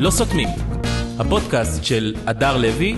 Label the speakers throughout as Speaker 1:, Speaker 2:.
Speaker 1: לא סותמים, הפודקאסט של הדר לוי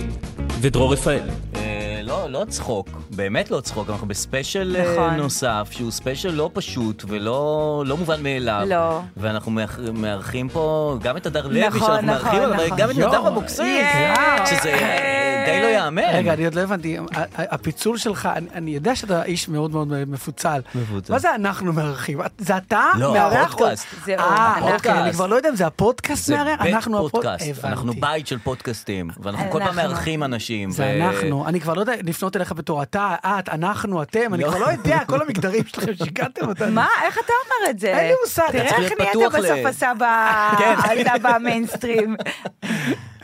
Speaker 1: ודרור רפאל.
Speaker 2: אה, לא, לא צחוק, באמת לא צחוק, אנחנו בספיישל אה,
Speaker 3: נכון.
Speaker 2: נוסף, שהוא ספיישל לא פשוט ולא לא מובן מאליו.
Speaker 3: לא.
Speaker 2: ואנחנו מאח- מארחים פה גם את הדר לוי,
Speaker 3: נכון,
Speaker 2: שאנחנו
Speaker 3: נכון,
Speaker 2: מארחים, אבל
Speaker 3: נכון.
Speaker 2: גם את נדב
Speaker 4: יואו.
Speaker 2: אבוקסיס,
Speaker 3: יואו.
Speaker 2: שזה אה, די לא ייאמן.
Speaker 4: רגע, אני עוד לא הבנתי, ה- ה- הפיצול שלך, אני- אני יודע שאתה איש מאוד מאוד מפוצל.
Speaker 2: מפוצל.
Speaker 4: מה זה אנחנו מארחים? את- זה אתה
Speaker 2: לא,
Speaker 4: מארח?
Speaker 2: הפודקאסט.
Speaker 3: זה
Speaker 4: אה,
Speaker 3: אנחנו.
Speaker 4: אוקיי, אני כבר לא יודע אם זה הפודקאסט
Speaker 2: זה
Speaker 4: מארח,
Speaker 2: בית
Speaker 4: אנחנו הפוד-
Speaker 2: פודקאסט, אנחנו
Speaker 4: הבנתי.
Speaker 2: בית של פודקאסטים, ואנחנו כל פעם
Speaker 3: אנחנו.
Speaker 2: מארחים אנשים.
Speaker 4: זה
Speaker 2: ו-
Speaker 4: אנחנו, אני כבר לא יודע לפנות אליך בתור אתה, את, אנחנו, אתם, אני
Speaker 2: לא.
Speaker 4: כבר לא יודע, כל המגדרים שלכם, שיגעתם אותנו.
Speaker 3: מה? איך אתה אומר את זה?
Speaker 4: אין לי מושג. אתה
Speaker 3: תראה
Speaker 4: צריך
Speaker 3: איך
Speaker 2: להיות
Speaker 3: נהיית
Speaker 2: פתוח ל-
Speaker 3: בסוף הסבא,
Speaker 2: כן.
Speaker 3: הסבא המיינסטרים.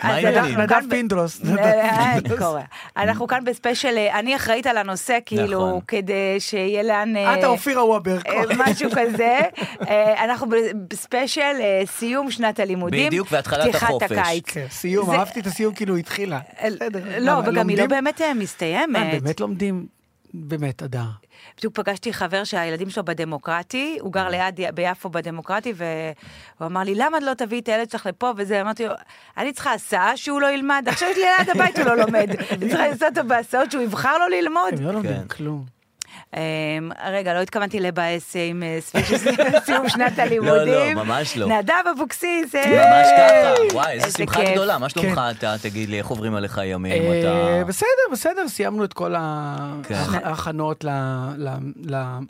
Speaker 3: אז
Speaker 2: העניינים?
Speaker 3: אנחנו
Speaker 4: נדב
Speaker 3: כאן ב-
Speaker 4: פינדרוס.
Speaker 3: אה,
Speaker 4: נדב
Speaker 3: אין, קורה. אנחנו כאן בספיישל, אה, אני אחראית על הנושא, כאילו,
Speaker 2: נכון.
Speaker 3: כדי שיהיה לאן... אה,
Speaker 4: אתה אופירה וואבר.
Speaker 3: אה, משהו כזה. אה, אנחנו בספיישל אה, סיום שנת הלימודים.
Speaker 2: בדיוק, והתחלת
Speaker 3: פתיחת
Speaker 2: החופש.
Speaker 3: הקיץ.
Speaker 4: כן, סיום,
Speaker 3: זה-
Speaker 4: אהבתי את הסיום כאילו התחילה. בסדר.
Speaker 3: לא,
Speaker 4: אבל
Speaker 3: וגם היא לא
Speaker 4: לומדים-
Speaker 3: באמת כן. אה, מסתיימת.
Speaker 4: אה, באמת לומדים, באמת, אדר.
Speaker 3: בדיוק פגשתי חבר שהילדים שלו בדמוקרטי, הוא
Speaker 2: אוקיי.
Speaker 3: גר ליד ביפו בדמוקרטי, והוא אמר לי, למה את לא תביאי את הילד שלך לפה וזה? אמרתי לו, אני צריכה הסעה שהוא לא ילמד, עכשיו יש לי ליד הבית הוא לא לומד, אני צריכה לנסוע אותו בהסעות שהוא יבחר לא ללמוד.
Speaker 4: הם לא
Speaker 2: כן.
Speaker 4: לומדים כלום.
Speaker 3: אמ, רגע, לא התכוונתי לבאס עם אה, סביב סיום שנת הלימודים.
Speaker 2: לא, ממש לא.
Speaker 3: נדב אבוקסיס, אה,
Speaker 2: ממש ככה, וואי, איזה
Speaker 3: איזה
Speaker 2: שמחה
Speaker 3: כיף.
Speaker 2: גדולה, מה שלומך
Speaker 4: כן.
Speaker 2: אתה, תגיד לי, איך עוברים עליך הימים,
Speaker 4: אה,
Speaker 2: אתה...
Speaker 4: בסדר, בסדר, סיימנו את כל
Speaker 2: כן.
Speaker 4: ההכנות ל- ל-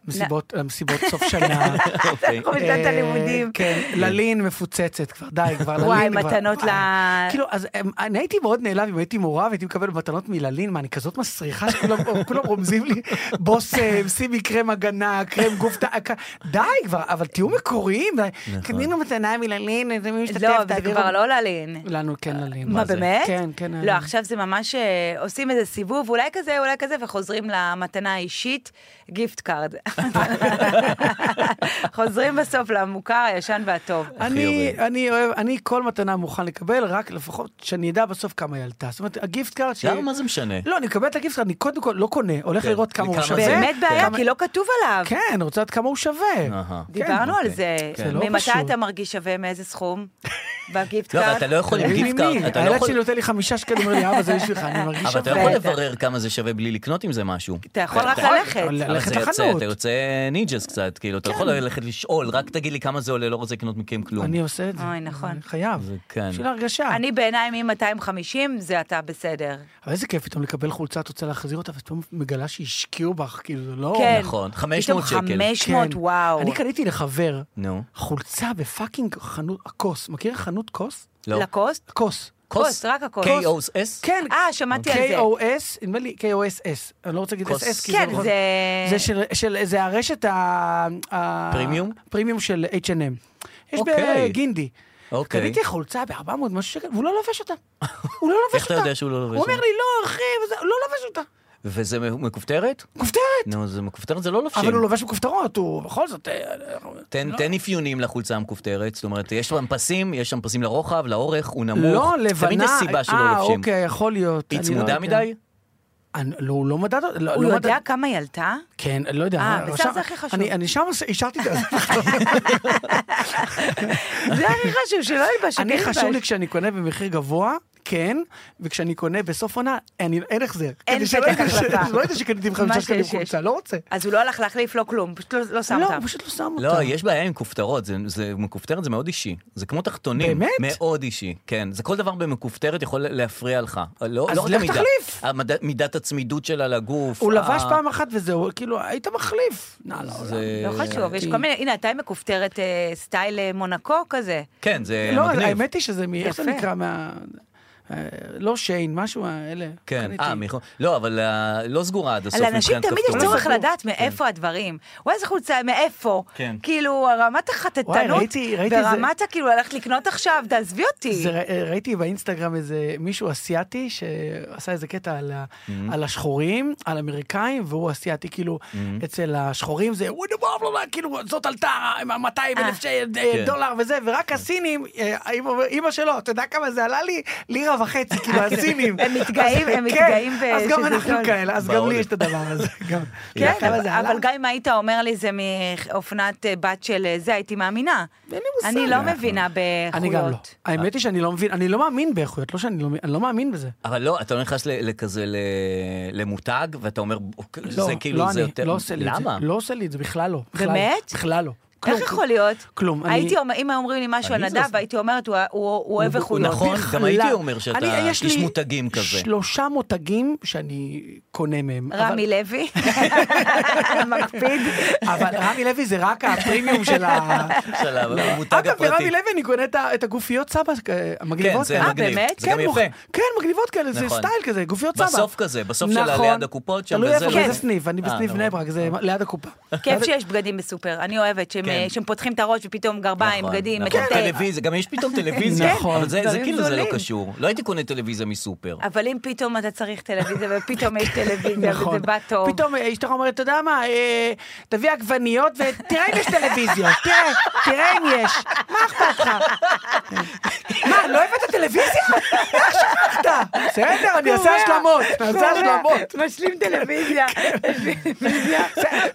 Speaker 4: למסיבות למסיבות סוף שנה.
Speaker 2: אוקיי.
Speaker 3: אנחנו בשנת
Speaker 4: אה,
Speaker 3: הלימודים.
Speaker 4: כן, ללין מפוצצת כבר, די, כבר ללין.
Speaker 3: וואי,
Speaker 4: כבר-
Speaker 3: מתנות
Speaker 4: וואי.
Speaker 3: ל-
Speaker 4: כאילו, אז אמ, אני הייתי מאוד נעלב אם הייתי מורה והייתי מקבל מתנות מללין, מה, אני כזאת מסריחה שכולם כולם רומזים לי, בושם, שימי קרם הגנה, קרם גוף, ד- כ- די כבר, אבל תהיו מקוריים, די.
Speaker 2: נכון.
Speaker 4: קנינו מתנה מללין, איזה מי משתתף,
Speaker 3: לא, זה
Speaker 4: תעבירו-
Speaker 3: כבר לא ללין.
Speaker 4: לנו כן ללין.
Speaker 3: מה,
Speaker 2: זה?
Speaker 3: באמת?
Speaker 4: כן, כן,
Speaker 3: לא,
Speaker 4: אה.
Speaker 3: עכשיו זה ממש אה, עושים איזה סיבוב, אולי כזה, אולי כזה, וחוזרים למתנה האישית, גיפט קארד. חוזרים בסוף למוכר, הישן והטוב.
Speaker 4: אני,
Speaker 2: יורד.
Speaker 4: אני אוהב, אני כל מתנה מוכן לקבל, רק לפחות שאני אדע בסוף כמה היא עלתה. זאת אומרת, הגיפט קארד ש...
Speaker 2: למה, מה זה משנה?
Speaker 4: לא, אני מקבל את הגיפט קארד, אני קודם כל לא קונה, הולך
Speaker 2: כן,
Speaker 4: לראות כמה הוא
Speaker 2: כמה
Speaker 4: שווה.
Speaker 2: זה?
Speaker 3: באמת בעיה,
Speaker 4: כמה-
Speaker 3: כי לא כתוב עליו.
Speaker 4: כן, אני רוצה לדעת כמה הוא שווה. כן.
Speaker 2: אהה.
Speaker 3: דיברנו על זה.
Speaker 2: כן.
Speaker 4: זה לא
Speaker 3: ממתי
Speaker 4: פשוט.
Speaker 3: אתה מרגיש שווה, מאיזה סכום? בגיפט
Speaker 2: לא, אבל
Speaker 3: קארד?
Speaker 2: אתה לא יכול עם
Speaker 4: תלוי
Speaker 2: גיפט קארד,
Speaker 4: ממי.
Speaker 2: אתה לא
Speaker 4: הילד
Speaker 2: יכול...
Speaker 4: שלי נותן לי חמישה שקלים, אומר לי, אבא, זה בשבילך, אני מרגיש
Speaker 2: אבל אתה
Speaker 4: שווה.
Speaker 2: לא יכול
Speaker 3: אתה-
Speaker 2: לברר כמה זה שווה בלי לקנות עם זה משהו.
Speaker 3: אתה יכול רק
Speaker 2: יכול-
Speaker 3: ללכת.
Speaker 4: אבל-
Speaker 2: אבל
Speaker 4: ללכת
Speaker 2: זה יוצא,
Speaker 4: לחנות. כן.
Speaker 2: אתה יוצא נינג'ס קצת, כאילו, אתה יכול ללכת לשאול, רק תגיד לי כמה זה עולה, לא רוצה לקנות מכם כלום.
Speaker 4: אני עושה את זה.
Speaker 3: אוי, נכון.
Speaker 4: אני חייב.
Speaker 2: זה כן.
Speaker 4: בשביל הרגשה.
Speaker 3: אני בעיניי מ-250, זה אתה בסדר.
Speaker 4: אבל איזה כיף פתאום לקבל חולצה, את רוצה להחזיר אותה, ואת פתאום מגלה שהשקיעו בך, כאילו, זה לא...
Speaker 3: כן.
Speaker 2: נכון, 500
Speaker 3: פתאום
Speaker 2: שקל.
Speaker 3: 500,
Speaker 4: כן.
Speaker 3: וואו.
Speaker 4: אני קניתי לחבר
Speaker 2: נו.
Speaker 4: חולצה בפאקינג חנות, הכוס. מכיר חנות כוס?
Speaker 2: לא.
Speaker 3: לקוסט?
Speaker 4: כוס.
Speaker 3: כוס, רק הכוס.
Speaker 2: KOS?
Speaker 4: כן.
Speaker 3: אה, שמעתי על זה.
Speaker 4: KOS, נדמה לי KOSS, אני לא רוצה להגיד
Speaker 2: כוס.
Speaker 4: SS, כי
Speaker 3: כן,
Speaker 4: לא נכון.
Speaker 3: זה...
Speaker 4: זה של, של, זה הרשת ה... ה-
Speaker 2: פרימיום?
Speaker 4: פרימיום של H&M. יש
Speaker 2: אוקיי.
Speaker 4: בגינדי.
Speaker 2: אוקיי.
Speaker 4: קניתי חולצה ב-400 משהו שקל, והוא לא לובש אותה. הוא לא לובש אותה.
Speaker 2: איך אתה יודע שהוא לא לובש
Speaker 4: הוא אומר
Speaker 2: אותה?
Speaker 4: לי, לא, אחי, וזה- הוא לא לובש אותה.
Speaker 2: וזה מכופתרת?
Speaker 4: כופתרת.
Speaker 2: נו, זה מכופתרת זה לא לובשים.
Speaker 4: אבל הוא לובש בכופתרות, הוא בכל זאת... אה,
Speaker 2: תן, תן אפיונים לחולצה המכופתרת, זאת אומרת, יש שם פסים, יש שם פסים לרוחב, לאורך, הוא נמוך.
Speaker 4: לא, לבנה...
Speaker 2: תמיד יש סיבה שלא
Speaker 4: אה,
Speaker 2: לובשים.
Speaker 4: אוקיי, יכול להיות.
Speaker 2: היא
Speaker 4: אני לא
Speaker 2: צמודה
Speaker 4: יודע.
Speaker 2: מדי?
Speaker 4: אני- לא, הוא לא מדד... לא-
Speaker 3: הוא
Speaker 4: לא מדד-
Speaker 3: יודע כמה היא עלתה?
Speaker 4: כן, אני לא יודע.
Speaker 3: אה,
Speaker 4: אבל
Speaker 3: בסדר,
Speaker 4: שם-
Speaker 3: זה הכי חשוב.
Speaker 4: אני אני שם השארתי את זה.
Speaker 3: זה הכי חשוב, שלא ייבש.
Speaker 4: אני
Speaker 3: שכן
Speaker 4: חשוב לי
Speaker 3: ייבש.
Speaker 4: כשאני קונה במחיר גבוה, כן, וכשאני קונה בסוף עונה, אני- אין החזר.
Speaker 3: אין
Speaker 4: כדי שלא
Speaker 3: פתח
Speaker 4: ידע ש-
Speaker 3: החלפה.
Speaker 4: לא יודע שקניתי בחמישה
Speaker 3: מה כן
Speaker 4: שקלים
Speaker 3: שיש, יש.
Speaker 4: חולצה, לא רוצה.
Speaker 3: אז הוא לא הלך להחליף לו כלום, פשוט לא- לא שם
Speaker 4: לא,
Speaker 3: אותה.
Speaker 4: הוא פשוט לא שם אותה.
Speaker 2: לא, יש בעיה עם כופתרות, זה, זה, מכופתרת זה מאוד אישי. זה כמו תחתונים.
Speaker 4: באמת?
Speaker 2: מאוד אישי, כן. זה כל דבר במכופתרת יכול להפריע לך. לא,
Speaker 4: אז
Speaker 2: לא רק
Speaker 4: לך
Speaker 2: המידה.
Speaker 4: תחליף.
Speaker 2: המד- מידת הצמידות שלה לגוף.
Speaker 4: הוא לבש
Speaker 2: ה-
Speaker 4: פעם אחת וזהו, כאילו, היית מחליף. נא לעולם.
Speaker 2: זה...
Speaker 3: לא חשוב, יש כל מיני, הנה, אתה עם מכופתרת אה, סטייל אה, מונקו כזה.
Speaker 2: כן, זה
Speaker 4: לא,
Speaker 2: מגניב.
Speaker 4: האמת היא שזה מ... איך זה
Speaker 3: יפה.
Speaker 4: נקרא? מה... אה, לא שיין, משהו, אלה.
Speaker 2: כן,
Speaker 4: קניתי.
Speaker 2: אה, מיכו... לא, אבל אה, לא סגורה עד הסוף
Speaker 3: לאנשים
Speaker 2: מבחינת
Speaker 3: תמיד יש
Speaker 2: כפתורים.
Speaker 4: כן.
Speaker 3: צורך לדעת מאיפה הדברים. וואי, איזה חולצה, מאיפה?
Speaker 2: כן.
Speaker 3: כאילו, רמת
Speaker 4: וואי,
Speaker 3: החטטנות,
Speaker 4: ראיתי, ראיתי איזה-
Speaker 3: ברמת כאילו ללכת לקנות עכשיו, תעזבי אותי.
Speaker 4: זה, ר- ראיתי באינסטגרם איזה מישהו אסיאתי שעשה איזה קטע על, ה- על השחורים, על אמריקאים, והוא אסיאתי, כאילו, אצל השחורים זה, "We the blah, blah, blah", כאילו, זאת עלתה 200 אלף
Speaker 3: אה.
Speaker 4: דולר וזה, ורק הסינים, אה, האמא- אמא שלו, אתה יודע כמה זה עלה לי? לירה שנה וחצי, כאילו, הסינים.
Speaker 3: הם מתגאים-
Speaker 4: אז-
Speaker 3: הם
Speaker 4: כן,
Speaker 3: מתגאים ב-
Speaker 4: אז גם
Speaker 3: שזה
Speaker 4: אנחנו
Speaker 3: זול.
Speaker 4: כאלה, אז גם לי
Speaker 2: בעודף.
Speaker 4: יש את הדבר הזה. גם.
Speaker 3: כן,
Speaker 4: כמה
Speaker 3: אבל,
Speaker 4: זה עלה?
Speaker 3: אבל גם אם היית אומר לי זה מאופנת אה, בת של אה, זה, הייתי מאמינה.
Speaker 4: אין לי מושג.
Speaker 3: אני לא מבינה בחוליות.
Speaker 4: אני גם לא. האמת היא שאני לא מבין, אני לא מאמין באיכויות, לא שאני לא מ- אני לא מאמין בזה.
Speaker 2: אבל לא, אתה לא נכנס ל- לכזה ל- למותג, ואתה אומר, "אוקיי,
Speaker 4: לא,
Speaker 2: זה כאילו,
Speaker 4: לא
Speaker 2: זה
Speaker 4: אני,
Speaker 2: יותר...
Speaker 4: לא עושה לי את זה.
Speaker 2: למה?
Speaker 4: לא עושה לי את זה, בכלל לא. בכלל לא.
Speaker 3: באמת?
Speaker 4: בכלל לא. כלום,
Speaker 3: איך
Speaker 4: כלום.
Speaker 3: יכול להיות?
Speaker 4: כלום, אני-
Speaker 3: הייתי אומר, אם היו אומרים לי משהו על
Speaker 2: אני זה
Speaker 3: נדב,
Speaker 2: לא-
Speaker 3: הייתי אומרת, הוא- הוא הוא אוהב
Speaker 2: הוא-
Speaker 3: איכויות.
Speaker 2: נכון. גם הייתי
Speaker 4: בכלל.
Speaker 2: אומר שאתה
Speaker 4: אני- יש
Speaker 2: איש
Speaker 4: לי
Speaker 2: מותגים כזה.
Speaker 4: שלושה מותגים שאני קונה מהם. אבל-
Speaker 3: רמי לוי, מקפיד.
Speaker 4: אבל רמי לוי זה רק הפרימיום של ה...
Speaker 2: של המותג
Speaker 4: לא. אגב,
Speaker 2: הפרטי.
Speaker 4: ברמי לוי אני קונה את ה- את הגופיות סבא, אה, המגניבות.
Speaker 2: כן, זה
Speaker 4: כאלה.
Speaker 2: מגניב.
Speaker 3: באמת?
Speaker 2: זה גם
Speaker 4: כן,
Speaker 2: יפה.
Speaker 4: מוכ- כן, מגניבות כאלה, זה
Speaker 2: נכון.
Speaker 4: סטייל כזה, גופיות סבא.
Speaker 2: בסוף כזה, בסוף של
Speaker 4: נכון.
Speaker 2: ליד הקופות שם,
Speaker 4: תלוי
Speaker 2: וזה
Speaker 4: איפה,
Speaker 2: לא-
Speaker 4: באיזה סניף, אני
Speaker 2: אה,
Speaker 4: בסניף
Speaker 2: נכון.
Speaker 4: בני ברק, זה ליד הקופה.
Speaker 3: כיף שיש בגדים בסופר, אני אוהבת שהם,
Speaker 2: כן.
Speaker 3: שהם פותחים את הראש ופתאום גרביים,
Speaker 2: נכון,
Speaker 3: בגדים,
Speaker 2: נכון.
Speaker 3: מטאטא. כן,
Speaker 2: טלוויזיה, גם יש פתאום טלוויזיה.
Speaker 4: נכון.
Speaker 2: אבל זה זה
Speaker 3: דברים
Speaker 2: כאילו, זה לא
Speaker 3: זולים.
Speaker 2: קשור. לא הייתי קונה טלוויזיה מסופר.
Speaker 3: אבל אם פתאום אתה צריך טלוויזיה ופתאום יש טלוויזיה וזה
Speaker 4: נכון.
Speaker 3: בא טוב.
Speaker 4: פתאום אה, אשתך אומרת, אתה יודע מה, אה, תביא עגבניות ותראה אם יש טלוויזיה, תראה, תראה אם יש. מה אכפת לך? מה, לא הבאת טלוויזיה? שכחת. בסדר, אני אעשה השלמות, אני אעשה השלמות.
Speaker 3: משלים טלוויזיה.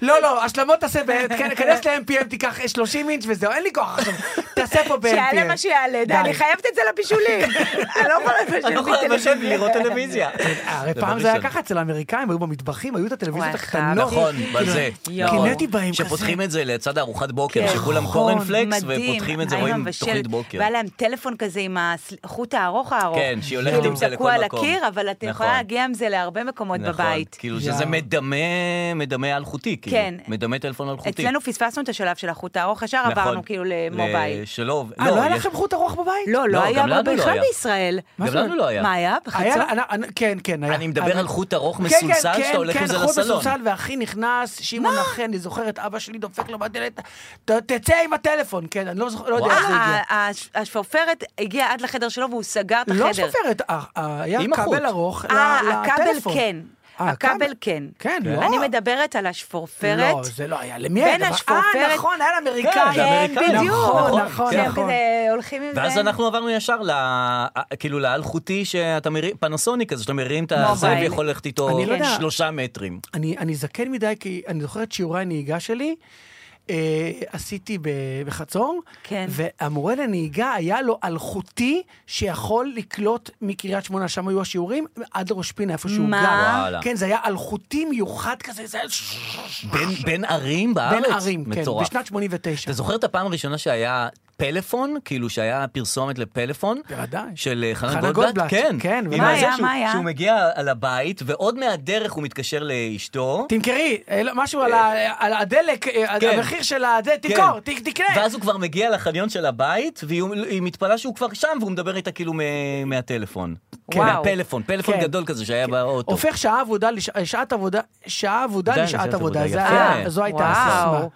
Speaker 4: לא, לא, השלמות תעשה, ב- תכנס- כנס ל-MPM, תיקח 30 אינץ' וזהו, אין לי כוח עכשיו, תעשה פה ב-MPM.
Speaker 3: שיעלה מה שיעלה, די, אני חייבת את זה לבישולים. אני לא יכולה
Speaker 2: אני לא
Speaker 3: לבשל
Speaker 2: יכול
Speaker 3: בלי
Speaker 2: לבשל
Speaker 3: טלוויזיה.
Speaker 2: ולראות טלוויזיה.
Speaker 4: הרי
Speaker 2: דבר
Speaker 4: פעם זה היה
Speaker 2: ראשון.
Speaker 4: ככה אצל האמריקאים, היו במטבחים, היו את הטלוויזיות
Speaker 3: וואי,
Speaker 4: הקטנות.
Speaker 2: נכון,
Speaker 4: כאילו,
Speaker 2: בזה.
Speaker 3: יואו.
Speaker 2: נכון.
Speaker 4: קינאתי בהם כזה.
Speaker 2: שפותחים את זה לצד הארוחת בוקר,
Speaker 3: כן.
Speaker 2: שכולם
Speaker 4: נכון,
Speaker 2: קורנפלקס,
Speaker 3: מדהים,
Speaker 2: ופותחים את זה,
Speaker 3: האמא
Speaker 2: רואים
Speaker 3: מבשלת,
Speaker 2: תוכנית בוקר.
Speaker 3: והיה להם טלפון כזה עם החוט הארוך הארוך.
Speaker 2: כן, שהיא הולכת עם זה
Speaker 3: שאתם תקעו
Speaker 2: לכל
Speaker 3: על
Speaker 2: מקום.
Speaker 3: הקיר, אבל אתם
Speaker 2: נכון.
Speaker 3: יכולים להגיע עם זה להרבה מקומות
Speaker 2: נכון,
Speaker 3: בבית.
Speaker 2: כאילו
Speaker 4: יואו.
Speaker 2: שזה מדמה, מדמה אלחוטי, כאילו.
Speaker 3: כן.
Speaker 2: מדמה טלפון אלחוטי.
Speaker 3: אצלנו פספסנו את השלב של החוט הארוך, ישר
Speaker 2: נכון.
Speaker 3: עברנו כאילו למובייל.
Speaker 2: ל- שלא,
Speaker 4: אה, לא היה
Speaker 2: יש-
Speaker 4: לכם חוט ארוך בבבית?
Speaker 3: לא,
Speaker 2: לא,
Speaker 3: לא היה
Speaker 2: גם לנו לא
Speaker 3: בכלל
Speaker 2: היה.
Speaker 3: בישראל.
Speaker 2: גם
Speaker 4: מה זה?
Speaker 2: לנו לא היה.
Speaker 3: מה היה?
Speaker 4: היה,
Speaker 3: בחצות?
Speaker 4: אני- אני- כן, כן, היה.
Speaker 2: אני מדבר על חוט ארוך
Speaker 4: כן,
Speaker 2: מסולסל,
Speaker 4: כן,
Speaker 2: שאתה הולך
Speaker 4: כן,
Speaker 2: עם זה
Speaker 4: חוט
Speaker 2: לסלון.
Speaker 4: מסולסל, והכי נכנס, שמעון אחי, אני זוכר את אבא שלי דופק לו בדלת, "ת- תצא עם הטלפון, כן, אני לא זוכר, לא יודע
Speaker 2: וואו.
Speaker 4: איך זה הגיע.
Speaker 3: אה, הש- השפופרת הגיעה עד לחדר שלו והוא סגר את החדר.
Speaker 4: לא סופרת, אה, אה, היה
Speaker 2: עם החוט.
Speaker 4: כבל ארוך ל-
Speaker 3: אה,
Speaker 4: לטלפון.
Speaker 3: הכבל כן.
Speaker 4: אה,
Speaker 3: הכבל כן.
Speaker 4: כן, לא.
Speaker 3: אני מדברת על השפורפרת.
Speaker 4: לא, זה לא היה. למי היה?
Speaker 3: בין
Speaker 4: דבר-
Speaker 3: השפופרת-
Speaker 4: אה, נכון, היה לאמריקאי.
Speaker 2: כן, זה
Speaker 3: כן,
Speaker 2: אמריקאי.
Speaker 3: בדיוק.
Speaker 4: נכון, נכון,
Speaker 3: שהם
Speaker 4: נכון.
Speaker 3: כזה הולכים עם זה.
Speaker 2: ואז אנחנו עברנו ישר ל... כאילו לאלחוטי שאתה מרים, פנסוניק הזה, שאתה מרים את
Speaker 3: מובייל.
Speaker 2: הזה ויכול ללכת איתו
Speaker 4: אני לא יודע.
Speaker 2: שלושה מטרים.
Speaker 4: אני, אני זקן מדי, כי אני זוכר את שיעורי הנהיגה שלי. אה, עשיתי ב- בחצור,
Speaker 3: כן.
Speaker 4: והמורה לנהיגה היה לו אלחוטי שיכול לקלוט מקריית שמונה, שם היו השיעורים, עד ראש פינה, איפה שהוא
Speaker 3: מה?
Speaker 4: גר.
Speaker 2: וואלה.
Speaker 4: כן, זה היה אלחוטי מיוחד כזה, זה היה
Speaker 2: בין, בין ערים בארץ?
Speaker 4: לא. בין ערים, כן,
Speaker 2: מטורף.
Speaker 4: בשנת 89.
Speaker 2: אתה זוכר את הפעם הראשונה שהיה פלאפון? כאילו שהיה פרסומת לפלאפון?
Speaker 4: בוודאי.
Speaker 2: של אה,
Speaker 4: חנה
Speaker 2: חנה גולדבלט?
Speaker 4: גולדבלט,
Speaker 2: כן.
Speaker 4: כן,
Speaker 2: עם הזה
Speaker 4: בוודאי.
Speaker 3: מה היה?
Speaker 2: שהוא-
Speaker 3: מה היה?
Speaker 2: שהוא מגיע על הבית, ועוד מהדרך הוא מתקשר לאשתו.
Speaker 4: תמכרי, אה, לא, משהו על ה- על הדלק, אה,
Speaker 2: כן.
Speaker 4: המחיר של הזה, תמכור, ת- תקנה.
Speaker 2: ואז הוא כבר מגיע לחניון של הבית, והיא היא מתפלאה שהוא כבר שם, והוא מדבר איתה כאילו מ- מהטלפון.
Speaker 3: כן.
Speaker 2: מהפלאפון, פלאפון
Speaker 4: כן.
Speaker 2: גדול כזה שהיה באוטו.
Speaker 4: הופך שעה עבודה, לש- שעת עבודה, שעה עבודה
Speaker 2: די,
Speaker 4: לשעת
Speaker 2: לשעת
Speaker 4: עבודה.
Speaker 2: עבודה,
Speaker 4: זה
Speaker 2: יפה.
Speaker 4: היה- אה, זו הייתה
Speaker 3: וואו.
Speaker 4: הסיסמה.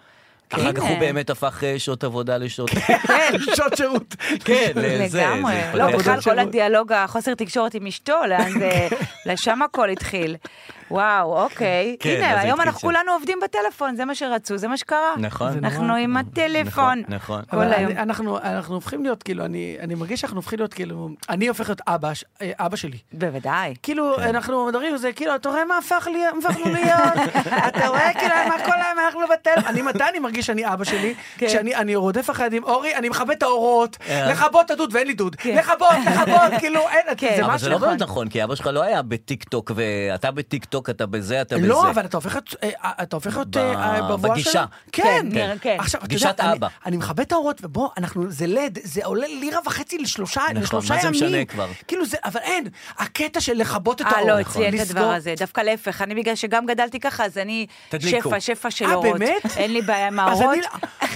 Speaker 2: כן. אחר כך הוא
Speaker 3: הנה.
Speaker 2: באמת הפך אה, שעות עבודה לשעות...
Speaker 4: כן, שעות שירות.
Speaker 2: כן, לזה, זה
Speaker 3: לגמרי.
Speaker 2: התפתח.
Speaker 3: לא,
Speaker 4: עבודות
Speaker 3: בכלל כל
Speaker 4: שירות.
Speaker 3: הדיאלוג, החוסר תקשורת עם אשתו, לאן זה... לשם הכל התחיל. וואו, אוקיי.
Speaker 2: כן, אז
Speaker 3: הנה,
Speaker 2: זה
Speaker 3: היום
Speaker 2: התחיל
Speaker 3: אנחנו
Speaker 2: שם.
Speaker 3: כולנו עובדים בטלפון, זה מה שרצו, זה מה שקרה.
Speaker 2: נכון. זה
Speaker 3: אנחנו
Speaker 4: נורא.
Speaker 3: עם הטלפון.
Speaker 2: נכון, נכון.
Speaker 3: כל
Speaker 4: אבל
Speaker 3: היום.
Speaker 4: אני- אנחנו אנחנו הופכים להיות, כאילו, אני אני מרגיש שאנחנו הופכים להיות, כאילו, אני הופך להיות אבא ש- אה, אבא שלי.
Speaker 3: בוודאי.
Speaker 2: כן.
Speaker 4: כאילו, אנחנו מדברים על זה, כאילו, אתה רואה מה הפך לי, הפכנו להיות, אתה רואה כאילו מה כל היום אנחנו בטלפון. אני, מתי אני מרגיש שאני אבא שלי?
Speaker 3: כן.
Speaker 4: כשאני אני רודף אחרי אורי, אני מכבה את האורות,
Speaker 2: כן.
Speaker 4: לכבות את הדוד, ואין לי דוד. לכבות, לכבות, כאילו, אין,
Speaker 3: כן.
Speaker 4: זה
Speaker 2: אבל
Speaker 4: משהו
Speaker 2: זה לא
Speaker 4: אחד.
Speaker 2: באמת נכון, כי אבא שלך לא היה בטיק טוק, ואתה בטיק טוק, אתה בזה, אתה בזה.
Speaker 4: לא, אבל אתה הופך להיות, אה, אתה הופך להיות, אה,
Speaker 2: ב-
Speaker 4: אה, בבואה
Speaker 2: בגישה.
Speaker 4: שלו. כן,
Speaker 3: כן, כן.
Speaker 4: עכשיו, אתה יודע,
Speaker 2: גישת
Speaker 4: אני-
Speaker 2: אבא.
Speaker 4: אני מכבה את האורות, ובוא, אנחנו, זה לד, זה עולה לירה וחצי לשלושה
Speaker 2: נכון,
Speaker 4: לשלושה
Speaker 2: מה זה
Speaker 4: ימים.
Speaker 2: משנה כבר?
Speaker 4: כאילו זה, אבל אין, הקטע של לכבות את האור.
Speaker 3: אה, לא, אצלי אין את
Speaker 4: נכון. לסגור-
Speaker 3: הדבר הזה, דווקא להפך, אני בגלל שגם גדלתי ככה, אז אני
Speaker 2: תדליקו.
Speaker 3: שפע, שפע של
Speaker 4: אה,
Speaker 3: אורות.
Speaker 4: באמת?
Speaker 3: אין לי בעיה עם לא.
Speaker 4: אז לא-
Speaker 3: האורות.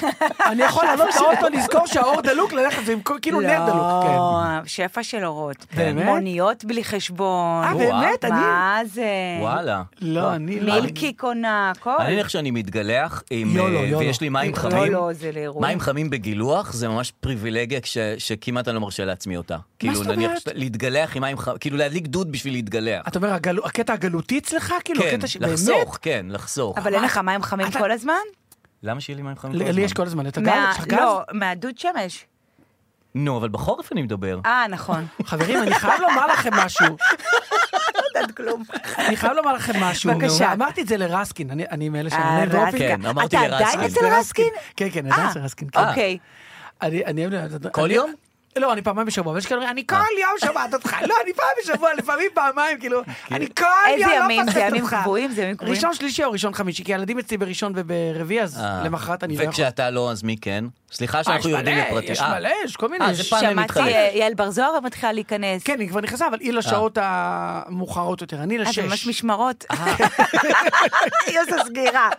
Speaker 4: אני- אני יכול לעלות לאוטו, לזכור שהאור דלוק, ללכת, זה עם- כאילו נר דלוק. כן.
Speaker 3: לא, שפע של אורות.
Speaker 4: באמת?
Speaker 3: מוניות בלי חשבון.
Speaker 4: אה, באמת? אני-
Speaker 3: מה זה?
Speaker 2: וואלה.
Speaker 4: לא, אני לא.
Speaker 3: מילקי קונה, הכל.
Speaker 2: אני איך שאני מתגלח, עם,
Speaker 4: יולו,
Speaker 2: אה,
Speaker 4: יולו.
Speaker 2: ויש לי מים
Speaker 4: לא,
Speaker 2: חמים.
Speaker 3: לא, זה לאירועים.
Speaker 2: מים חמים בגילוח זה ממש פריבילגיה כש- שכמעט אני לא מרשה לעצמי אותה. כאילו,
Speaker 4: זאת
Speaker 2: נניח,
Speaker 4: אומרת?
Speaker 2: שאתה- להתגלח עם מים חמים, כאילו להדליק דוד בשביל להתגלח.
Speaker 4: אתה אומר, הגלו- הקטע הגלותי אצלך? כאילו,
Speaker 2: כן,
Speaker 4: הקטע ש... באמת?
Speaker 2: לחסוך, כן, לחסוך.
Speaker 3: אבל אין לך מים חמים
Speaker 4: אה, אתה-
Speaker 3: כל הזמן?
Speaker 2: למה שיהיה לי מים חמים כל
Speaker 4: לי
Speaker 2: הזמן?
Speaker 3: לא,
Speaker 4: יש כל הזמן את הגל,
Speaker 3: מה-
Speaker 4: יש לך גז?
Speaker 3: לא, מהדוד שמש.
Speaker 2: נו, אבל בחורף אני מדבר.
Speaker 3: אה, נכון.
Speaker 4: חברים, אני חייב לומר לכם משהו.
Speaker 3: לא יודעת כלום.
Speaker 4: אני חייב לומר לכם משהו.
Speaker 3: בבקשה.
Speaker 4: נו, אמרתי את זה לרסקין, אני- אני מאלה
Speaker 3: אה,
Speaker 4: שאני... באופן-
Speaker 2: כן, אמרתי
Speaker 3: אתה
Speaker 2: לרסקין.
Speaker 3: עדיין אצל רסקין?
Speaker 4: כן, כן, אני עדיין
Speaker 3: אה,
Speaker 4: אצל רסקין. כן.
Speaker 3: אוקיי.
Speaker 4: אני, אני אוהב...
Speaker 2: כל
Speaker 4: אני-
Speaker 2: יום? אה.
Speaker 4: לא, אני פעמיים בשבוע, אבל יש כאלה, אני כל יום שומעת אותך, לא, אני פעם בשבוע, לפעמים פעמיים, כאילו,
Speaker 2: אוקיי.
Speaker 4: אני כל
Speaker 3: איזה
Speaker 4: יום לא
Speaker 3: ימים? זה
Speaker 4: מפספסת
Speaker 3: ימים
Speaker 4: אותך.
Speaker 3: קבועים? זה ימים קבועים?
Speaker 4: ראשון שלישי או ראשון חמישי, כי הילדים אצלי בראשון וברביעי, אז
Speaker 2: אה.
Speaker 4: למחרת אני לא יכול.
Speaker 2: וכשאתה לא, אז מי כן? סליחה
Speaker 4: אה, יש
Speaker 2: שאנחנו יורדים
Speaker 4: מלא,
Speaker 2: לפרטי.
Speaker 4: יש
Speaker 2: אה,
Speaker 4: מלא, יש כל מיני.
Speaker 2: אה, זה
Speaker 4: יש-
Speaker 2: פעם הם
Speaker 3: שמעתי,
Speaker 2: מתחלפים.
Speaker 3: אה, יעל בר זוהר מתחילה להיכנס.
Speaker 4: כן, היא כבר נכנסה, אבל
Speaker 2: אה.
Speaker 4: היא לשעות המאוחרות יותר, אני
Speaker 3: אה,
Speaker 4: לשש.
Speaker 3: זה ממש משמרות.
Speaker 4: אה.
Speaker 3: היא עושה סגירה.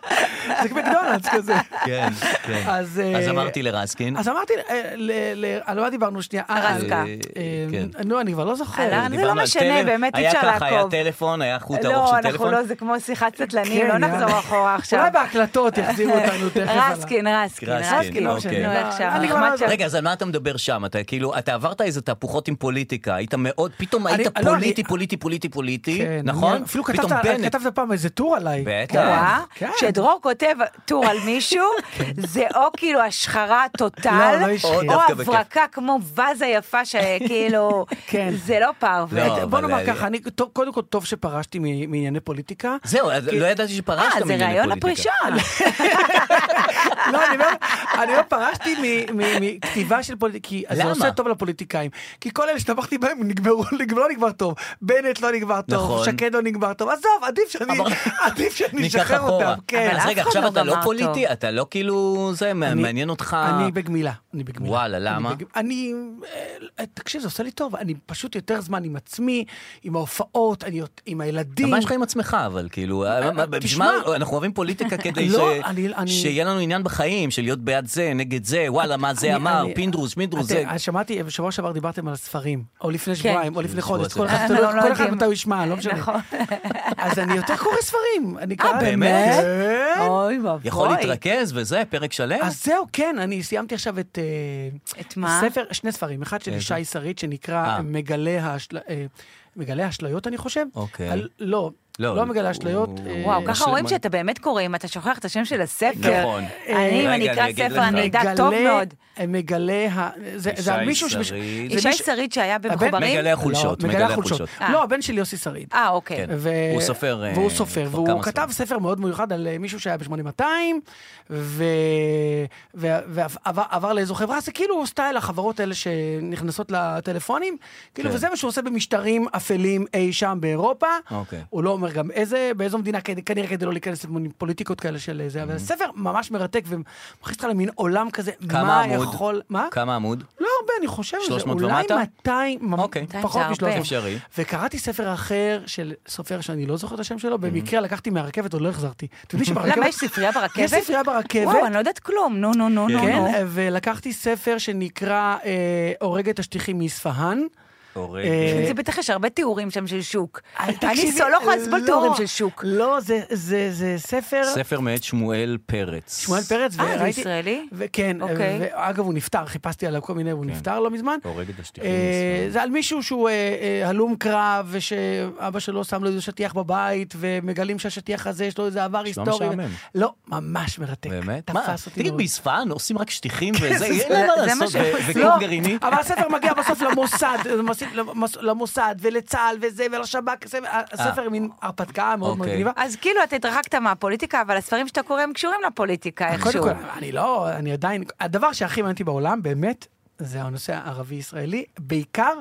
Speaker 4: זה כמקדונלדס כזה.
Speaker 2: כן, כן.
Speaker 4: אז, אה,
Speaker 2: אז אמרתי לרסקין.
Speaker 4: אז אמרתי, אה, ל- ל- על מה דיברנו שנייה? אה,
Speaker 3: הרסקה.
Speaker 4: אה,
Speaker 2: כן.
Speaker 4: נו, אני כבר לא
Speaker 3: על
Speaker 4: זוכר.
Speaker 3: הר- זה
Speaker 2: דיברנו
Speaker 3: לא
Speaker 2: על
Speaker 3: משנה,
Speaker 2: טלפ-
Speaker 3: באמת אי אפשר
Speaker 2: היה ככה, היה
Speaker 3: לעקוב.
Speaker 2: טלפון, היה חוט ארוך
Speaker 3: לא,
Speaker 2: של
Speaker 3: אנחנו
Speaker 2: טלפון.
Speaker 3: לא, זה כמו שיחת סטלנים, לא
Speaker 4: כן,
Speaker 3: נחזור
Speaker 4: יאללה.
Speaker 3: אחורה עכשיו.
Speaker 4: אולי בהקלטות יחזירו אותנו תכף. על ה-
Speaker 3: רסקין, רסקין,
Speaker 2: רסקין,
Speaker 3: רסקין. נו,
Speaker 2: אוקיי.
Speaker 3: איך שם,
Speaker 4: אני כבר
Speaker 3: נחמד
Speaker 4: לא-
Speaker 3: שם.
Speaker 2: רגע, אז על מה אתה מדבר שם? אתה כאילו, אתה עברת איזה תהפוכות עם פוליטיקה, היית מאוד, פתאום
Speaker 4: אני-
Speaker 2: היית
Speaker 4: לא, אני-
Speaker 2: פוליטי, פוליטי, פוליטי, פוליטי,
Speaker 4: כן,
Speaker 2: נכון?
Speaker 4: אני- אפילו
Speaker 2: פתאום
Speaker 4: כתבת
Speaker 2: בנט.
Speaker 4: כתבת פעם איזה טור עליי.
Speaker 2: בטח.
Speaker 4: כן.
Speaker 3: רואה?
Speaker 4: כן.
Speaker 3: כשדרור כותב טור על מישהו, זה או כאילו השחרה טוטל,
Speaker 4: לא, לא השחיר.
Speaker 2: או
Speaker 3: או
Speaker 2: דווקא בכיף.
Speaker 3: הברקה כמו ואזה יפה שכאילו,
Speaker 4: כן.
Speaker 3: זה לא פרווה.
Speaker 2: לא,
Speaker 4: בוא
Speaker 2: אבל,
Speaker 4: נאמר
Speaker 2: אה,
Speaker 4: ככה, אני טוב- קודם כל טוב שפרשתי מ- מענייני פוליטיקה.
Speaker 2: זהו, אז לא ידעתי שפרשת
Speaker 3: אה, זה
Speaker 2: מענייני
Speaker 3: רעיון
Speaker 2: פוליטיקה.
Speaker 3: הפרישה.
Speaker 4: לא, אני אומר, אני לא פרשתי מ- מ- מכתיבה של פוליטיקה, כי זה
Speaker 2: למה?
Speaker 4: עושה טוב לפוליטיקאים. כי כל אלה שתמכתי בהם נגמרו, נגמר- לא נגמר טוב. בנט לא נגמר טוב,
Speaker 2: נכון.
Speaker 4: שקד לא נגמר טוב. עזוב, עדיף שאני
Speaker 2: אבל-
Speaker 4: עדיף שאני
Speaker 2: ניקח
Speaker 4: אשחרר
Speaker 2: אחורה.
Speaker 4: אותם. כן.
Speaker 2: אז
Speaker 3: אף
Speaker 2: רגע,
Speaker 3: אחד
Speaker 2: עכשיו
Speaker 3: לא
Speaker 2: אתה לא
Speaker 3: גמר
Speaker 2: פוליטי,
Speaker 3: טוב.
Speaker 2: אתה לא כאילו, זה, מה-
Speaker 4: אני-
Speaker 2: מעניין אותך...
Speaker 4: אני בגמילה, אני בגמילה.
Speaker 2: וואלה,
Speaker 4: אני
Speaker 2: למה?
Speaker 4: בג- אני, אה, תקשיב, זה עושה לי טוב, אני פשוט יותר זמן עם עצמי, עם ההופעות, אני יות- עם הילדים.
Speaker 2: מה יש לך עם עצמך אבל כאילו
Speaker 4: אה,
Speaker 2: מה-
Speaker 4: תשמע.
Speaker 2: בשביל מה אנחנו אוהבים פוליטיקה כדי ש-
Speaker 4: לא, אני- אני-
Speaker 2: שיהיה לנו עניין בחיים של להיות בעד זה נגד זה וואלה מה
Speaker 4: אני-
Speaker 2: זה אמר
Speaker 4: אני-
Speaker 2: פינדרוס פינדרוס
Speaker 4: אתם-
Speaker 2: זה
Speaker 4: אה, שמעתי, בשבוע שעבר דיברתם על הספרים, או לפני שבועיים, או לפני
Speaker 2: כן. שבוע
Speaker 4: חודש,
Speaker 2: זה-
Speaker 4: כל אחד
Speaker 3: כן. אנחנו לא
Speaker 4: כל אחד
Speaker 3: יודעים.
Speaker 4: מתי הוא ישמע, לא משנה.
Speaker 3: נכון.
Speaker 4: אז אני יותר קורא ספרים. אני קרא-
Speaker 2: באמת?
Speaker 4: כן.
Speaker 3: אוי ואבוי.
Speaker 2: יכול להתרכז וזה פרק שלם
Speaker 4: אז זהו, כן, אני סיימתי עכשיו את... אה,
Speaker 3: את מה?
Speaker 4: ספר, שני ספרים, אחד של ישי שריד שנקרא
Speaker 2: אה.
Speaker 4: מגלה האשל- אה, מגלה האשליות, אני חושב.
Speaker 2: אוקיי.
Speaker 4: על- לא,
Speaker 2: לא,
Speaker 4: לא מגלה
Speaker 2: הוא-
Speaker 4: האשליות. אה,
Speaker 3: וואו,
Speaker 2: משל-
Speaker 3: ככה רואים
Speaker 2: מה-
Speaker 3: שאתה באמת קורא, אם אתה שוכח את השם של הספר.
Speaker 2: נכון.
Speaker 3: אני, אם
Speaker 2: רגע,
Speaker 3: אני
Speaker 2: אני
Speaker 3: אקרא
Speaker 2: אגיד
Speaker 3: ספר,
Speaker 2: לך.
Speaker 3: אני אדע טוב
Speaker 4: מגלה-
Speaker 3: מאוד.
Speaker 4: מגלה, אה, ה- זה זה על
Speaker 2: ישי
Speaker 4: מישהו... שבש-
Speaker 2: שריד.
Speaker 4: זה
Speaker 3: ישי
Speaker 4: מישהו-
Speaker 3: שריד שהיה
Speaker 4: הבן-
Speaker 3: במחוברים?
Speaker 2: מגלה החולשות
Speaker 4: לא,
Speaker 2: מגלה החולשות
Speaker 3: אה.
Speaker 4: לא, הבן של יוסי שריד.
Speaker 3: אה, אוקיי.
Speaker 2: כן. הוא סופר, אה,
Speaker 4: והוא סופר,
Speaker 2: כבר
Speaker 4: והוא
Speaker 2: כמה
Speaker 4: כתב
Speaker 2: ספרים.
Speaker 4: ספר מאוד מיוחד על אה, מישהו שהיה ב-8200, ועבר לאיזו חברה, זה כאילו סטייל החברות האלה שנכנסות לטלפונים, כאילו,
Speaker 2: כן.
Speaker 4: וזה מה שהוא עושה במשטרים אפלים אי שם באירופה.
Speaker 2: אוקיי.
Speaker 4: הוא לא אומר גם איזה, באיזו מדינה, כדי- כנראה כדי לא להיכנס לפוליטיקות כאלה של אה, זה, אבל הספר ממש מרתק ומכניס אותך למין עולם כזה,
Speaker 2: כמה
Speaker 4: מה
Speaker 2: עמוד
Speaker 4: יכול... מה?
Speaker 2: כמה עמוד
Speaker 4: לא הרבה, אני חושב, זה
Speaker 2: 300
Speaker 4: אולי
Speaker 2: ומטה?
Speaker 4: 200,
Speaker 2: אוקיי.
Speaker 4: 200 פחות
Speaker 3: זה הרבה.
Speaker 4: מ-300.
Speaker 2: אפשרי.
Speaker 4: וקראתי ספר אחר של סופר שאני לא זוכר את השם שלו, במקרה לקחתי מהרכבת, עוד לא החזרתי. אתם יודעים שברכבת...
Speaker 3: Mhm. למה, יש ספרייה ברכבת?
Speaker 4: יש ספרייה ברכבת.
Speaker 3: וואו, לא. אני לא יודעת כלום, נו, נו, נו, נו, נו.
Speaker 4: כן, ולקחתי ספר שנקרא אה, הורג את השטיחים מאספהאן.
Speaker 2: הורג.
Speaker 4: אה,
Speaker 3: זה בטח יש הרבה תיאורים שם של שוק. אני
Speaker 4: תקשיבי,
Speaker 3: סו- לא יכולה
Speaker 4: אה,
Speaker 3: לסבול
Speaker 4: לא.
Speaker 3: תיאורים של שוק.
Speaker 4: לא, זה- זה זה ספר...
Speaker 2: ספר מאת שמואל פרץ
Speaker 4: שמואל פרץ,
Speaker 3: אה, זה
Speaker 4: וראיתי...
Speaker 3: ישראלי?
Speaker 4: כן,
Speaker 3: אוקיי.
Speaker 4: ואגב, הוא נפטר, חיפשתי עליו כל מיני, הוא נפטר לא מזמן.
Speaker 2: כן. הורג את השטיחים
Speaker 4: אה,
Speaker 2: מישראל.
Speaker 4: זה על מישהו שהוא אה, אה, הלום קרב, ושאבא שלו שם לו איזה שטיח בבית, ומגלים שהשטיח הזה יש לו איזה עבר
Speaker 2: נשמע
Speaker 4: היסטורי.
Speaker 2: משעמם.
Speaker 4: לא, ממש מרתק.
Speaker 2: באמת מה
Speaker 4: תפס אותי
Speaker 2: תגיד
Speaker 4: מאוד. כן,
Speaker 2: באספן עושים רק שטיחים וזה
Speaker 4: זה- לא.
Speaker 2: אין להם מה
Speaker 3: זה מה
Speaker 2: לעשות
Speaker 3: שהם
Speaker 2: ו-
Speaker 3: עושים.
Speaker 2: וכור גרעיני
Speaker 4: אבל הספר מגיע בסוף למוסד, למוס- למוס- למוסד ולצה"ל וזה ולשב"כ, זה- הספר מין הרפתקה מאוד מאוד
Speaker 2: אה. אוקיי.
Speaker 4: מגניבה.
Speaker 3: אז כאילו, אתה התרחקת מהפוליטיקה, אבל הספרים שאתה קורא הם קשורים לפוליטיקה
Speaker 4: קודם
Speaker 3: איכשהו.
Speaker 4: כל, אני לא, אני עדיין, הדבר שהכי מעניין אותי בעולם, באמת, זה הנושא הערבי-ישראלי, בעיקר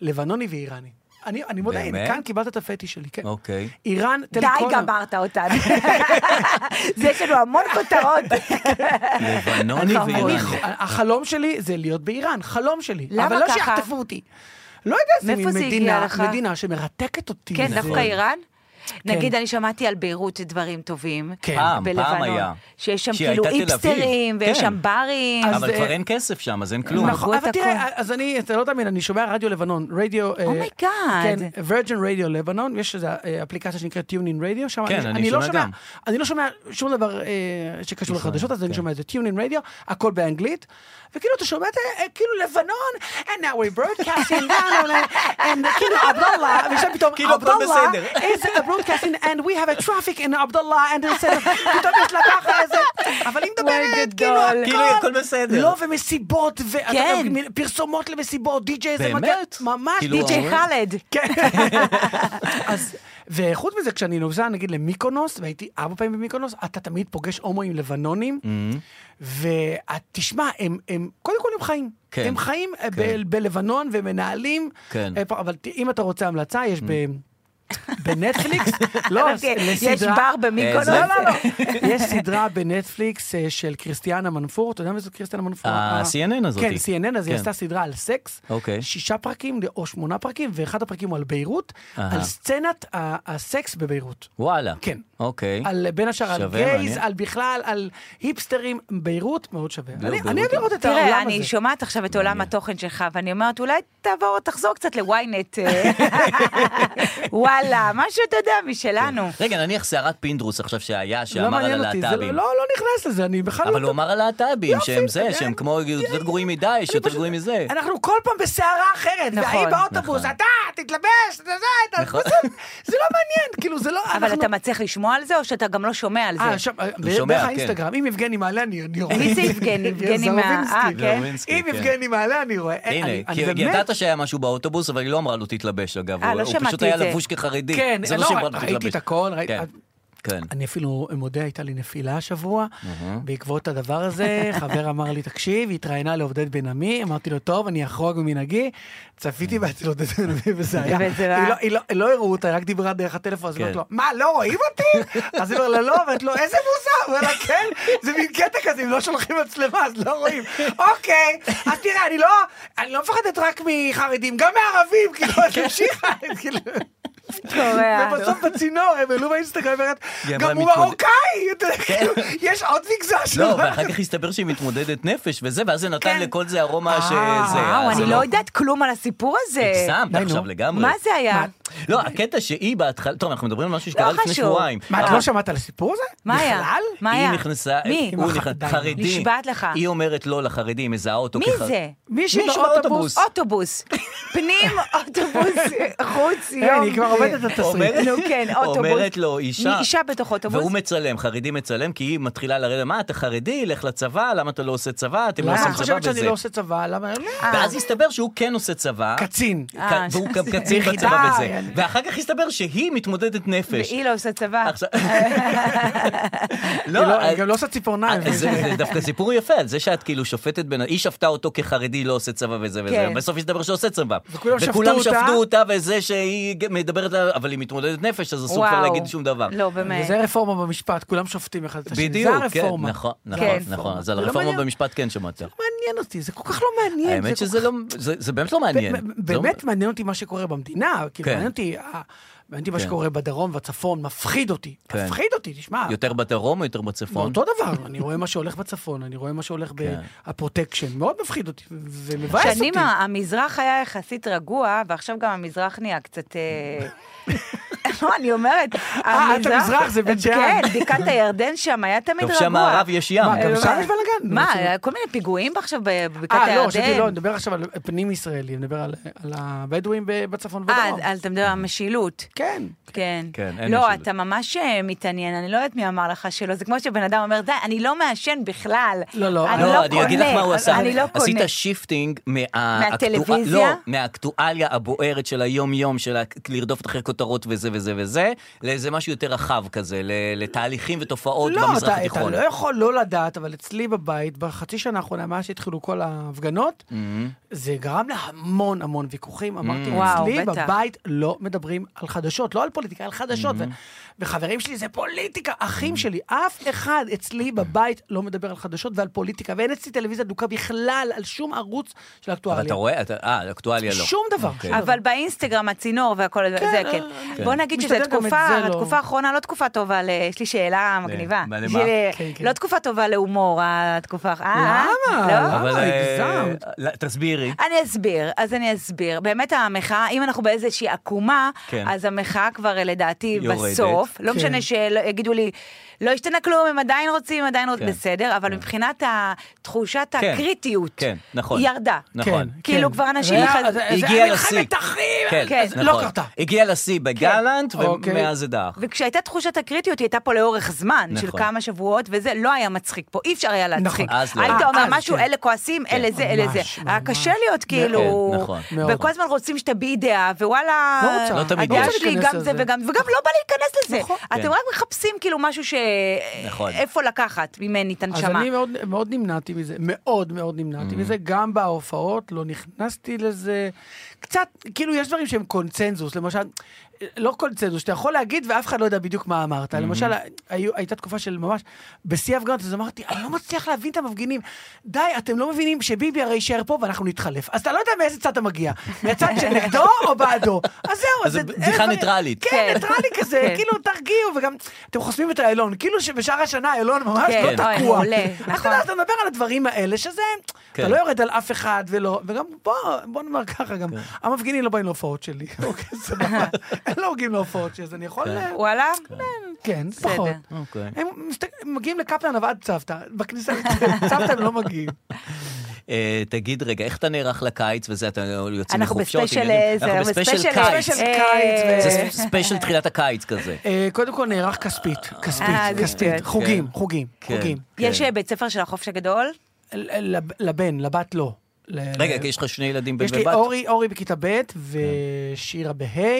Speaker 4: לבנוני ואיראני. אני, אני מודה, הנה,
Speaker 2: באמת?
Speaker 4: כאן קיבלת את הפטיש שלי, כן.
Speaker 2: אוקיי.
Speaker 4: איראן,
Speaker 3: די,
Speaker 4: טלקונה.
Speaker 3: גמרת אותנו. זה יש לנו המון כותרות.
Speaker 2: לבנוני
Speaker 3: אני-
Speaker 4: אה, אני,
Speaker 2: ואיראני
Speaker 4: החלום שלי זה להיות באיראן, חלום שלי.
Speaker 3: למה
Speaker 4: אבל לא
Speaker 3: ככה?
Speaker 4: שיחטפו אותי. לא יודע, זה
Speaker 3: מאיפה זה הגיע
Speaker 4: מדינה,
Speaker 3: לך?
Speaker 4: מדינה שמרתקת אותי.
Speaker 3: כן,
Speaker 4: זה-
Speaker 3: דווקא איראן? נגיד, אני שמעתי על ביירות דברים טובים.
Speaker 4: כן.
Speaker 2: פעם, פעם
Speaker 3: בלבנון.
Speaker 2: היה.
Speaker 3: שיש שם
Speaker 2: שהיא
Speaker 3: כאילו
Speaker 2: הייתה תל אביב.
Speaker 3: איפסטרים, ויש
Speaker 2: כן.
Speaker 3: שם ברים.
Speaker 4: אז-
Speaker 2: אבל
Speaker 4: אה,
Speaker 2: כבר אין כסף שם אז אין כלום
Speaker 3: נכון.
Speaker 4: נכון,
Speaker 3: הרגו
Speaker 4: אבל
Speaker 3: את
Speaker 4: תראה,
Speaker 3: הכל.
Speaker 4: אז אני, אתה לא תאמין, אני שומע רדיו לבנון, רדיו... אה,
Speaker 3: my God.
Speaker 4: כן, וירג'ן רדיו לבנון, יש איזו אה, אפליקציה שנקראת טיונין רדיו, שם
Speaker 2: כן, אני
Speaker 4: לא
Speaker 2: שומע גם. נכון,
Speaker 4: אני לא שומע שום דבר אה, שקשור לחדשות,
Speaker 2: כן.
Speaker 4: אז אני שומע את זה טיונין רדיו, הכל באנגלית, וכאילו אתה שומע את זה, אה, כאילו לבנון, and now we broadcasting, down on it, and כאילו עבדאללה, ושם פתאום
Speaker 2: כאילו, הכל
Speaker 4: עבדאללה
Speaker 2: בסדר.
Speaker 4: is uh, a broadcasting and we have a traffic in עבדאללה, and it's a- פתאום יש לה ככה איזה, אבל אם מדברים באמת, כאילו
Speaker 3: גדול.
Speaker 4: הכל.
Speaker 2: כאילו, הכל בסדר.
Speaker 4: לא, ומסיבות, ו...
Speaker 3: כן.
Speaker 4: פרסומות למסיבות, די.ג'יי זה
Speaker 2: באמת?
Speaker 4: מגיע. ממש,
Speaker 2: כאילו,
Speaker 4: די.ג'יי.
Speaker 3: די.ג'יי חאלד.
Speaker 4: כן. אז, וחוץ מזה, כשאני נוסע נגיד למיקונוס, והייתי ארבע פעמים במיקונוס, אתה תמיד פוגש הומואים לבנונים,
Speaker 2: Mm-hmm.
Speaker 4: ותשמע, הם, הם, קודם כל הם חיים.
Speaker 2: כן.
Speaker 4: הם חיים אה,
Speaker 2: כן.
Speaker 4: ב- בלבנון ומנהלים,
Speaker 2: כן. Mm.
Speaker 4: אה, פה- אבל ת- אם אתה רוצה המלצה, יש ב... בנטפליקס, לא,
Speaker 3: אמרתי,
Speaker 4: לסדרה...
Speaker 3: יש בר
Speaker 2: אה,
Speaker 3: במיקונוס?
Speaker 2: זה-
Speaker 4: לא, לא, לא. יש סדרה בנטפליקס אה, של קריסטיאנה מנפור, אתה יודע מי זאת קריסטיאנה מנפור?
Speaker 2: ה-
Speaker 4: ה-
Speaker 2: CNN הזאתי.
Speaker 4: כן, CNN, אז היא
Speaker 2: כן.
Speaker 4: עשתה סדרה על סקס.
Speaker 2: אוקיי.
Speaker 4: שישה פרקים או שמונה פרקים, ואחד הפרקים הוא על ביירות,
Speaker 2: אהה.
Speaker 4: על סצנת ה- הסקס בביירות.
Speaker 2: וואלה.
Speaker 4: כן.
Speaker 2: אוקיי.
Speaker 4: על בין השאר על
Speaker 2: שווה,
Speaker 4: גייז,
Speaker 2: מעניין.
Speaker 4: על בכלל, על היפסטרים, ביירות מאוד שווה. אני-
Speaker 2: ביירות.
Speaker 4: אני אוהב לראות את
Speaker 3: תראה,
Speaker 4: העולם
Speaker 3: אני
Speaker 4: הזה.
Speaker 3: שומעת עכשיו את עולם התוכן שלך, ואני אומרת, אולי תעבור, תחזור קצת לוויינט. אה. וואלה, משהו, אתה יודע, משלנו.
Speaker 2: רגע, נניח סערת פינדרוס עכשיו שהיה,
Speaker 4: לא
Speaker 2: שאמר
Speaker 4: מעניין
Speaker 2: על
Speaker 4: אותי, זה לא
Speaker 2: הלהט"בים.
Speaker 4: לא לא נכנס לזה, אני בכלל
Speaker 2: אבל
Speaker 4: לא...
Speaker 2: הוא אמר על להט"בים,
Speaker 4: יופי,
Speaker 2: שהם זה,
Speaker 4: כן.
Speaker 2: שהם כמו יותר גרועים מדאעש, יותר גרועים מזה.
Speaker 4: אנחנו כל פעם בסערה אחרת,
Speaker 3: נכון,
Speaker 4: והאי באוטובוס,
Speaker 2: נכון.
Speaker 4: אתה, תתלבש, אתה יודע, אתה-
Speaker 2: נכון.
Speaker 4: זה לא מעניין, כאילו, זה לא...
Speaker 3: אבל
Speaker 4: אנחנו-
Speaker 3: אתה מצליח לשמוע על זה, או שאתה גם לא שומע על
Speaker 4: אה,
Speaker 3: זה?
Speaker 4: שם,
Speaker 2: שומע,
Speaker 4: דרך
Speaker 2: כן.
Speaker 4: האינסטגרם, אם יבגני מעלה, אני אני רואה.
Speaker 3: מי זה יבגני? יבגני מה... אה,
Speaker 4: זרובינסקי.
Speaker 3: כן.
Speaker 2: זרובינסקי,
Speaker 4: אם
Speaker 2: כן.
Speaker 4: יבגני מעלה, אני רואה. אה, אני-
Speaker 2: הנה,
Speaker 4: אני
Speaker 2: כי
Speaker 4: באמת-
Speaker 2: ידעת שהיה משהו באוטובוס, אבל היא לא אמרה לו תתלבש אגב,
Speaker 3: אה,
Speaker 2: הוא
Speaker 3: לא
Speaker 2: הוא
Speaker 3: שמעתי
Speaker 2: פשוט
Speaker 3: את
Speaker 2: היה
Speaker 3: זה.
Speaker 2: לבוש כחרדי.
Speaker 4: כן,
Speaker 2: זה
Speaker 4: לא,
Speaker 2: לא שהיא אמרה לו
Speaker 4: ראיתי
Speaker 2: תתלבש.
Speaker 4: את הכל, ראיתי-
Speaker 3: אה,
Speaker 2: כן, כן.
Speaker 4: אני אפילו מודה, הייתה לי נפילה השבוע, בעקבות הדבר הזה, חבר אמר לי, תקשיב, היא התראיינה לעודד בן עמי, אמרתי לו, טוב, אני אחרוג ממנהגי, צפיתי בעצם לעודד בן עמי, וזה היה,
Speaker 3: וזה
Speaker 4: היא
Speaker 3: רע.
Speaker 4: לא- היא לא- לא הראו אותה, היא רק דיברה דרך הטלפון, אז היא
Speaker 2: כן.
Speaker 4: אומרת לו, מה, לא רואים אותי? אז היא אומרת לו, לא, ואומרת לו, איזה מוזר, הוא אומר לה, כן, זה מין קטע כזה, אם לא שולחים מצלמה, אז לא רואים. אוקיי, אז תראה, אני לא, אני לא מפחדת רק מחרדים, גם מערבים, כאילו,
Speaker 2: כן.
Speaker 4: אז המשיכה, כאילו.
Speaker 3: קורע.
Speaker 4: ובסוף בצינור הם העלו באינסטגרם, היא אומרת,
Speaker 2: היא אמרה
Speaker 4: גם הוא
Speaker 2: מתמודד-
Speaker 4: מרוקאי, אתה יודע, כאילו, יש עוד מגזר שלו.
Speaker 2: לא, ואחר כך הסתבר שהיא מתמודדת נפש וזה, ואז זה נתן
Speaker 3: כן.
Speaker 2: לכל זה ארומה
Speaker 4: אה,
Speaker 2: שזה...
Speaker 3: וואו,
Speaker 2: אז זה
Speaker 3: אני לא יודעת כלום על הסיפור הזה.
Speaker 2: הגזמת
Speaker 4: די,
Speaker 2: עכשיו
Speaker 4: נו.
Speaker 2: לגמרי.
Speaker 3: מה זה היה? לא
Speaker 4: מה?
Speaker 2: לא, הקטע שהיא בהתחלה, טוב, אנחנו מדברים על משהו שקרה לפני
Speaker 3: חשוב.
Speaker 2: שבועיים.
Speaker 4: מה, את
Speaker 2: אבל
Speaker 4: לא שמעת על הסיפור הזה?
Speaker 3: מה היה?
Speaker 4: בכלל?
Speaker 3: מה
Speaker 2: היא
Speaker 3: היה?
Speaker 2: נכנסה,
Speaker 3: מי?
Speaker 2: הוא
Speaker 4: הח-
Speaker 2: נכנס,
Speaker 4: די,
Speaker 2: חרדי.
Speaker 3: נשבעת לך.
Speaker 2: היא אומרת לא לחרדי, היא מזהה אותו
Speaker 3: מי
Speaker 2: כחרדי.
Speaker 3: זה?
Speaker 4: מישהי
Speaker 2: מישהו
Speaker 4: באוטובוס.
Speaker 3: אוטובוס. פנים, אוטובוס, חוץ, יום.
Speaker 4: אה, אני כבר עובדת את התסריט.
Speaker 2: אומרת-
Speaker 3: נו, כן, אוטובוס.
Speaker 2: אומרת לו, אישה.
Speaker 3: מי- אישה בתוך אוטובוס.
Speaker 2: והוא מצלם, חרדי מצלם, כי היא מתחילה לרדת, מה, אתה חרדי, לך לצבא, למה אתה לא עושה צבא, אתם לא
Speaker 4: למה
Speaker 2: עושים
Speaker 4: את
Speaker 2: צבא
Speaker 4: חושבת שאני
Speaker 2: וזה.
Speaker 4: לא עושה צבא? למה? לא.
Speaker 2: ואז הסתבר שהוא כן עושה צבא.
Speaker 4: קצין.
Speaker 3: אה,
Speaker 2: כ- והוא גם
Speaker 3: זה-
Speaker 2: קצין
Speaker 4: יחידה,
Speaker 2: בצבא וזה.
Speaker 4: יאללה.
Speaker 2: ואחר כך הסתבר שהיא מתמודדת נפש.
Speaker 3: והיא לא עושה צבא.
Speaker 2: עכשיו-
Speaker 4: היא לא-
Speaker 2: אז-
Speaker 4: היא גם לא עושה ציפורניים.
Speaker 2: אז אה, זה זה דווקא סיפור יפה על זה שאת כאילו שופטת בין, היא שפטה אותו כחרדי לא עושה צבא וזה וזה,
Speaker 3: כן.
Speaker 2: בסוף הסתבר שעושה צבא.
Speaker 4: וכולם שפטו
Speaker 2: וכולם
Speaker 4: אותה.
Speaker 2: שפטו אותה וזה שהיא ג- מדברת, על- אבל היא מתמודדת נפש, אז אסור כבר
Speaker 3: וואו.
Speaker 2: להגיד שום דבר.
Speaker 3: לא, באמת.
Speaker 4: וזה רפורמה במשפט, כולם שופטים אחד את השני.
Speaker 2: בדיוק,
Speaker 4: זה
Speaker 2: כן,
Speaker 4: הרפורמה.
Speaker 2: נכון, נכון,
Speaker 3: כן.
Speaker 2: נכון, אז
Speaker 4: זה
Speaker 2: על
Speaker 4: לא
Speaker 2: הרפורמה
Speaker 4: מעניין.
Speaker 2: במשפט כן שמעת.
Speaker 4: מעניין אותי, זה כל כך לא מעניין. זה
Speaker 2: האמת
Speaker 4: כל
Speaker 2: שזה לא, זה זה באמת לא מעניין.
Speaker 4: ב- ב-
Speaker 2: זה לא-
Speaker 4: באמת מעניין אותי מה שקורה במדינה, כאילו
Speaker 2: כן.
Speaker 4: מעניין אותי, אה, מעניין אותי מה
Speaker 2: כן.
Speaker 4: שקורה בדרום והצפון, מפחיד אותי,
Speaker 2: כן.
Speaker 4: מפחיד אותי, תשמע.
Speaker 2: יותר בדרום או יותר בצפון?
Speaker 4: אותו דבר, אני רואה מה שהולך בצפון, אני רואה מה שהולך
Speaker 2: כן.
Speaker 4: בפרוטקשן, מאוד מפחיד אותי, ומבאס אותי.
Speaker 3: שנים ה- המזרח היה יחסית רגוע, ועכשיו גם המזרח נהיה קצת... אה, לא, אני אומרת,
Speaker 4: אה, את המזרח, זה בית שאן.
Speaker 3: כן, בקעת הירדן שם היה תמיד
Speaker 2: טוב,
Speaker 3: רגוע.
Speaker 2: שם מערב יש ים. כן.
Speaker 4: מה, גם
Speaker 3: אה,
Speaker 4: שם יש בלאגן?
Speaker 3: מה,
Speaker 4: זה-
Speaker 3: כל מיני פיגועים עכשיו ב- בבקעת
Speaker 4: אה,
Speaker 3: הירדן?
Speaker 4: לא, חשבתי, לא, אני מדבר עכשיו על פנים ישראלי, אני מדבר על- על הבדואים ב- בצפון
Speaker 3: אה,
Speaker 4: ובדרום.
Speaker 3: אז אתה מדבר על המשילות.
Speaker 4: כן.
Speaker 3: כן.
Speaker 2: כן, אין
Speaker 3: לא,
Speaker 2: משילות.
Speaker 3: אתה ממש אה, מתעניין, אני לא יודעת מי אמר לך שלא. זה כמו שבן אדם אומר, די, אני לא מעשן בכלל.
Speaker 4: לא, לא,
Speaker 3: אני
Speaker 4: לא,
Speaker 3: לא
Speaker 2: לא, אני אגיד לך
Speaker 3: קונה,
Speaker 2: מה הוא עשה.
Speaker 3: אני לא
Speaker 2: עשית
Speaker 3: קונה.
Speaker 2: שיפטינג מה-
Speaker 3: מהטלוויזיה?
Speaker 2: לא, מהאקטואליה הבוערת של היום-יום, של ה- לרדוף אחרי כותרות וזה וזה וזה, לאיזה משהו יותר רחב כזה, ל- לתהליכים ותופעות
Speaker 4: לא,
Speaker 2: במזרח
Speaker 4: אתה, אתה
Speaker 2: התיכון.
Speaker 4: לא יכול לא לדעת, אבל אצלי בבית, בחצי שנה האחרונה, מאז שהתחילו כל ההפגנות,
Speaker 2: Mm-hmm.
Speaker 4: זה גרם להמון המון ויכוחים. אמרתי,
Speaker 3: וואו,
Speaker 4: אצלי
Speaker 3: בטח.
Speaker 4: בבית לא מדברים על חדשות, לא על פוליטיקה, על חדשות.
Speaker 2: Mm-hmm.
Speaker 4: ו- וחברים שלי, זה פוליטיקה, אחים שלי, אף אחד אצלי בבית לא מדבר על חדשות ועל פוליטיקה, ואין אצלי טלוויזיה דלוקה בכלל, על שום ערוץ
Speaker 2: אבל אתה
Speaker 4: של אקטואליה.
Speaker 2: רואה, אתה- אה, אקטואליה לא.
Speaker 4: שום דבר. אה, שום דבר.
Speaker 3: אבל באינסטגרם הצינור והכל זה, כן. בוא נגיד שזו
Speaker 4: אה, משתדל גם את
Speaker 3: תקופה,
Speaker 4: זה לא-
Speaker 3: התקופה האחרונה לא תקופה טובה, ל- יש לי שאלה מגניבה.
Speaker 2: מה, למה?
Speaker 3: של-
Speaker 4: כן, כן.
Speaker 3: לא תקופה טובה להומור, התקופה... אה,
Speaker 4: למה?
Speaker 3: לא?
Speaker 2: אבל,
Speaker 4: למה?
Speaker 2: אה,
Speaker 4: הגזמת.
Speaker 2: לא, תסבירי.
Speaker 3: אני אסביר, אז אני אסביר. באמת המחאה, אם אנחנו באיזושהי עקומה,
Speaker 2: כן.
Speaker 3: כן. אז המחאה כבר לדעתי
Speaker 2: יורדת.
Speaker 3: בסוף. לא
Speaker 4: כן.
Speaker 3: משנה שיגידו לי, לא השתנה כלום, הם עדיין רוצים, עדיין רוצים,
Speaker 2: כן.
Speaker 3: בסדר, אבל מבחינת ה- תחושת
Speaker 2: כן.
Speaker 3: הקריטיות,
Speaker 2: כן, נכון.
Speaker 3: ירדה.
Speaker 2: נכון.
Speaker 4: כן,
Speaker 3: כאילו
Speaker 4: כן.
Speaker 3: כבר אנשים
Speaker 4: זה-
Speaker 3: יחד-
Speaker 4: זה- זה
Speaker 2: הגיע
Speaker 4: מלחמת
Speaker 2: לשיא.
Speaker 4: אחים!
Speaker 2: כן,
Speaker 3: כן.
Speaker 4: לא
Speaker 2: נכון.
Speaker 4: קרתה.
Speaker 2: הגיע לשיא בגלנט, קריטיות,
Speaker 4: אוקיי.
Speaker 2: ומאז זה דח.
Speaker 3: וכשהייתה תחושת הקריטיות, היא הייתה פה לאורך זמן, של
Speaker 2: נכון.
Speaker 3: כמה שבועות, וזה לא היה מצחיק פה, אי אפשר היה
Speaker 2: נכון.
Speaker 3: להצחיק.
Speaker 2: אז לא.
Speaker 3: היית
Speaker 4: אה,
Speaker 3: אומר
Speaker 4: אז
Speaker 3: משהו,
Speaker 4: כן.
Speaker 3: אלה כועסים, אלה זה, אלה זה.
Speaker 4: ממש,
Speaker 3: היה
Speaker 4: ממש.
Speaker 3: קשה להיות כאילו...
Speaker 2: כן, נכון.
Speaker 4: מאוד.
Speaker 3: וכל הזמן רוצים שתביעי דעה, ווואלה...
Speaker 4: לא רוצה.
Speaker 2: לא תמיד
Speaker 3: הדעה
Speaker 2: יש.
Speaker 3: שלי היא
Speaker 4: להיכנס
Speaker 3: גם
Speaker 4: לזה.
Speaker 3: זה וגם... וגם לא בא לי להיכנס לזה.
Speaker 4: נכון.
Speaker 2: כן.
Speaker 3: אתם רק מחפשים כאילו משהו ש...
Speaker 2: נכון.
Speaker 3: איפה לקחת ממני את
Speaker 4: אז
Speaker 3: הנשמה.
Speaker 4: אני מאוד, מאוד נמנעתי מזה, מאוד מאוד נמנעתי מזה, גם בהופעות, לא נכנסתי לזה. קצת, כאילו, יש דברים שהם קונצנזוס, למשל, לא קונצנזוס, שאתה יכול להגיד ואף אחד לא יודע בדיוק מה אמרת. למשל, היו, הייתה תקופה של ממש, בשיא ההפגנות, אז אמרתי, אני לא מצליח להבין את המפגינים. די, אתם לא מבינים שביבי הרי יישאר פה ואנחנו נתחלף. אז אתה לא יודע מאיזה צד אתה מגיע, מהצד שנגדו או בעדו. אז זהו,
Speaker 2: אז
Speaker 4: זה-
Speaker 2: זה
Speaker 4: אלה
Speaker 2: בדיחה
Speaker 4: דברים-
Speaker 2: ניטרלית.
Speaker 4: כן,
Speaker 3: כן.
Speaker 4: ניטרלי כזה,
Speaker 3: כן.
Speaker 4: כאילו תרגיעו, וגם אתם חוסמים את האלון, כאילו שבשאר השנה האלון ממש
Speaker 3: כן,
Speaker 4: לא
Speaker 3: אוי,
Speaker 4: תקוע.
Speaker 3: מעולה,
Speaker 4: אז אתה
Speaker 3: נכון.
Speaker 4: יודע, אתה מדבר על הדברים האלה, שזה,
Speaker 2: כן.
Speaker 4: אתה לא יורד על אף אחד ולא, וגם בוא, בוא נאמר ככה, גם
Speaker 2: כן.
Speaker 4: המפגינים לא באים להופעות שלי, אוקיי, סבבה, הם לא מגיעים להופעות שלי, אז אני יכול, ל-
Speaker 3: וואלה?
Speaker 4: כן, פחות.
Speaker 2: אוקיי.
Speaker 4: הם מסת- מגיעים לקפלן אבל עד צוותא, בכניסה לצוותא הם לא מגיעים.
Speaker 2: אה, תגיד רגע, איך אתה נערך לקיץ וזה, אתה יוצאים
Speaker 3: אנחנו
Speaker 2: לחופשות?
Speaker 3: בספיישל...
Speaker 2: עניינים?
Speaker 3: אה, זה,
Speaker 2: אנחנו בספיישל קיץ.
Speaker 4: ספיישל
Speaker 3: אה,
Speaker 4: קיץ,
Speaker 2: זה
Speaker 4: ו-
Speaker 2: ס- ספיישל תחילת הקיץ כזה.
Speaker 4: אה, קודם כל נערך כספית, כספית,
Speaker 3: אה, זה
Speaker 4: כספית,
Speaker 3: שטויות.
Speaker 4: חוגים,
Speaker 2: כן.
Speaker 4: חוגים,
Speaker 2: כן.
Speaker 4: חוגים.
Speaker 3: יש
Speaker 2: כן.
Speaker 3: אה, בית ספר של החופש הגדול?
Speaker 4: ל- ל- לבן, לבת לא. ל-
Speaker 2: רגע, כי יש לך שני ילדים בן
Speaker 4: יש לי
Speaker 2: ובת.
Speaker 4: אורי, אורי בכיתה ב'
Speaker 2: כן.
Speaker 4: ושירה בה',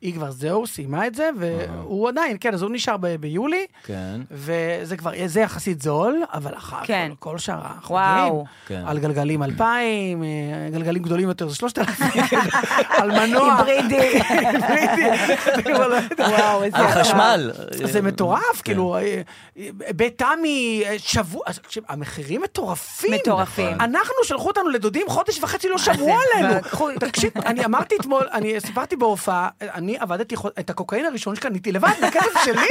Speaker 4: היא כבר זהו, סיימה את זה, והוא עדיין, כן, אז הוא נשאר ב- ביולי,
Speaker 2: כן.
Speaker 4: וזה כבר, זה יחסית זול, אבל אחר
Speaker 3: כן.
Speaker 4: כל, כל שאר החוגים,
Speaker 3: וואו.
Speaker 2: כן.
Speaker 4: על גלגלים 2,000, אה, גלגלים גדולים יותר זה 3,000, על מנוע.
Speaker 3: היברידי.
Speaker 4: היברידי. כאילו, לא יודע.
Speaker 3: וואו, איזה...
Speaker 2: על
Speaker 3: יפה.
Speaker 2: חשמל.
Speaker 4: זה
Speaker 2: אה,
Speaker 4: מטורף, כאילו, אה, אה, בית תמי, אה, שבוע, אז תקשיב, המחירים מטורפים.
Speaker 3: מטורפים.
Speaker 2: נכון.
Speaker 3: אה,
Speaker 4: אנחנו, שלחו אותנו לדודים, חודש וחצי לא שמעו
Speaker 3: זה?
Speaker 4: עלינו.
Speaker 3: לקחו-
Speaker 4: תקשיב, אני אמרתי אתמול, אני סיפרתי בהופעה, אני עבדתי חו- את הקוקאין הראשון שקניתי לבד, מהכסף שלי.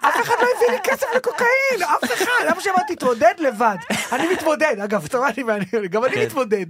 Speaker 4: אף אחד לא הביא לי כסף לקוקאין, אף אחד. למה שאמרתי, תתמודד לבד. אני מתמודד, אגב, סבבה, אני מעניין, גם אני מתמודד.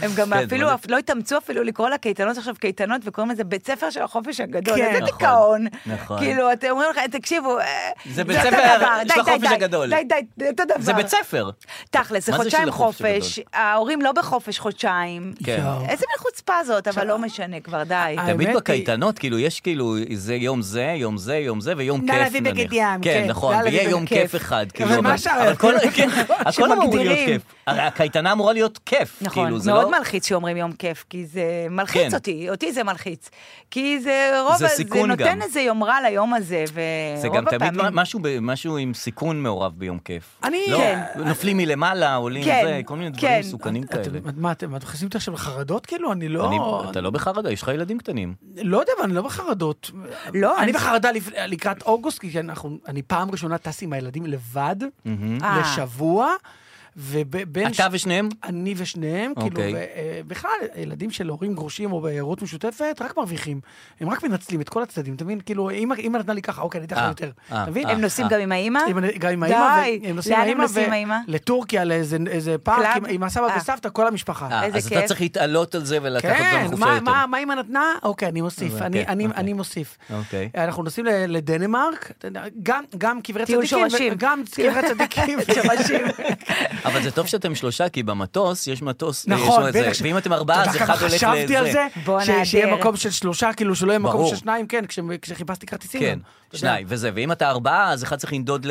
Speaker 3: הם גם
Speaker 2: כן,
Speaker 3: אפילו
Speaker 2: מה
Speaker 3: לא התאמצו אפילו לקרוא לקייטנות עכשיו קייטנות, וקוראים לזה בית ספר של החופש הגדול.
Speaker 4: כן.
Speaker 3: איזה
Speaker 4: נכון,
Speaker 3: דיכאון.
Speaker 2: נכון.
Speaker 3: כאילו, אתם אומרים לך, תקשיבו, אה,
Speaker 2: זה בית
Speaker 3: אותו
Speaker 2: ספר
Speaker 3: דבר,
Speaker 2: של
Speaker 3: די, די,
Speaker 2: החופש
Speaker 3: די,
Speaker 2: הגדול.
Speaker 3: די, די, זה אותו דבר.
Speaker 2: זה בית ספר.
Speaker 3: תכל'ס, זה
Speaker 2: מה זה
Speaker 3: חודשיים
Speaker 2: של החופש
Speaker 3: חופש, ההורים לא בחופש חודשיים.
Speaker 2: כן.
Speaker 4: יואו.
Speaker 3: איזה מין חוצפה זאת, אבל לא משנה כבר, די.
Speaker 4: אה,
Speaker 2: תמיד
Speaker 4: האמת היא-
Speaker 2: בקייטנות, כאילו, יש כאילו, זה יום זה, יום זה, יום זה, ויום כיף
Speaker 4: נא
Speaker 2: נניח.
Speaker 4: להביא בגד ים,
Speaker 2: כן,
Speaker 4: כן.
Speaker 2: נכון,
Speaker 4: נא להביא
Speaker 2: ויהיה יום
Speaker 4: בגד
Speaker 2: כיף
Speaker 4: כיף.
Speaker 2: אחד,
Speaker 4: אבל
Speaker 2: כאילו.
Speaker 4: מה השאר?
Speaker 2: אבל כל- כן, הכל אמור להיות
Speaker 3: שמגדירים.
Speaker 2: כיף. הרי הקייטנה אמורה להיות כיף,
Speaker 3: נכון,
Speaker 2: כאילו, זה לא...
Speaker 3: מאוד מלחיץ שאומרים יום כיף, כי זה מלחיץ
Speaker 2: כן.
Speaker 3: אותי, אותי זה מלחיץ. כי זה רוב,
Speaker 2: זה
Speaker 3: ה- זה
Speaker 2: סיכון גם.
Speaker 3: נותן איזה יומרה ליום הזה,
Speaker 2: זה גם
Speaker 3: ורוב
Speaker 2: תמיד
Speaker 3: הפעמים...
Speaker 2: משהו ב- משהו עם סיכון מעורב ביום כיף.
Speaker 4: אני-
Speaker 2: לא,
Speaker 4: כן.
Speaker 2: נופלים מלמעלה, עולים
Speaker 3: כן,
Speaker 2: זה, כל מיני דברים
Speaker 3: כן.
Speaker 2: מסוכנים כאלה.
Speaker 4: אתם- מה, אתם מכניסים אותי עכשיו לחרדות? כאילו, אני לא...
Speaker 2: אני- אתה לא בחרדה, יש לך ילדים קטנים.
Speaker 4: לא יודע, אבל אני לא בחרדות.
Speaker 3: לא,
Speaker 4: אני
Speaker 3: אני-
Speaker 4: בחרדה לפ- לקראת אוגוסט, כי כן, אנחנו- אני פעם ראשונה טס עם הילדים לבד,
Speaker 3: אה.
Speaker 4: לשבוע, ובין...
Speaker 2: אתה ושניהם?
Speaker 4: אני ושניהם, כאילו,
Speaker 2: אוקיי.
Speaker 4: ו- אה, בכלל, ילדים של הורים גרושים או בעיירות משותפת, רק מרוויחים. הם רק מנצלים את כל הצדדים, אתה מבין? כאילו, אמא אמא נתנה לי ככה, אוקיי, אני אתן לך
Speaker 2: אה,
Speaker 4: יותר.
Speaker 2: אה,
Speaker 4: אתה מבין?
Speaker 2: אה.
Speaker 3: הם נוסעים גם עם האימא?
Speaker 4: עם הנ- גם עם האמא,
Speaker 3: די,
Speaker 4: והם
Speaker 3: לאן
Speaker 4: עם
Speaker 3: הם
Speaker 4: האמא,
Speaker 3: נוסעים עם
Speaker 4: ו-
Speaker 3: האמא?
Speaker 4: לטורקיה, לאיזה איזה פארק,
Speaker 3: קלאב?
Speaker 4: עם- עם הסבא
Speaker 3: אה.
Speaker 4: וסבתא, כל המשפחה.
Speaker 2: אה,
Speaker 3: איזה
Speaker 2: אז אתה
Speaker 3: כיף.
Speaker 2: צריך להתעלות על זה ולקחת
Speaker 4: כן,
Speaker 2: אותם חופשה
Speaker 4: מה,
Speaker 2: יותר.
Speaker 4: מה, מה אמא נתנה? אוקיי, אני מוסיף,
Speaker 2: אוקיי,
Speaker 4: אני, אני,
Speaker 2: אוקיי.
Speaker 4: אני מוסיף.
Speaker 2: אוקיי.
Speaker 4: אנחנו נוסעים ל- לדנמרק, אתה יודע, גם, גם קברי
Speaker 3: טיול
Speaker 4: צדיקים,
Speaker 3: שורשים.
Speaker 4: וגם קברי צדיקים, שורשים.
Speaker 2: אבל זה טוב שאתם שלושה, כי במטוס יש מטוס, אה,
Speaker 4: נכון,
Speaker 2: יש לו איזה-
Speaker 4: בטח ש-
Speaker 2: ואם אתם ארבעה,
Speaker 4: אתה
Speaker 2: אז
Speaker 4: יודע
Speaker 2: אחד
Speaker 4: כמה
Speaker 2: הולך לזה.
Speaker 4: חשבתי על זה,
Speaker 3: בוא
Speaker 4: ש-
Speaker 3: נהדר.
Speaker 4: שיהיה מקום של שלושה, כאילו שלא יהיה מקום
Speaker 2: ברור.
Speaker 4: של שניים, כן, כש- כשחיפשתי כרטיסים.
Speaker 2: כן,
Speaker 4: גם. אתה יודע.
Speaker 2: שניים, וזה, ואם אתה ארבעה, אז אחד צריך לנדוד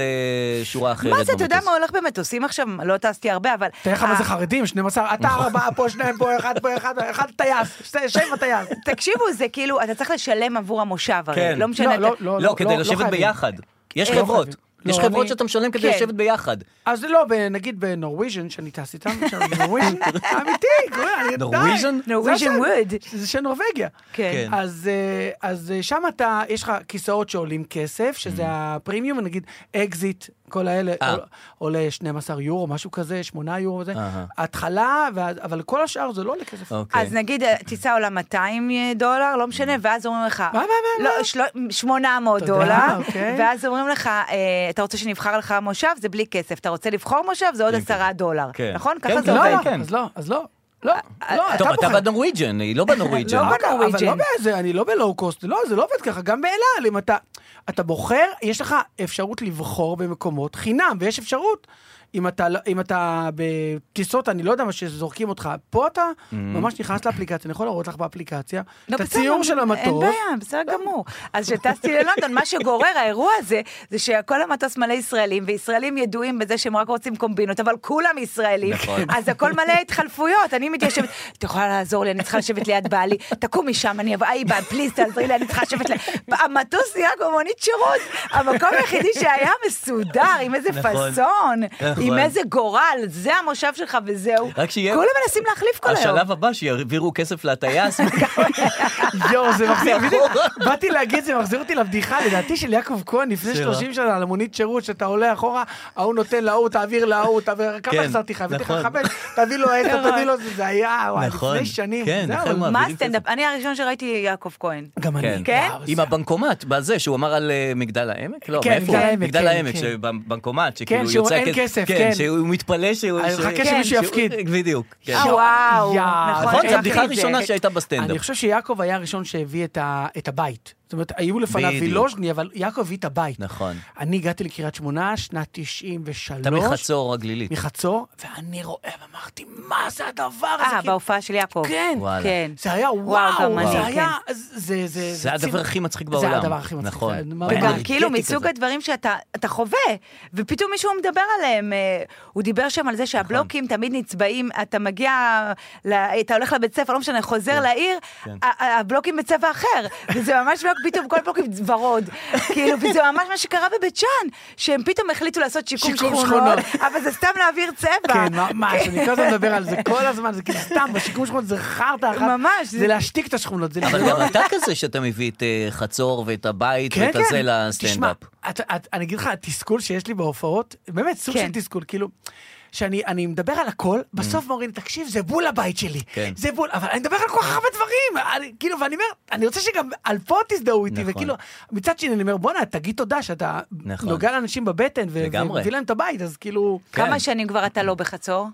Speaker 2: לשורה אחרת
Speaker 3: מה זה, אתה יודע
Speaker 2: במטוס.
Speaker 3: מה הולך במטוסים עכשיו? לא טסתי הרבה, אבל... אה,
Speaker 4: תאר לך מה זה חרדים, 12, אתה
Speaker 2: נכון.
Speaker 4: ארבעה, פה שניים, פה אחד, פה אחד, אחד טייס, שתי- שבע טייס.
Speaker 3: תקשיבו, זה כאילו, אתה צריך לשלם עבור המושב הרי.
Speaker 2: כן.
Speaker 3: לא משנה.
Speaker 4: לא,
Speaker 3: אתה-
Speaker 4: לא,
Speaker 2: לא, כדי
Speaker 4: לא
Speaker 2: לשבת
Speaker 4: חייבים.
Speaker 2: ביחד. יש
Speaker 3: אה,
Speaker 2: חברות.
Speaker 4: לא חייבים.
Speaker 2: יש
Speaker 4: לא,
Speaker 2: חברות
Speaker 4: אני-
Speaker 2: שאתה משלם כדי
Speaker 3: כן.
Speaker 2: לשבת ביחד.
Speaker 4: אז לא, ב- נגיד בנורוויז'ן, שאני טס איתם, עכשיו בנורוויז'ן, אמיתי, קורה, אני די.
Speaker 2: נורוויז'ן?
Speaker 4: זה
Speaker 3: נורוויז'ן
Speaker 4: השם.
Speaker 3: ווד.
Speaker 4: זה של נורבגיה.
Speaker 3: כן.
Speaker 4: אז, אה, אז אה, שם אתה, יש לך כיסאות שעולים כסף, שזה הפרימיום, נגיד אקזיט, כל האלה,
Speaker 2: Mm. אה.
Speaker 4: עול- עולה 12 יורו, משהו כזה, 8 יורו וזה.
Speaker 2: אהה.
Speaker 4: התחלה, ואז- אבל כל השאר זה לא עולה כסף.
Speaker 2: אוקיי.
Speaker 3: אז נגיד אה, טיסה עולה 200 דולר, לא משנה, ואז אומרים לך,
Speaker 4: Mm. מה, מה,
Speaker 3: לא, שלו- 800
Speaker 4: תודה,
Speaker 3: דולר,
Speaker 4: אוקיי.
Speaker 3: ואז אומרים לך, אה, אתה רוצה שנבחר לך מושב, זה בלי כסף, אתה רוצה לבחור מושב, זה עוד 10 דולר,
Speaker 2: כן.
Speaker 3: נכון?
Speaker 2: כן,
Speaker 3: ככה זה
Speaker 2: כן,
Speaker 4: לא,
Speaker 3: עובד.
Speaker 4: לא,
Speaker 2: כן.
Speaker 4: אז לא, אז לא. לא,
Speaker 3: אה,
Speaker 4: לא, אתה
Speaker 2: טוב, אתה
Speaker 4: בוחר.
Speaker 2: בנורוויג'ן, היא לא בנורוויג'ן.
Speaker 4: לא,
Speaker 3: לא
Speaker 4: אבל- אבל
Speaker 3: בנורוויג'ן.
Speaker 4: לא באיזה, אני לא בלואו קוסט, לא, זה לא עובד ככה, גם באל על, אם אתה... אתה בוחר, יש לך אפשרות לבחור במקומות חינם, ויש אפשרות. אם אתה, לא- אם אתה בטיסות, אני לא יודע מה שזורקים אותך, פה אתה ממש נכנס לאפליקציה, אני יכול להראות לך באפליקציה
Speaker 3: לא,
Speaker 4: את
Speaker 3: בסדר,
Speaker 4: הציור של המטוס. לא.
Speaker 3: אין בעיה, בסדר גמור. אז כשטסתי ללונדון, מה שגורר האירוע הזה, זה שכל המטוס מלא ישראלים, וישראלים ידועים בזה שהם רק רוצים קומבינות, אבל כולם ישראלים,
Speaker 2: נכון.
Speaker 3: אז הכל מלא התחלפויות, אני מתיישבת, את יכולה לעזור לי, אני צריכה לשבת ליד בעלי, תקומי שם, אני אבוא, היי בעל, פליז תעזרי לי, אני צריכה לשבת ליד... המטוס נהיה כמו מונית שירות, המקום היחידי שהיה מסודר, עם איזה
Speaker 2: נכון.
Speaker 3: פאסון, עם
Speaker 2: נכון.
Speaker 3: איזה גורל, זה המושב שלך וזהו.
Speaker 2: רק שיהיה-
Speaker 3: כולם מנסים להחליף
Speaker 4: לא.
Speaker 3: כל היום.
Speaker 2: השלב הבא שיעבירו כסף לטייס.
Speaker 4: יואו, זה מחזיר,
Speaker 2: מאחורה.
Speaker 4: בדיוק, באתי להגיד, זה מחזיר אותי לבדיחה, לדעתי של יעקב כהן לפני
Speaker 2: שמה?
Speaker 4: 30 שנה, על המונית שירות, שאתה עולה אחורה, ההוא נותן להוא, תעביר להוא, תעביר, כמה
Speaker 2: כן,
Speaker 4: החזרתי לך, הבאתי לך
Speaker 2: נכון.
Speaker 4: חמש, תביא לו עשר, תביא לו, זה- זה היה, וואי,
Speaker 2: נכון,
Speaker 4: לפני שנים,
Speaker 2: כן,
Speaker 4: זהו,
Speaker 2: נכון,
Speaker 4: אבל-
Speaker 2: מה-
Speaker 3: מה
Speaker 2: מעבירים
Speaker 3: הסטנדאפ? אני הראשון שראיתי יעקב כהן.
Speaker 4: גם אני,
Speaker 3: כן?
Speaker 4: וואו,
Speaker 2: עם
Speaker 4: זה-
Speaker 2: הבנקומט, בזה שהוא אמר על אה, מגדל העמק? לא,
Speaker 4: כן,
Speaker 2: מאיפה?
Speaker 4: מגדל העמק,
Speaker 2: מגדל
Speaker 4: כן,
Speaker 2: העמק,
Speaker 4: כן.
Speaker 2: שבנקומט, שכאילו
Speaker 4: שהוא-
Speaker 2: יוצא...
Speaker 4: אין
Speaker 2: כס-
Speaker 4: כסף, כן.
Speaker 2: שהוא מתפלא שהוא...
Speaker 4: אני
Speaker 2: שהוא-
Speaker 4: מחכה
Speaker 2: כן,
Speaker 4: שמישהו
Speaker 2: שהוא-
Speaker 4: יפקיד.
Speaker 2: בדיוק. כן.
Speaker 3: אה,
Speaker 4: יואו,
Speaker 3: וואו,
Speaker 4: יואו.
Speaker 3: נכון,
Speaker 2: נכון,
Speaker 3: אני
Speaker 2: זו
Speaker 3: ראיתי
Speaker 2: הבדיחה
Speaker 3: את זה.
Speaker 2: הראשונה שהייתה
Speaker 4: אני
Speaker 2: בסטנדאפ.
Speaker 4: חושב שיעקב היה הראשון שהביא את ה- את הבית. זאת אומרת, היו לפניו
Speaker 2: בדיוק.
Speaker 4: וילוז'ני, אבל יעקב הביא את הבית.
Speaker 2: נכון.
Speaker 4: אני הגעתי לקריית שמונה, שנת 93.
Speaker 2: אתה מחצור הגלילית.
Speaker 4: מחצור, ואני רואה ואמרתי, מה זה הדבר הזה?
Speaker 3: אה,
Speaker 4: כאילו,
Speaker 3: בהופעה של יעקב.
Speaker 4: כן.
Speaker 2: וואלה.
Speaker 3: כן.
Speaker 4: זה היה
Speaker 3: גם
Speaker 4: וואו,
Speaker 3: אני,
Speaker 4: זה
Speaker 3: כן.
Speaker 4: היה... זה- זה-
Speaker 2: זה הדבר
Speaker 4: ציור-
Speaker 2: הכי מצחיק
Speaker 4: זה
Speaker 2: בעולם.
Speaker 4: הדבר הכי מצחיק.
Speaker 2: נכון.
Speaker 4: זה- מה-
Speaker 2: וגם
Speaker 3: וגם
Speaker 4: האנרגטי
Speaker 3: כאילו מסוג
Speaker 4: כזה.
Speaker 3: הדברים שאתה אתה חווה, ופתאום מישהו מדבר עליהם. אה, הוא דיבר שם על
Speaker 4: נכון.
Speaker 3: זה שהבלוקים תמיד נצבעים, אתה מגיע, ל- אתה הולך לבית ספר, לא משנה,
Speaker 4: כן.
Speaker 3: חוזר לעיר, ה- ה- הבלוקים בצבע אחר, וזה ממש בלוק, פתאום כל בלוקים ורוד. כאילו, וזה ממש מה שקרה בבית שאן, שהם פתאום החליטו לעשות שיקום
Speaker 4: שיקום
Speaker 3: שכונות,
Speaker 4: שכונות.
Speaker 3: אבל זה סתם להעביר צבע.
Speaker 4: כן, ממש, אני כל הזמן מדבר על זה כל הזמן, זה כאילו סתם, בשיקום שכונות זה חרטא אחת.
Speaker 3: ממש, זה-
Speaker 4: זה להשתיק את השכונות. זה
Speaker 2: אבל
Speaker 4: לא-
Speaker 2: גם אתה כזה שאתה מביא את אה, חצור ואת הבית
Speaker 4: כן,
Speaker 2: ואת
Speaker 4: כן.
Speaker 2: הזה לסטנדאפ.
Speaker 4: תשמע, את- את- אני אגיד לך, התסכול שיש לי בהופעות, באמת סוג
Speaker 3: כן.
Speaker 4: של תסכול, כאילו... שאני אני מדבר על הכל, בסוף אומרים, תקשיב, זה בול הבית שלי.
Speaker 2: Mm. כן.
Speaker 4: זה בול, אבל אני מדבר על כל כך הרבה דברים. אני, כאילו, ואני אומר, אני רוצה שגם על פה תזדהו איתי.
Speaker 2: נכון.
Speaker 4: וכאילו, מצד שני, אני אומר, בואנה, תגיד תודה שאתה
Speaker 2: נכון.
Speaker 4: נוגע לאנשים בבטן, ו-
Speaker 2: לגמרי.
Speaker 4: ומביא להם את הבית, אז כאילו,
Speaker 3: כמה שנים כבר אתה לא בחצור?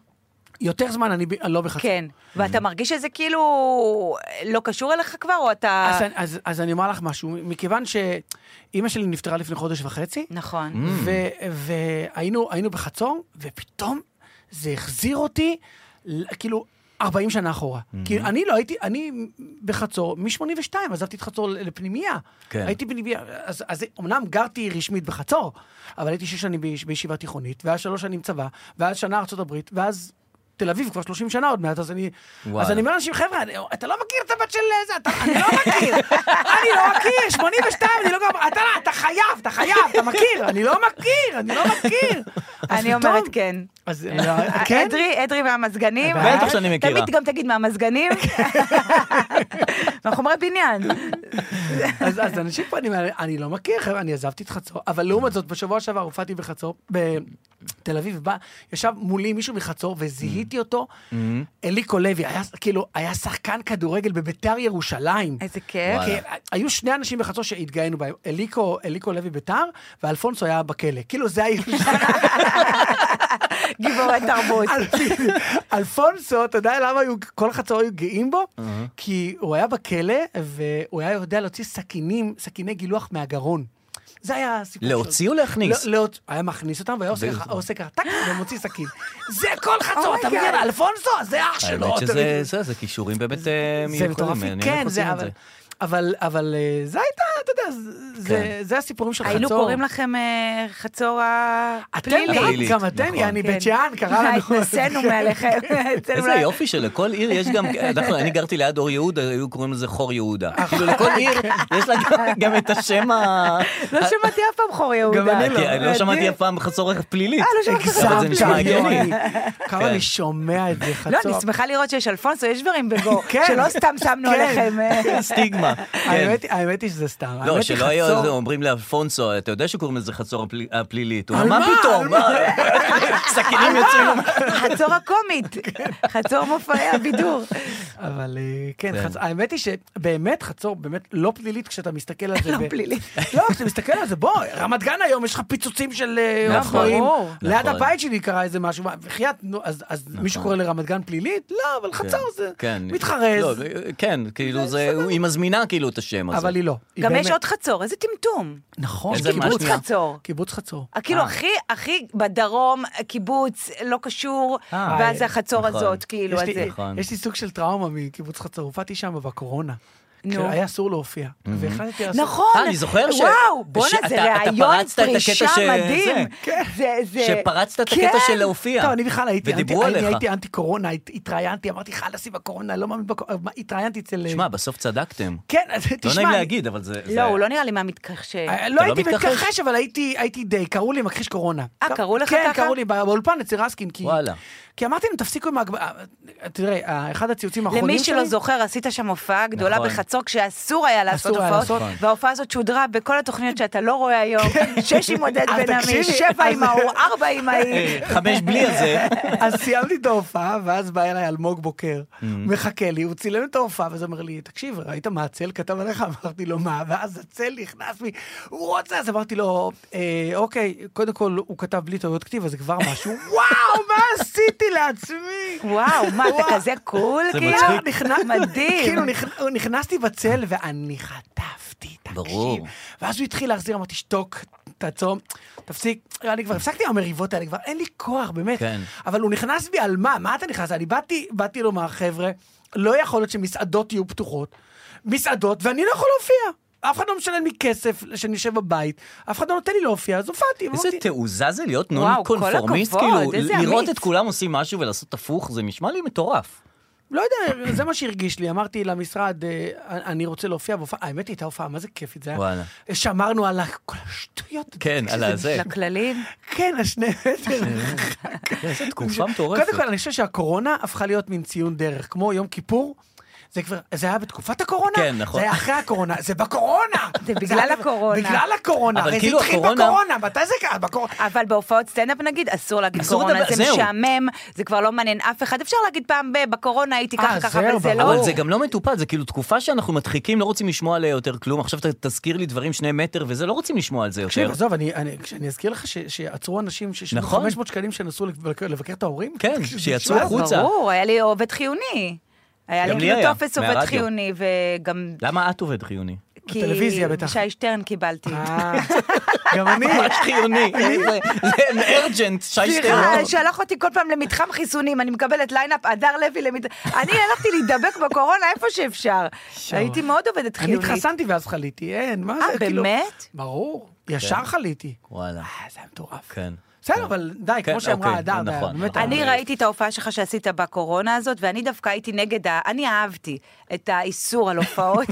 Speaker 4: יותר זמן אני ב- אני לא בחצי.
Speaker 3: כן. ואתה מרגיש שזה כאילו לא קשור אליך כבר, או אתה...
Speaker 4: אז, אני- אז, אז אני אומר לך משהו, מכיוון שאימא שלי נפטרה לפני חודש וחצי,
Speaker 3: נכון.
Speaker 4: ו- והיינו היינו בחצור, ופתאום זה החזיר אותי, ל- כאילו, 40 שנה אחורה. כי אני לא הייתי, אני בחצור, מ-82 עזבתי את חצור לפנימייה.
Speaker 2: כן.
Speaker 4: הייתי פנימייה, אז, אז אמנם גרתי רשמית בחצור, אבל הייתי שש שנים ביש, בישיבה תיכונית, ואז שלוש שנים צבא, ואז שנה ארצות הברית, ואז... תל אביב כבר 30 שנה עוד מעט, אז אני...
Speaker 2: וואלה.
Speaker 4: אז אני אומר לאנשים, חבר'ה, אני- אתה לא מכיר את הבת של זה, אתה, אני לא מכיר, אני לא מכיר, 82, אני לא גם, אתה, אתה חייב, אתה חייב, אתה מכיר, אני לא מכיר, אני לא מכיר. אז
Speaker 3: אני
Speaker 4: פתאום-
Speaker 3: אומרת כן.
Speaker 4: אז כן?
Speaker 3: אדרי, אדרי מהמזגנים.
Speaker 4: בטח
Speaker 2: שאני מכירה.
Speaker 3: תמיד גם תגיד מהמזגנים. מהחומרי בניין.
Speaker 4: אז אז אנשים פה, אני אומר, אני לא מכיר, חבר'ה, אני עזבתי את חצור, אבל לעומת זאת, בשבוע שעבר הופעתי בחצור, בתל אביב, ובא, ישב מולי מישהו מחצור, וזיהיתי אותו, אליקו לוי, היה כאילו, היה שחקן כדורגל בביתר ירושלים.
Speaker 3: איזה כיף.
Speaker 2: וואלה.
Speaker 4: כן, היו שני אנשים בחצור שהתגאינו בהם, אליקו, אליקו לוי ביתר, ואלפונסו היה בכלא. כאילו זה היה...
Speaker 3: גיבורי תרבות.
Speaker 4: אל- אלפונסו, אתה יודע למה היו, כל חצור היו גאים בו? כי הוא היה בכלא, והוא היה יודע להוציא סכינים, סכיני גילוח מהגרון. זה היה הסיפור שלו.
Speaker 2: להוציא או להכניס?
Speaker 4: לא, לא, היה מכניס אותם והיה עושה
Speaker 2: זה- Oh
Speaker 4: ככה- עושה ככה, טק, ומוציא סכין. זה כל חצור, אתה
Speaker 3: אומייגאד.
Speaker 4: מבין? אלפונסו, זה אח שלו.
Speaker 2: האמת
Speaker 4: אתה
Speaker 2: שזה
Speaker 4: מבין?
Speaker 2: זה- זה כישורים באמת אה,
Speaker 4: לא, זה
Speaker 2: מיוחדים.
Speaker 4: מטורף,
Speaker 2: מעניין איך
Speaker 4: כן,
Speaker 2: עושים
Speaker 4: זה
Speaker 2: את
Speaker 4: אבל... אבל, אבל אה, זה הייתה, אתה יודע, זה- זה,
Speaker 2: כן.
Speaker 4: זה הסיפורים של חצור.
Speaker 3: היינו קוראים לכם אה, חצור
Speaker 4: אתם
Speaker 3: הפלילי.
Speaker 4: גם,
Speaker 2: הפלילית,
Speaker 4: גם אתם,
Speaker 2: נכון.
Speaker 4: יעני
Speaker 3: כן.
Speaker 4: בית שאן, קרה לנו.
Speaker 3: התנסינו מעליכם. התנסינו
Speaker 2: איזה
Speaker 3: מעליכם.
Speaker 2: יופי שלכל עיר יש גם, אנחנו, אני גרתי ליד אור יהודה, היו קוראים לזה חור יהודה. כאילו לכל עיר יש לה גם- גם את השם ה...
Speaker 3: לא שמעתי אף פעם חור יהודה.
Speaker 4: גם אני אה, כן.
Speaker 2: כי לא שמעתי
Speaker 3: מדהים.
Speaker 2: אף פעם חצור פלילית.
Speaker 3: אה, לא שמעתי
Speaker 2: אבל זה
Speaker 4: הגזמת,
Speaker 2: נשמע הגיוני.
Speaker 4: יוני. כמה
Speaker 2: כן.
Speaker 4: אני שומע את זה, חצור.
Speaker 3: לא, אני שמחה לראות שיש אלפונסו, יש דברים בגו,
Speaker 4: כן.
Speaker 3: שלא סתם שמנו
Speaker 4: כן.
Speaker 3: עליכם. אה,
Speaker 2: סטיגמה. כן.
Speaker 4: האמת היא- האמת היא שזה סתם. האמת
Speaker 2: לא,
Speaker 4: היא
Speaker 2: שלא היו
Speaker 4: חצור-
Speaker 2: אומרים לאלפונסו, אתה יודע שקוראים לזה חצור הפל- הפלילית. הוא
Speaker 4: על
Speaker 2: אומר, מה
Speaker 4: מה?
Speaker 2: פתאום?
Speaker 4: על מה?"
Speaker 2: מה? סכינים יוצאים.
Speaker 3: חצור הקומית,
Speaker 4: כן.
Speaker 3: חצור מופעי הבידור.
Speaker 4: אבל אה, כן,
Speaker 2: כן.
Speaker 4: חצ- האמת היא שבאמת חצור, באמת לא פלילית כשאתה מסתכל על זה.
Speaker 3: לא
Speaker 4: ב-
Speaker 3: פלילית.
Speaker 4: לא, כשאתה מסתכל על זה, בוא, רמת גן היום, יש לך פיצוצים של אה,
Speaker 2: נכון.
Speaker 4: אופנועים.
Speaker 3: ברור.
Speaker 4: ליד
Speaker 2: נכון.
Speaker 4: הבית שלי קרה איזה משהו, מה, בחייאת, נו, אז אז מישהו קורא לרמת גן פלילית? לא, אבל חצור זה
Speaker 2: כן. לא,
Speaker 4: מתחרז,
Speaker 2: כן, כאילו זה, היא מזמינה כאילו את השם הזה.
Speaker 4: אבל היא לא. היא
Speaker 3: גם יש
Speaker 4: באמת-
Speaker 3: עוד חצור, איזה טמטום.
Speaker 4: נכון,
Speaker 2: איזה מה
Speaker 4: קיבוץ
Speaker 2: שנייה?
Speaker 4: חצור. קיבוץ חצור.
Speaker 3: אה, כאילו הכי, הכי בדרום, קיבוץ, לא קשור,
Speaker 4: אה,
Speaker 3: ואז
Speaker 4: אה,
Speaker 3: החצור
Speaker 2: נכון.
Speaker 3: הזאת, כאילו,
Speaker 4: יש
Speaker 3: אז
Speaker 4: לי-
Speaker 3: זה.
Speaker 2: נכון.
Speaker 4: יש לי סוג של טראומה מקיבוץ חצור, הופעתי שם בקורונה.
Speaker 3: נו.
Speaker 4: כשהיה אסור להופיע, והחלטתי לעשות...
Speaker 3: נכון,
Speaker 2: אה, אני זוכר ש-
Speaker 3: וואו, בואנה, זה
Speaker 2: שאתה- אתה
Speaker 3: ראיון
Speaker 2: פרצת את הקטע
Speaker 3: פרישה
Speaker 2: ש-
Speaker 3: מדהים. כן.
Speaker 2: זה,
Speaker 3: זה, זה...
Speaker 2: שפרצת את
Speaker 3: כן.
Speaker 2: הקטע של להופיע.
Speaker 4: טוב, אני בכלל הייתי אנטי-
Speaker 2: ודיברו
Speaker 4: אני
Speaker 2: עליך.
Speaker 4: הייתי אנטי קורונה, הת- התראיינתי, אמרתי חלאס עם הקורונה, לא מאמין בקורונה, התראיינתי אצל... אה,
Speaker 2: תשמע, בסוף צדקתם.
Speaker 4: כן, אז תשמע.
Speaker 2: לא נעים
Speaker 4: אני-
Speaker 2: להגיד, אבל זה...
Speaker 3: לא, הוא לא נראה לי מהמתכחש.
Speaker 4: אה,
Speaker 2: לא
Speaker 4: לא הייתי
Speaker 2: מתכחש?
Speaker 4: מתכחש, אבל הייתי הייתי די, קראו לי מכחיש קורונה.
Speaker 3: אה, קראו לך
Speaker 4: כן,
Speaker 3: ככה?
Speaker 4: קראו לי בא- באולפן אצל רסקין, כי...
Speaker 2: וואלה.
Speaker 4: כי אמרתי להם, תפסיקו עם ההגבלה... תראה, אה, אחד הציוצים האחרונים
Speaker 3: למי
Speaker 4: שלי...
Speaker 3: שלא זוכר, עשית שם הופעה גדולה
Speaker 2: נכון.
Speaker 3: בחצור כשאסור היה לעשות
Speaker 4: אסור היה
Speaker 3: הופעות, נכון.
Speaker 4: לעשות.
Speaker 3: וההופעה הזאת שודרה בכל התוכניות שאתה לא רואה היום,
Speaker 2: כן.
Speaker 3: שש עם עודד
Speaker 2: אה,
Speaker 4: אז
Speaker 3: בן עמי,
Speaker 4: תקשיבי,
Speaker 3: שבע
Speaker 4: אז-
Speaker 3: עם ההוא, ארבע עם ההיא.
Speaker 2: חמש בלי הזה.
Speaker 4: אז סיימתי את ההופעה, ואז בא אליי אלמוג בוקר, מחכה לי, הוא צילם את ההופעה, ואז אמר לי, תקשיב, ראית מה הצל כתב עליך? אמרתי לו, מה? ואז הצל נכנס בי, הוא רוצה, אז אמרתי לו, "אה, אוקיי, קודם כל, הוא כתב בלי טעויות כתיב, אז זה כבר משהו. וואו, מה עשיתי לעצמי?
Speaker 3: וואו, מה, אתה
Speaker 4: וואו.
Speaker 3: כזה קול?
Speaker 2: זה
Speaker 3: כאילו?
Speaker 2: מצחיק.
Speaker 4: נכנס-
Speaker 3: מדהים.
Speaker 4: כאילו, נכ- הוא נכנסתי בצל, ואני חטפתי,
Speaker 2: ברור.
Speaker 4: תקשיב. ואז הוא התחיל להחזיר, אמרתי, שתוק, תעצום, תפסיק. אני כבר הפסקתי עם המריבות האלה, כבר אין לי כוח, באמת.
Speaker 2: כן.
Speaker 4: אבל הוא נכנס בי על מה? מה אתה נכנס? אני באתי, באתי לומר, חבר'ה, לא יכול להיות שמסעדות יהיו פתוחות. מסעדות, ואני לא יכול להופיע. אף אחד לא משלם לי כסף שאני יושב בבית, אף אחד לא נותן לי להופיע, אז הופעתי.
Speaker 2: איזה
Speaker 4: אמרתי,
Speaker 2: תעוזה זה להיות
Speaker 3: וואו,
Speaker 2: נון קונפורמיסט,
Speaker 3: כל הכבוד,
Speaker 2: כאילו,
Speaker 3: איזה
Speaker 2: לראות
Speaker 3: אמיץ.
Speaker 2: את כולם עושים משהו ולעשות הפוך, זה נשמע לי מטורף.
Speaker 4: לא יודע, זה מה שהרגיש לי. אמרתי למשרד, אה, אני רוצה להופיע בהופעה. האמת היא, הייתה הופעה, מה זה כיפית זה היה.
Speaker 2: וואלה.
Speaker 4: שמרנו על ה- כל השטויות.
Speaker 2: כן, על הזה.
Speaker 3: לכללים?
Speaker 4: כן, השני מטר.
Speaker 2: איזה תקופה מטורפת.
Speaker 4: קודם כל, אני חושב שהקורונה הפכה להיות מין ציון דרך, כמו יום כיפור. זה כבר, זה היה בתקופת הקורונה?
Speaker 2: כן, נכון.
Speaker 4: זה היה אחרי הקורונה, זה בקורונה!
Speaker 3: זה בגלל
Speaker 4: היה-
Speaker 3: הקורונה.
Speaker 4: בגלל הקורונה,
Speaker 2: אבל
Speaker 4: הרי זה
Speaker 2: כאילו
Speaker 4: התחיל
Speaker 2: הקורונה-
Speaker 4: בקורונה, מתי זה קרה? בקורונה.
Speaker 3: אבל בהופעות סטנדאפ נגיד, אסור להגיד
Speaker 2: אסור
Speaker 3: קורונה,
Speaker 2: לדבר-
Speaker 3: זה
Speaker 2: זהו.
Speaker 3: משעמם, זה כבר לא מעניין אף אחד. אפשר להגיד פעם ב- בקורונה הייתי
Speaker 4: אה,
Speaker 3: ככה ככה,
Speaker 4: זהו,
Speaker 3: אבל זה
Speaker 4: ברור.
Speaker 3: לא...
Speaker 2: אבל זה גם לא מטופל, זה כאילו תקופה שאנחנו מדחיקים, לא רוצים לשמוע עליה יותר כלום. עכשיו ת- תזכיר לי דברים שני מטר וזה, לא רוצים לשמוע על זה יותר.
Speaker 4: תקשיב, עזוב, אני, אני, כשאני אזכיר לך ש, שעצרו אנשים ששילמו
Speaker 2: נכון.
Speaker 4: 500 שקלים שנסעו לבקר, לבקר את ההורים?
Speaker 2: כן,
Speaker 4: תקשיב,
Speaker 2: שיצאו
Speaker 4: תשמע,
Speaker 2: החוצה.
Speaker 3: לא, ברור, היה לי עובד חיוני. היה לי
Speaker 2: גם לי
Speaker 3: כאילו
Speaker 2: היה,
Speaker 3: טופס עובד
Speaker 2: מהרדיו.
Speaker 3: חיוני, וגם...
Speaker 2: למה את עובד חיוני?
Speaker 3: כי...
Speaker 4: בטלוויזיה בטח.
Speaker 3: שי שטרן קיבלתי.
Speaker 4: אה, גם אני.
Speaker 2: ממש חיוני. זה- זה ארג'נט, שי
Speaker 4: כן.
Speaker 2: שטרן.
Speaker 3: סליחה, אה, שלח אותי כל פעם למתחם חיסונים, אני מקבלת ליינאפ, הדר לוי למתחם... אני הלכתי להידבק בקורונה איפה שאפשר. הייתי מאוד עובדת
Speaker 4: אני
Speaker 3: חיונית.
Speaker 4: התחסנתי ואז חליתי, אין, מה
Speaker 3: אה,
Speaker 4: זה, כאילו...
Speaker 3: באמת?
Speaker 4: ברור, ישר חליתי.
Speaker 2: כן. וואלה.
Speaker 4: אה, זה היה מטורף.
Speaker 2: כן.
Speaker 4: בסדר, אבל די,
Speaker 2: כן,
Speaker 4: כמו שאמרה
Speaker 2: אוקיי,
Speaker 4: הדר,
Speaker 2: נכון,
Speaker 4: די, באמת,
Speaker 2: נכון.
Speaker 4: אני-
Speaker 3: אני ראיתי את ההופעה שלך שעשית בקורונה הזאת, ואני דווקא הייתי נגד ה... אני אהבתי את האיסור על הופעות.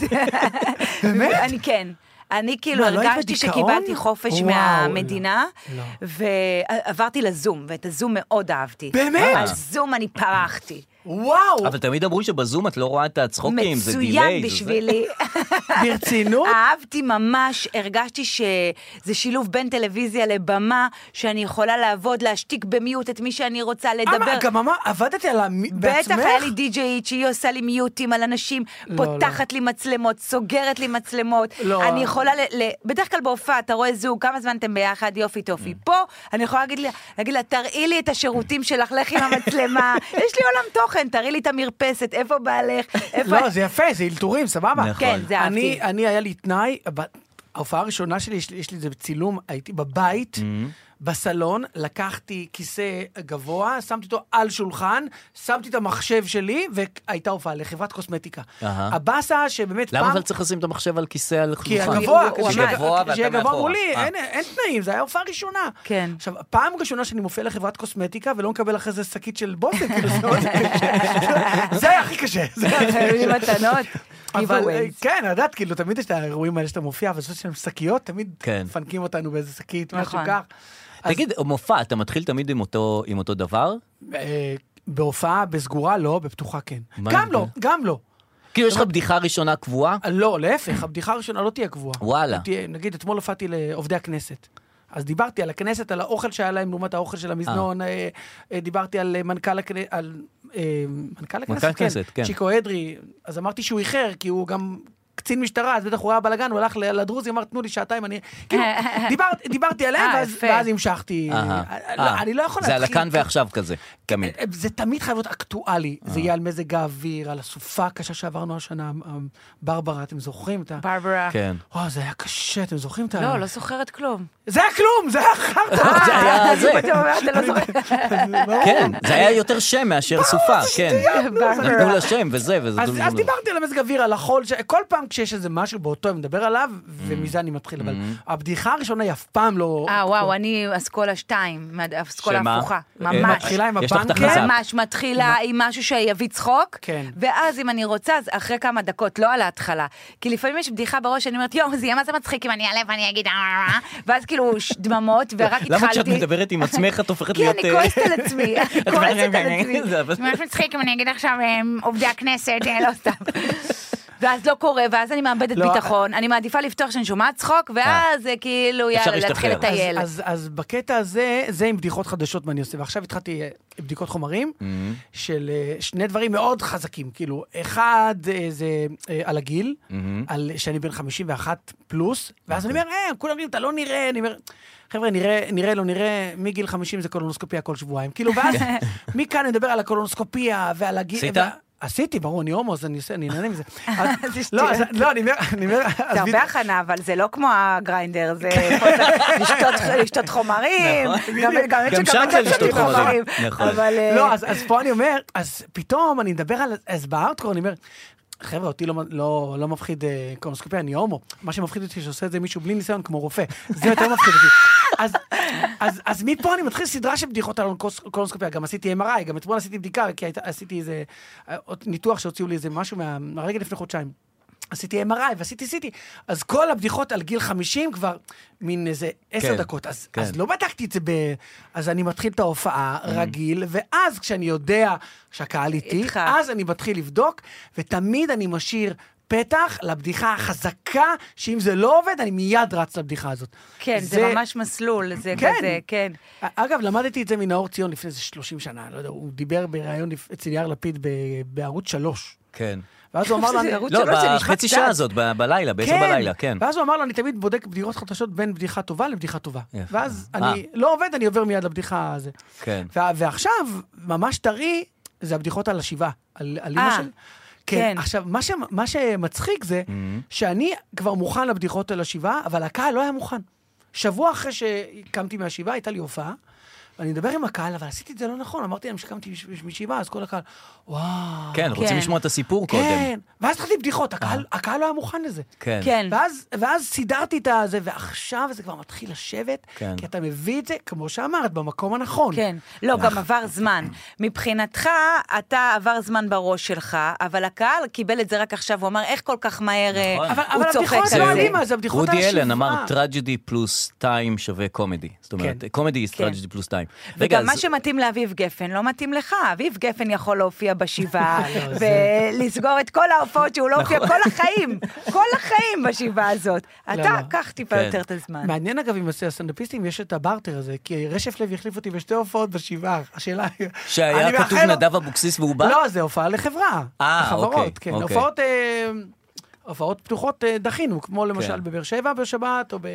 Speaker 3: באמת? אני כן. אני כאילו
Speaker 4: מה, לא היית
Speaker 3: הרגשתי
Speaker 4: בדיכאון?
Speaker 3: שקיבלתי חופש
Speaker 4: וואו,
Speaker 3: מהמדינה,
Speaker 4: לא,
Speaker 3: ועברתי לזום, ואת הזום מאוד אהבתי.
Speaker 4: באמת?
Speaker 3: על זום אני פרחתי.
Speaker 4: וואו,
Speaker 2: אבל תמיד אמרו שבזום את לא רואה את הצחוקים, זה דיליי.
Speaker 3: מצוין
Speaker 2: זה-
Speaker 3: בשבילי.
Speaker 4: ברצינות?
Speaker 2: אה,
Speaker 3: אהבתי ממש, הרגשתי שזה שילוב בין טלוויזיה לבמה, שאני יכולה לעבוד, להשתיק במיוט את מי שאני רוצה, לדבר.
Speaker 4: אמה, אה, גם אמר, עבדתי על המ... בעצמך?
Speaker 3: בטח היה לי די-ג'יית שהיא עושה לי מיוטים על אנשים,
Speaker 4: לא,
Speaker 3: פותחת לי מצלמות, סוגרת לי מצלמות.
Speaker 4: לא.
Speaker 3: אני יכולה, ל- ל- בדרך כלל בהופעה, אתה רואה זוג, כמה זמן אתם ביחד, יופי טופי.
Speaker 4: Mm.
Speaker 3: פה, אני יכולה להגיד לה- להגיד לה, תראי לי את השירותים שלך, לך עם המצלמה, יש לי עולם תוכן, תראי לי את המרפסת, איפה בעלך, איפה...
Speaker 4: לא, זה יפה, זה אלתורים, סבבה.
Speaker 2: נכון. כן,
Speaker 3: זה
Speaker 4: אני-
Speaker 3: אהבתי.
Speaker 4: אני, היה לי תנאי, ב- ההופעה הראשונה שלי, יש לי- יש לי את זה בצילום, הייתי בבית.
Speaker 2: Mhm.
Speaker 4: בסלון, לקחתי כיסא גבוה, שמתי אותו על שולחן, שמתי את המחשב שלי, והייתה הופעה לחברת קוסמטיקה.
Speaker 2: אהה.
Speaker 4: הבאסה שבאמת פעם...
Speaker 2: למה אבל צריך לשים את המחשב על כיסא על חלופה?
Speaker 4: כי הגבוה,
Speaker 3: הוא- הוא
Speaker 4: שיהיה
Speaker 3: אמר.
Speaker 2: גבוה ואתה
Speaker 4: שיהיה גבוה
Speaker 2: מאחורה.
Speaker 4: מולי,
Speaker 2: אה.
Speaker 4: אין, אין תנאים, זה היה הופעה ראשונה.
Speaker 3: כן.
Speaker 4: עכשיו, פעם ראשונה שאני מופיע לחברת קוסמטיקה ולא מקבל אחרי זה שקית של בושם, כאילו זה מאוד קשה. זה היה הכי קשה. זה היה הכי
Speaker 3: היו לי
Speaker 4: קשה.
Speaker 3: מתנות.
Speaker 4: אבל אה,
Speaker 3: giveaways.
Speaker 4: כן, את יודעת, כאילו, תמיד יש את האירועים האלה שאתה מופיע, אבל יש שם שקיות, תמיד
Speaker 2: כן.
Speaker 4: מפנקים אותנו באיזה שקית, משהו
Speaker 3: נכון.
Speaker 4: כך. אז,
Speaker 2: תגיד, מופע, אתה מתחיל תמיד עם אותו- עם אותו דבר?
Speaker 4: אה, בהופעה, בסגורה לא, בפתוחה כן.
Speaker 2: מה
Speaker 4: גם
Speaker 2: ההבדל?
Speaker 4: לא, גם לא.
Speaker 2: כאילו, יש לך בדיחה ראשונה קבועה?
Speaker 4: אה, לא, להפך, הבדיחה הראשונה לא תהיה קבועה.
Speaker 2: וואלה.
Speaker 4: תהיה, נגיד, אתמול הופעתי לעובדי הכנסת. אז דיברתי על הכנסת, על האוכל שהיה להם לעומת האוכל של המזנון, אה, אה, דיברתי על אה, מנכ"ל הכנסת, על אה, מנכ"ל
Speaker 2: מנכ"ל
Speaker 4: הכנסת,
Speaker 2: הכנסת, כן.
Speaker 4: כן, צ'יקו אדרי, אז אמרתי שהוא איחר, כי הוא גם... קצין משטרה, אז בטח הוא ראה בלאגן, הוא הלך ל- לדרוזי, אמר, תנו לי שעתיים, אני... כאילו, דיברת- דיברתי עליהם,
Speaker 3: אה,
Speaker 4: ואז-
Speaker 3: יפה.
Speaker 4: ואז המשכתי.
Speaker 2: אהה.
Speaker 4: אה, לא,
Speaker 2: אה,
Speaker 4: אני לא יכול
Speaker 2: זה
Speaker 4: להתחיל... אה,
Speaker 2: על הכאן ועכשיו כזה, תמיד.
Speaker 4: זה תמיד חייב להיות אקטואלי.
Speaker 2: אה.
Speaker 4: זה יהיה על מזג האוויר, על הסופה הקשה שעברנו השנה, אמ, ברברה, אתם זוכרים את ה...
Speaker 3: ברברה.
Speaker 2: כן.
Speaker 4: וואו, זה היה קשה, אתם זוכרים את ה...
Speaker 3: לא, אה, לא זוכרת כלום.
Speaker 4: זה היה כלום, לא, זה היה חרטא.
Speaker 2: זה היה זה.
Speaker 3: אתה אומר, אתה לא זוכר. אה.
Speaker 2: כן, זה היה יותר שם מאשר סופה, כן.
Speaker 4: לא,
Speaker 2: נתנו לה שם וזה וזה.
Speaker 4: אז אז דיברתי על המזג אוויר, על החול, ש- כל פעם כשיש איזה משהו באותו, אני מדבר עליו,
Speaker 2: Mm.
Speaker 4: ומזה אני מתחיל, אבל הבדיחה הראשונה היא אף פעם לא...
Speaker 3: אה, וואו, אני אסכולה שתיים, מה- אסכולה
Speaker 2: שמה?
Speaker 3: הפוכה.
Speaker 2: אה,
Speaker 3: ממש. כן,
Speaker 4: מתחילה עם
Speaker 2: יש לך את
Speaker 4: הבנקר?
Speaker 2: החזק.
Speaker 3: ממש מתחילה עם משהו שיביא צחוק,
Speaker 4: כן.
Speaker 3: ואז אם אני רוצה, אז אחרי כמה דקות, לא על ההתחלה. כי לפעמים יש בדיחה בראש, אני אומרת, יואו, זה יהיה מה זה מצחיק אם אני אעלה ואני אגיד, "אה, אה, אה", ואז כאילו ש- דממות, ורק התחלתי.
Speaker 2: למה כשאת מדברת עם עצמך את הופכת
Speaker 3: כי
Speaker 2: להיות...
Speaker 3: אני
Speaker 2: אה,
Speaker 3: כועסת על עצמי, כועסת על עצמי.
Speaker 2: זה אבל-
Speaker 3: זה ממש מצחיק אם אני אגיד עכשיו "הם עובדי הכנסת, אה, לא סתם. ואז לא קורה, ואז אני מאבדת
Speaker 4: לא,
Speaker 3: ביטחון, אני מעדיפה לפתוח שאני שומעת צחוק, ואז זה כאילו, יאללה, להתחיל
Speaker 2: אה. להשתחרר.
Speaker 4: אז-
Speaker 3: לטייל.
Speaker 4: אז, אז בקטע הזה, זה עם בדיחות חדשות מה אני עושה. ועכשיו התחלתי אה, בדיקות חומרים של אה, שני דברים מאוד חזקים. כאילו, אחד אה, זה אה, על הגיל, על שאני בן 51 פלוס, ואז אני אומר, אה, כולם אומרים, אתה לא נראה, אני אומר... חבר'ה, נראה, נראה, לא נראה, מגיל 50 זה קולונוסקופיה כל שבועיים. כאילו, ואז מכאן אני מדבר על הקולונוסקופיה ועל הגיל...
Speaker 2: עשית?
Speaker 4: וה- עשיתי, ברור, אני הומוס, אני עושה, אני נהנה מזה. אז-
Speaker 3: זה שטויות.
Speaker 4: לא, אז- לא, אני אומר, אני אומר...
Speaker 3: זה
Speaker 4: עזבי-
Speaker 3: הרבה הכנה, אבל זה לא כמו הגריינדר, זה פה זה לשתות- לשתות חומרים,
Speaker 2: נכון.
Speaker 3: גם גם
Speaker 2: גם שם
Speaker 3: אתם
Speaker 2: זה לשתות
Speaker 3: שותים
Speaker 2: חומרים. נכון.
Speaker 3: אבל... אה,
Speaker 4: לא, אז, אז פה אני אומר, אז פתאום אני מדבר על, אז בהארדקור אני אומר, חבר'ה, אותי לא, לא, לא מפחיד אה, קולונוסקופיה, אני הומו. מה שמפחיד אותי שעושה את זה מישהו בלי ניסיון, כמו רופא. זה יותר מפחיד אותי. אז, אז, אז מפה אני מתחיל סדרה של בדיחות על קולונוס- קולונוסקופיה. גם עשיתי MRI, גם אתמול עשיתי בדיקה, כי היית, עשיתי איזה אה, עוד ניתוח שהוציאו לי איזה משהו מה, הרגע לפני חודשיים. עשיתי MRI ועשיתי CT, אז כל הבדיחות על גיל 50 כבר מין איזה עשר
Speaker 2: כן,
Speaker 4: דקות, אז,
Speaker 2: כן. Mm-hmm.
Speaker 4: אז לא בדקתי את זה ב... אז אני מתחיל את ההופעה רגיל, ואז כשאני יודע שהקהל איתי,
Speaker 3: איתך.
Speaker 4: אז אני מתחיל לבדוק, ותמיד אני משאיר פתח לבדיחה החזקה, שאם זה לא עובד, אני מיד רץ לבדיחה הזאת.
Speaker 3: כן, זה ממש מסלול, זה
Speaker 4: כן.
Speaker 3: כזה, כן.
Speaker 4: אגב, למדתי את זה מנאור ציון לפני איזה 30 שנה, לא יודע, הוא דיבר בריאיון לפ- אצל יאיר לפיד ב- בערוץ 3.
Speaker 2: כן.
Speaker 4: ואז הוא אמר
Speaker 3: זה
Speaker 4: לנו...
Speaker 3: ערוץ
Speaker 2: לא,
Speaker 3: שלוש זה נשמע
Speaker 2: בחצי
Speaker 3: קצת.
Speaker 2: שעה הזאת, ב- בלילה, בעשר בלילה, כן.
Speaker 4: ואז הוא אמר לו, אני תמיד בודק בדיחות חדשות בין בדיחה טובה לבדיחה טובה.
Speaker 2: יפה.
Speaker 4: ואז
Speaker 2: אה.
Speaker 4: אני לא עובד, אני עובר מיד לבדיחה הזה.
Speaker 2: כן.
Speaker 4: וה- ועכשיו, ממש טרי, זה הבדיחות על השבעה, על על
Speaker 3: אה,
Speaker 4: אימא של...
Speaker 3: כן.
Speaker 4: כן, עכשיו, מה, ש, מה שמצחיק זה
Speaker 2: Mm-hmm.
Speaker 4: שאני כבר מוכן לבדיחות על השבעה, אבל הקהל לא היה מוכן. שבוע אחרי שקמתי מהשבעה, הייתה לי הופעה, אני מדבר עם הקהל, אבל עשיתי את זה לא נכון, אמרתי להם שקמתי מש- משבעה, אז כל הקהל, וואו.
Speaker 2: כן, רוצים
Speaker 3: כן.
Speaker 2: לשמוע את הסיפור קודם. אה.
Speaker 4: כן, ואז התחלתי בדיחות, הקהל, הקהל לא היה מוכן לזה.
Speaker 2: כן.
Speaker 3: כן.
Speaker 4: ואז, ואז סידרתי את הזה, ועכשיו זה כבר מתחיל לשבת,
Speaker 2: כן.
Speaker 4: כי אתה מביא את זה, כמו שאמרת, במקום הנכון.
Speaker 3: כן. לא,
Speaker 2: נכון.
Speaker 3: גם עבר זמן. מבחינתך, אתה עבר זמן בראש שלך, אבל הקהל קיבל את זה רק עכשיו, הוא אמר, איך כל כך מהר אה,
Speaker 2: נכון.
Speaker 4: אבל,
Speaker 3: הוא
Speaker 4: אבל
Speaker 3: צוחק
Speaker 4: הבדיחות לא
Speaker 3: על זה.
Speaker 4: על אימא, זה הבדיחות על
Speaker 2: רודי
Speaker 4: השבעה.
Speaker 2: אלן אמר, טראג'די פלוס טיים שווה קומדי. זאת אומרת,
Speaker 4: כן.
Speaker 2: קומדי is
Speaker 3: כן.
Speaker 2: טראג'די פלוס טיים. רגע,
Speaker 3: וגם מה
Speaker 2: אז
Speaker 3: שמתאים לאביב גפן לא מתאים לך, אביב גפן יכול להופיע בשבעה,
Speaker 4: לא, זה- נכון.
Speaker 3: ולסגור את כל ההופעות שהוא לא הופיע כל החיים, כל החיים בשבעה הזאת.
Speaker 4: לא,
Speaker 3: אתה,
Speaker 4: לא.
Speaker 3: קח טיפה
Speaker 2: כן.
Speaker 3: יותר את הזמן.
Speaker 4: מעניין אגב אם אצל הסטנדאפיסטים יש את הברטר הזה, כי רשף לוי החליף אותי בשתי הופעות בשבעה, השאלה היא... אני
Speaker 2: שהיה
Speaker 4: מאחל
Speaker 2: כתוב
Speaker 4: לו-
Speaker 2: נדב אבוקסיס והוא בא?
Speaker 4: לא, זה הופעה לחברה.
Speaker 2: אה,
Speaker 4: לחברות,
Speaker 2: אוקיי,
Speaker 4: כן.
Speaker 2: אוקיי.
Speaker 4: הופעות, אה, הופעות פתוחות אה, דחינו, כמו למשל
Speaker 2: כן.
Speaker 4: בבאר שבע בשבת, או
Speaker 2: כן,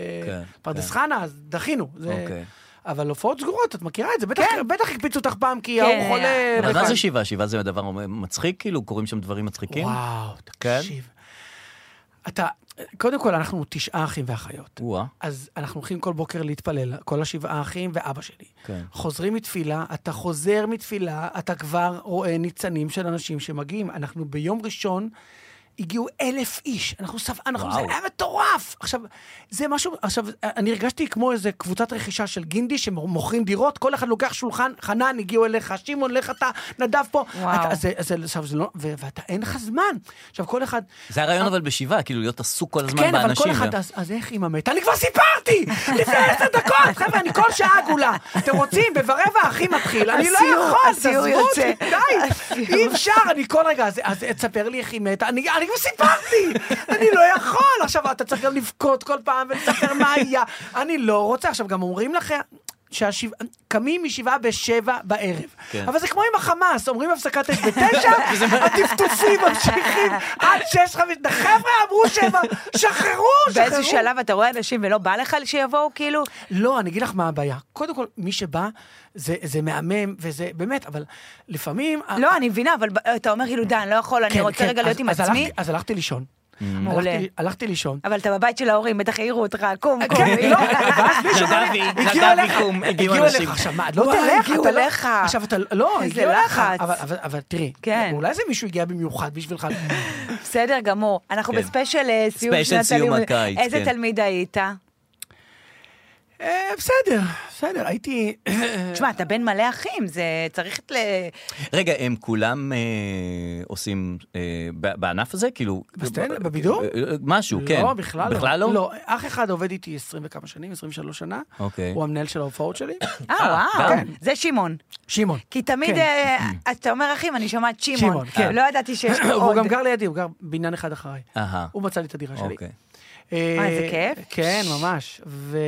Speaker 4: בפרדס חנה, אז דחינו. זה-
Speaker 2: אוקיי.
Speaker 4: אבל הופעות סגורות, את מכירה את זה, בטח בטח הקפיצו אותך פעם כי ההוא חולה.
Speaker 2: אבל מה
Speaker 4: וכאן.
Speaker 2: זה שבעה? שבעה זה דבר מצחיק? כאילו, קורים שם דברים מצחיקים?
Speaker 4: וואו,
Speaker 2: כן?
Speaker 4: תקשיב. אתה, קודם כל, אנחנו תשעה אחים ואחיות.
Speaker 2: וואו.
Speaker 4: אז אנחנו הולכים כל בוקר להתפלל, כל השבעה אחים ואבא שלי.
Speaker 2: כן.
Speaker 4: חוזרים מתפילה, אתה חוזר מתפילה, אתה כבר רואה ניצנים של אנשים שמגיעים. אנחנו ביום ראשון... הגיעו אלף איש, אנחנו סב... אנחנו... זה
Speaker 2: וואו.
Speaker 4: היה מטורף! עכשיו, זה משהו... עכשיו, אני הרגשתי כמו איזה קבוצת רכישה של גינדי שמוכרים דירות, כל אחד לוקח שולחן, חנן, הגיעו אליך, שמעון, לך אתה, נדב פה.
Speaker 3: וואו.
Speaker 4: אתה, זה, זה, עכשיו, זה לא... ו- ואתה, אין לך זמן. עכשיו, כל אחד...
Speaker 2: זה הרעיון אבל בשבעה, כאילו להיות עסוק כל הזמן
Speaker 4: אה. כן,
Speaker 2: באנשים. לא.
Speaker 4: אבל כל אחד, אז, אז איך אימא מתה? אני כבר סיפרתי! לפני עשר דקות! חבר'ה, אני כל שעה עגולה. אתם רוצים? ברבע הכי מתחיל. אני לא
Speaker 3: הסיור-
Speaker 4: יכול,
Speaker 3: הסיור
Speaker 4: תעזבו אותי,
Speaker 3: יוצא.
Speaker 4: די! אי אפשר, אני כל רגע, אז, אז תספר לי איך היא מתה. אני, אני אני כבר סיפרתי, אני לא יכול. עכשיו, אתה צריך גם לבכות כל פעם ולספר מה היה. אני לא רוצה. עכשיו, גם אומרים לכם... שהשבע... קמים משבעה בשבע בערב.
Speaker 2: כן.
Speaker 4: אבל זה כמו עם החמאס, אומרים הפסקת אש בתשע, הטפטופים ממשיכים עד שש חמש... חבר'ה אמרו שבע, שחררו, שחררו.
Speaker 3: באיזשהו שלב אתה רואה אנשים ולא בא לך שיבואו, כאילו?
Speaker 4: לא, אני אגיד לך מה הבעיה. קודם כל, מי שבא, זה, זה מהמם, וזה באמת, אבל לפעמים...
Speaker 3: לא, אני מבינה, אבל ב- אתה אומר, כאילו, דן, לא יכול, אני רוצה רגע להיות
Speaker 4: אה.
Speaker 3: עם
Speaker 4: כן, אז- אז
Speaker 3: עצמי,
Speaker 4: הלכתי, אז הלכתי לישון.
Speaker 3: מעולה.
Speaker 4: הלכתי, הלכתי לישון.
Speaker 3: אבל אתה בבית של ההורים, בטח העירו אותך, קום, קום.
Speaker 4: כן, לא, ואז מישהו בא לי,
Speaker 2: נדבי,
Speaker 4: הגיעו
Speaker 2: נדבי
Speaker 4: אליך,
Speaker 2: קום, הגיעו
Speaker 4: הגיעו
Speaker 2: אנשים.
Speaker 4: אליך, עכשיו מה, לא
Speaker 3: וואי,
Speaker 4: תלך,
Speaker 3: הגיעו
Speaker 4: אתה לא-
Speaker 3: אליך.
Speaker 4: עכשיו אתה, לא,
Speaker 3: איזה
Speaker 4: הגיעו אליך,
Speaker 3: לחץ.
Speaker 4: אבל- אבל- אבל תראי,
Speaker 3: כן.
Speaker 4: אולי זה מישהו הגיע במיוחד בשבילך,
Speaker 3: בסדר גמור. אנחנו
Speaker 2: כן.
Speaker 3: בספיישל אה, סיום
Speaker 2: ספיישל
Speaker 3: שנת
Speaker 2: סיום
Speaker 3: הלימודים.
Speaker 2: הקיץ,
Speaker 3: איזה
Speaker 2: כן.
Speaker 3: תלמיד היית?
Speaker 4: אה, בסדר, בסדר, הייתי,
Speaker 3: תשמע, אתה בן מלא אחים, זה צריך ל...
Speaker 2: רגע, הם כולם אה, עושים אה, ב- בענף הזה? כאילו...
Speaker 4: בסטנדאפ, בבידור?
Speaker 2: אה, אה, משהו, כן.
Speaker 4: לא, בכלל לא.
Speaker 2: בכלל לא?
Speaker 4: לא, אח אחד עובד איתי 20 וכמה שנים, 23 שנה,
Speaker 2: אוקיי.
Speaker 4: הוא המנהל של ההופעות שלי,
Speaker 3: אה, וואו,
Speaker 4: כן.
Speaker 3: זה שמעון.
Speaker 4: שמעון.
Speaker 3: כי תמיד,
Speaker 4: כן.
Speaker 3: אה, אתה אומר אחים, אני שומעת שמעון.
Speaker 4: שמעון, כן.
Speaker 3: לא ידעתי שיש לו
Speaker 4: הוא
Speaker 3: עוד.
Speaker 4: גם גר לידי, הוא גר בניין אחד אחריי.
Speaker 2: אהה.
Speaker 4: הוא מצא לי את הדירה שלי.
Speaker 2: אוקיי.
Speaker 3: אה, איזה כיף.
Speaker 4: כן, ממש. ו-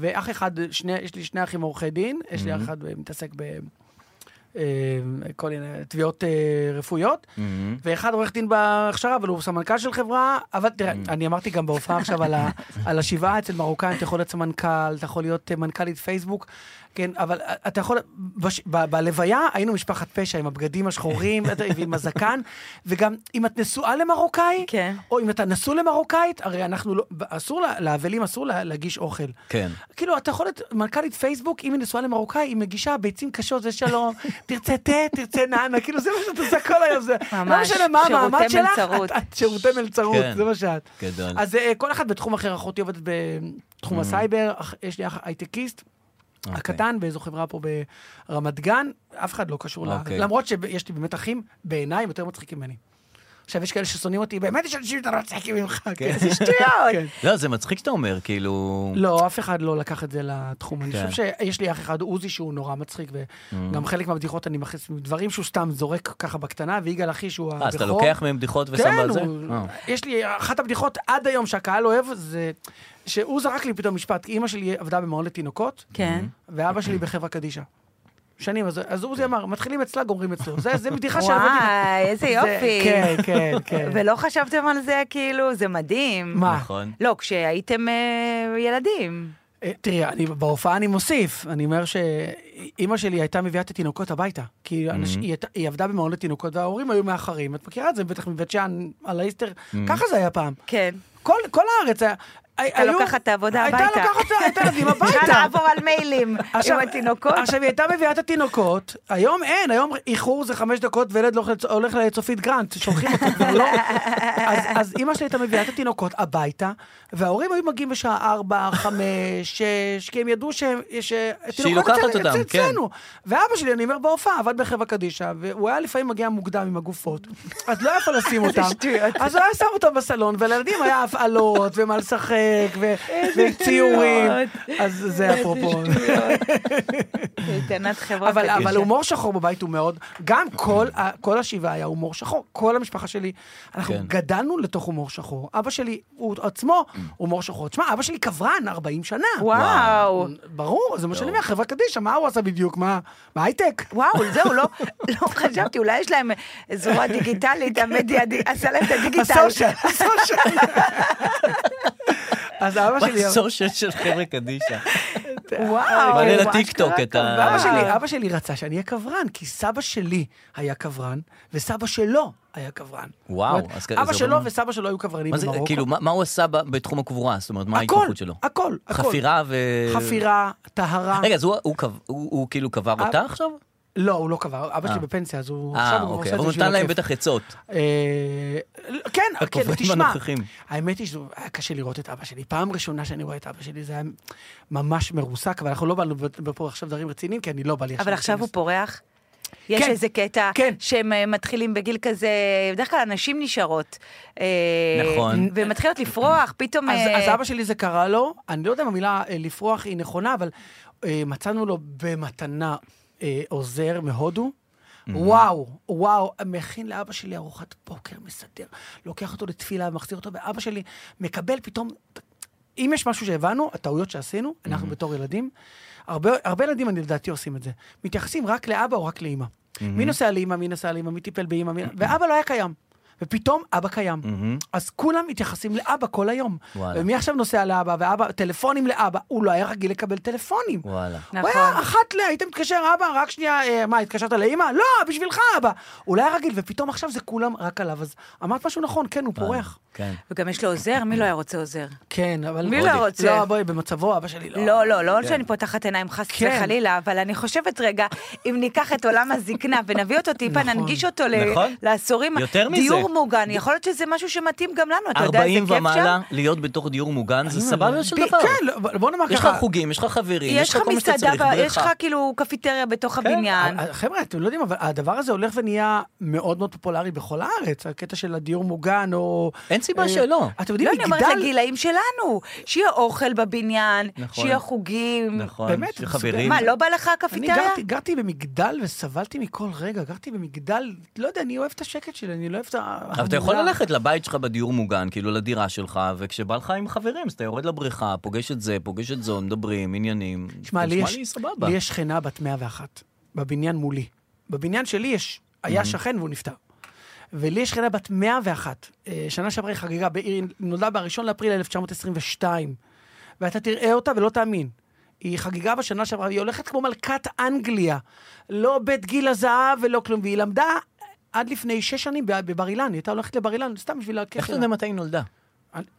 Speaker 4: ואח אחד, שני, יש לי שני אחים עורכי דין, יש
Speaker 2: Mm-hmm.
Speaker 4: לי אח אחד אה, מתעסק ב... אה, כל מיני תביעות אה, רפואיות, ואחד עורך דין בהכשרה, אבל הוא סמנכ"ל של חברה, אבל תראה, אני אמרתי גם בהופעה עכשיו על ה- על השבעה אצל מרוקאים, אתה יכול להיות סמנכ"ל, אתה יכול להיות אה, מנכ"לית פייסבוק, כן, אבל אה, אתה יכול, בש- ב- בלוויה היינו משפחת פשע עם הבגדים השחורים אתה- ועם הזקן, וגם אם את נשואה למרוקאי,
Speaker 3: כן.
Speaker 4: או אם אתה נשוא למרוקאית, הרי אנחנו לא, אסור, לה- לאבלים אסור לה- להגיש אוכל.
Speaker 2: כן.
Speaker 4: כאילו, אתה יכול להיות מנכ"לית פייסבוק, אם היא נשואה למרוקאי, היא מגישה ביצים קשות, זה שלום, תרצה תה, תרצה נאנה, כאילו, זה מה שאת עושה כל היום, זה לא
Speaker 3: ממש,
Speaker 4: משנה מה
Speaker 3: שירותי
Speaker 4: המעמד שלך,
Speaker 3: מלצרות.
Speaker 4: את- את שירותי מלצרות,
Speaker 2: כן.
Speaker 4: זה מה שאת.
Speaker 2: גדול. Mm.
Speaker 4: אז אה, כל אחת בתחום אחר, אחותי עובדת בתחום הסייבר, אח- יש לי אח הייטקיסט.
Speaker 2: אוקיי.
Speaker 4: הקטן באיזו חברה פה ברמת גן, אף אחד לא קשור ל...
Speaker 2: אוקיי.
Speaker 4: למרות שיש לי באמת אחים, בעיניי הם יותר מצחיקים ממני. עכשיו, יש כאלה ששונאים אותי, באמת יש אנשים יותר מצחיקים ממך, כן.
Speaker 3: זה שטויות.
Speaker 4: כן.
Speaker 2: לא, זה מצחיק שאתה אומר, כאילו...
Speaker 4: לא, אף אחד לא לקח את זה לתחום. אני
Speaker 2: כן. Mm.
Speaker 4: חושב שיש לי אח אחד, עוזי, שהוא נורא מצחיק, וגם חלק מהבדיחות אני מכניס מדברים שהוא סתם זורק ככה בקטנה, ויגאל אחי שהוא הבכור.
Speaker 2: אה, אז אתה לוקח מהם בדיחות ושם
Speaker 4: כן,
Speaker 2: על זה?
Speaker 4: הוא-
Speaker 2: אה.
Speaker 4: יש לי, אחת הבדיחות עד היום שהקהל אוהב, זה שהוא זרק לי פתאום משפט, כי אימא שלי עבדה במעון לתינוקות,
Speaker 3: כן.
Speaker 4: ואבא שלי בחברה קדישא. שנים, אז אז עוזי אמר, מתחילים אצלה, גומרים אצלו. זה זה בדיחה שעבדתי.
Speaker 3: וואי, איזה
Speaker 4: זה-
Speaker 3: יופי.
Speaker 4: כן, כן, כן.
Speaker 3: ולא חשבתם על זה, כאילו, זה מדהים.
Speaker 4: מה?
Speaker 2: נכון.
Speaker 3: לא, כשהייתם אה, ילדים.
Speaker 4: אה, תראי, אני, בהופעה אני מוסיף, אני אומר שאימא שלי הייתה מביאה את התינוקות הביתה,
Speaker 2: Mm-hmm.
Speaker 4: כי אנש, היא, הייתה, היא עבדה במעון לתינוקות וההורים היו מאחרים, את מכירה את זה בטח מבית שאן, על האיסטר,
Speaker 2: Mm-hmm.
Speaker 4: ככה זה היה פעם.
Speaker 3: כן.
Speaker 4: כל, כל הארץ היה...
Speaker 3: הייתה לוקחת את העבודה הביתה.
Speaker 4: הייתה לוקחת, הייתה נותנים
Speaker 3: צריכה
Speaker 4: כן, הביתה.
Speaker 3: לעבור על מיילים עם התינוקות.
Speaker 4: עכשיו, היא הייתה מביאה את התינוקות, היום אין, היום איחור זה חמש דקות וילד לא הולך- הולך לצופית גרנט, שולחים אותו כבר לא. אז, אז אימא שלי הייתה מביאה את התינוקות הביתה, וההורים היו מגיעים בשעה ארבע, חמש, שש, כי הם ידעו שהם... שהתינוקות
Speaker 2: לוקחת
Speaker 4: אצל-
Speaker 2: אותם, כן.
Speaker 4: אצלנו. ואבא שלי, אני אומר, בהופעה, עבד בחברה קדישא, והוא היה לפעמים מגיע מוקדם עם הגופות, אז לא היה יכול לשים אותם.
Speaker 3: שטויות.
Speaker 4: אז הוא היה שם אותם בסלון, ולילדים היה הפעלות, ומה לשחק, ו- וציורים. אז זה אפרופו.
Speaker 3: קייטנת חברה
Speaker 4: אבל,
Speaker 3: קדישא.
Speaker 4: אבל הומור שחור בבית הוא מאוד, גם כל, ה- כל השבעה היה הומור שחור, כל המשפחה שלי, אנחנו
Speaker 2: כן.
Speaker 4: גדלנו לתוך הומור שחור. אבא שלי, הוא עצמו הומור שחור. תשמע, אבא שלי קברן 40 שנה.
Speaker 3: וואו.
Speaker 4: ברור, זה מה שאני אומר, חברה קדישא, מה הוא עשה בדיוק? מה, בהייטק?
Speaker 3: וואו, זהו, לא, לא חשבתי, אולי יש להם זרוע דיגיטלית, המדיה, די- עשה להם את הדיגיטל.
Speaker 4: הסושיאל, הסושיאל. אז אבא שלי... כאילו,
Speaker 2: בסושיאל של חבר'ה קדישא.
Speaker 3: וואו. כאילו,
Speaker 2: מעלה
Speaker 3: מה
Speaker 2: לטיקטוק
Speaker 3: שקרה
Speaker 2: את
Speaker 3: כאן.
Speaker 2: ה-
Speaker 4: ואבא
Speaker 2: אה.
Speaker 4: שלי, אבא שלי רצה שאני אהיה קברן, כי סבא שלי היה קברן, וסבא שלו היה קברן.
Speaker 2: וואו,
Speaker 4: זאת אומרת,
Speaker 2: אז כ- זה
Speaker 4: אבא
Speaker 2: אומר-
Speaker 4: שלו וסבא שלו היו קברנים
Speaker 2: מה זה,
Speaker 4: במרוקו.
Speaker 2: כאילו, מה מה הוא עשה ב- בתחום הקבורה? זאת אומרת, מה
Speaker 4: הכל,
Speaker 2: ההתמחות שלו?
Speaker 4: הכל, הכל.
Speaker 2: חפירה ו...
Speaker 4: חפירה, טהרה.
Speaker 2: רגע, אז הוא- הוא קב- הוא הוא כאילו קבר אותה עכשיו?
Speaker 4: לא, הוא לא קבר, אבא
Speaker 2: אה.
Speaker 4: שלי בפנסיה, אז הוא עכשיו
Speaker 2: אה,
Speaker 4: הוא כבר
Speaker 2: אוקיי,
Speaker 4: עושה את
Speaker 2: אבל
Speaker 4: זה
Speaker 2: הוא נתן
Speaker 4: בשביל
Speaker 2: להם
Speaker 4: הכיף.
Speaker 2: בטח עצות.
Speaker 4: אה, לא, כן, כן,
Speaker 2: הקרובים
Speaker 4: תשמע,
Speaker 2: הנוכחים.
Speaker 4: האמת היא שזה היה קשה לראות את אבא שלי. פעם ראשונה שאני רואה את אבא שלי, זה היה ממש מרוסק, אבל אנחנו לא באנו פה עכשיו דברים רציניים, כי אני לא בא לי עכשיו...
Speaker 3: אבל עכשיו הוא
Speaker 4: להיכנס.
Speaker 3: פורח. יש
Speaker 4: כן,
Speaker 3: איזה קטע
Speaker 4: כן.
Speaker 3: שהם אה, מתחילים בגיל כזה, בדרך כלל הנשים נשארות. אה,
Speaker 2: נכון.
Speaker 3: ומתחילות לפרוח, פתאום...
Speaker 4: אז,
Speaker 3: אה,
Speaker 4: אז אבא שלי זה קרה לו, אני לא יודע אם המילה אה, לפרוח היא נכונה, אבל אה, מצאנו לו במתנה אה, עוזר מהודו. וואו, וואו, מכין לאבא שלי ארוחת בוקר, מסדר, לוקח אותו לתפילה, מחזיר אותו, ואבא שלי מקבל פתאום... אם יש משהו שהבנו, הטעויות שעשינו, אנחנו בתור ילדים, הרבה, הרבה ילדים, אני לדעתי, עושים את זה. מתייחסים רק לאבא או רק לאימא. מי נוסע לאימא, מי נסע לאימא, מי טיפל באימא, מי... ואבא לא היה קיים. ופתאום אבא קיים. אז כולם מתייחסים לאבא כל היום.
Speaker 2: וואלה.
Speaker 4: ומי עכשיו נוסע לאבא, ואבא, טלפונים לאבא, הוא לא היה רגיל לקבל טלפונים.
Speaker 2: וואלה.
Speaker 4: הוא היה
Speaker 3: נכון.
Speaker 4: אחת ל... היית מתקשר, אבא, רק שנייה, אה, מה, התקשרת לאימא? לא, בשבילך, אבא. הוא לא היה רגיל, ופתאום עכשיו זה כולם רק עליו. אז אמרת משהו נכון, כן, הוא פורח.
Speaker 2: כן.
Speaker 3: וגם יש לו עוזר, מי לא היה רוצה עוזר?
Speaker 4: כן, אבל...
Speaker 3: מי לא רוצה?
Speaker 4: לא, בואי, במצבו, אבא שלי לא.
Speaker 3: לא, לא, לא שאני פותחת עיניים חס
Speaker 4: כן.
Speaker 3: וחלילה, אבל אני חושבת רגע, אם ניקח את עולם הזקנה ונביא אותו טיפה,
Speaker 4: נכון.
Speaker 3: ננגיש אותו ל-
Speaker 2: נכון.
Speaker 3: לעשורים,
Speaker 2: יותר מזה.
Speaker 3: דיור מוגן, יכול להיות שזה משהו שמתאים גם לנו, אתה יודע, איזה
Speaker 2: 40
Speaker 3: כיף שם.
Speaker 2: ומעלה, להיות בתוך דיור מוגן, זה סבבה של
Speaker 4: ב-
Speaker 2: דבר.
Speaker 4: כן, אה, לא, ב- בוא נאמר ככה.
Speaker 2: יש לך חוגים, יש לך חברים,
Speaker 3: יש לך
Speaker 2: כל מה שאתה
Speaker 3: מסעדה,
Speaker 2: צריך,
Speaker 3: ב-
Speaker 2: בלי
Speaker 3: יש לך כאילו קפיטריה בתוך
Speaker 2: כן,
Speaker 3: הבניין.
Speaker 4: אבל- חבר'ה, אתם לא יודעים, אבל הדבר הזה הולך ונהיה מאוד מאוד פופולרי בכל הארץ, הקטע של הדיור מוגן, או...
Speaker 2: אין סיבה
Speaker 4: אה,
Speaker 2: שלא.
Speaker 4: אתם יודעים,
Speaker 3: לא, אני אומרת
Speaker 4: מגדל...
Speaker 3: לגילאים שלנו, שיהיה אוכל בבניין,
Speaker 2: נכון.
Speaker 3: שיהיה חוגים.
Speaker 2: נכון,
Speaker 4: באמת,
Speaker 2: של חברים.
Speaker 3: מה, לא בא לך
Speaker 4: אני
Speaker 3: הקפיטריה?
Speaker 4: גרתי, גרתי במגדל וסבלתי מכל רגע, גרתי במגדל, לא יודע, אני אוהב את השקט שלי, אני לא אוהב את ה...
Speaker 2: אבל אתה יכול
Speaker 4: ההמולה.
Speaker 2: ללכת לבית שלך בדיור מוגן, כאילו לדירה שלך, וכשבא לך עם חברים, אז אתה יורד לבריכה, פוגש את זה, פוגש את זו, מדברים, עניינים.
Speaker 4: שמע, לי
Speaker 2: נשמע לי
Speaker 4: יש,
Speaker 2: סבבה.
Speaker 4: לי יש שכנה בת 101, בבניין מולי. בבניין שלי יש, היה שכן והוא נפטר. ולי יש שכנה בת 101. אה, שנה שעברה היא חגגה בעיר, היא נולדה ב-1 לאפריל 1922. ואתה תראה אותה ולא תאמין. היא חגגה בשנה שעברה, היא הולכת כמו מלכת אנגליה. לא בית גיל הזהב ולא כלום, והיא למדה עד לפני שש שנים ב- בבר אילן, היא הייתה הולכת לבר אילן, סתם בשביל הכיף
Speaker 2: איך אתה
Speaker 4: שלה.
Speaker 2: יודע מתי היא נולדה?
Speaker 4: כן,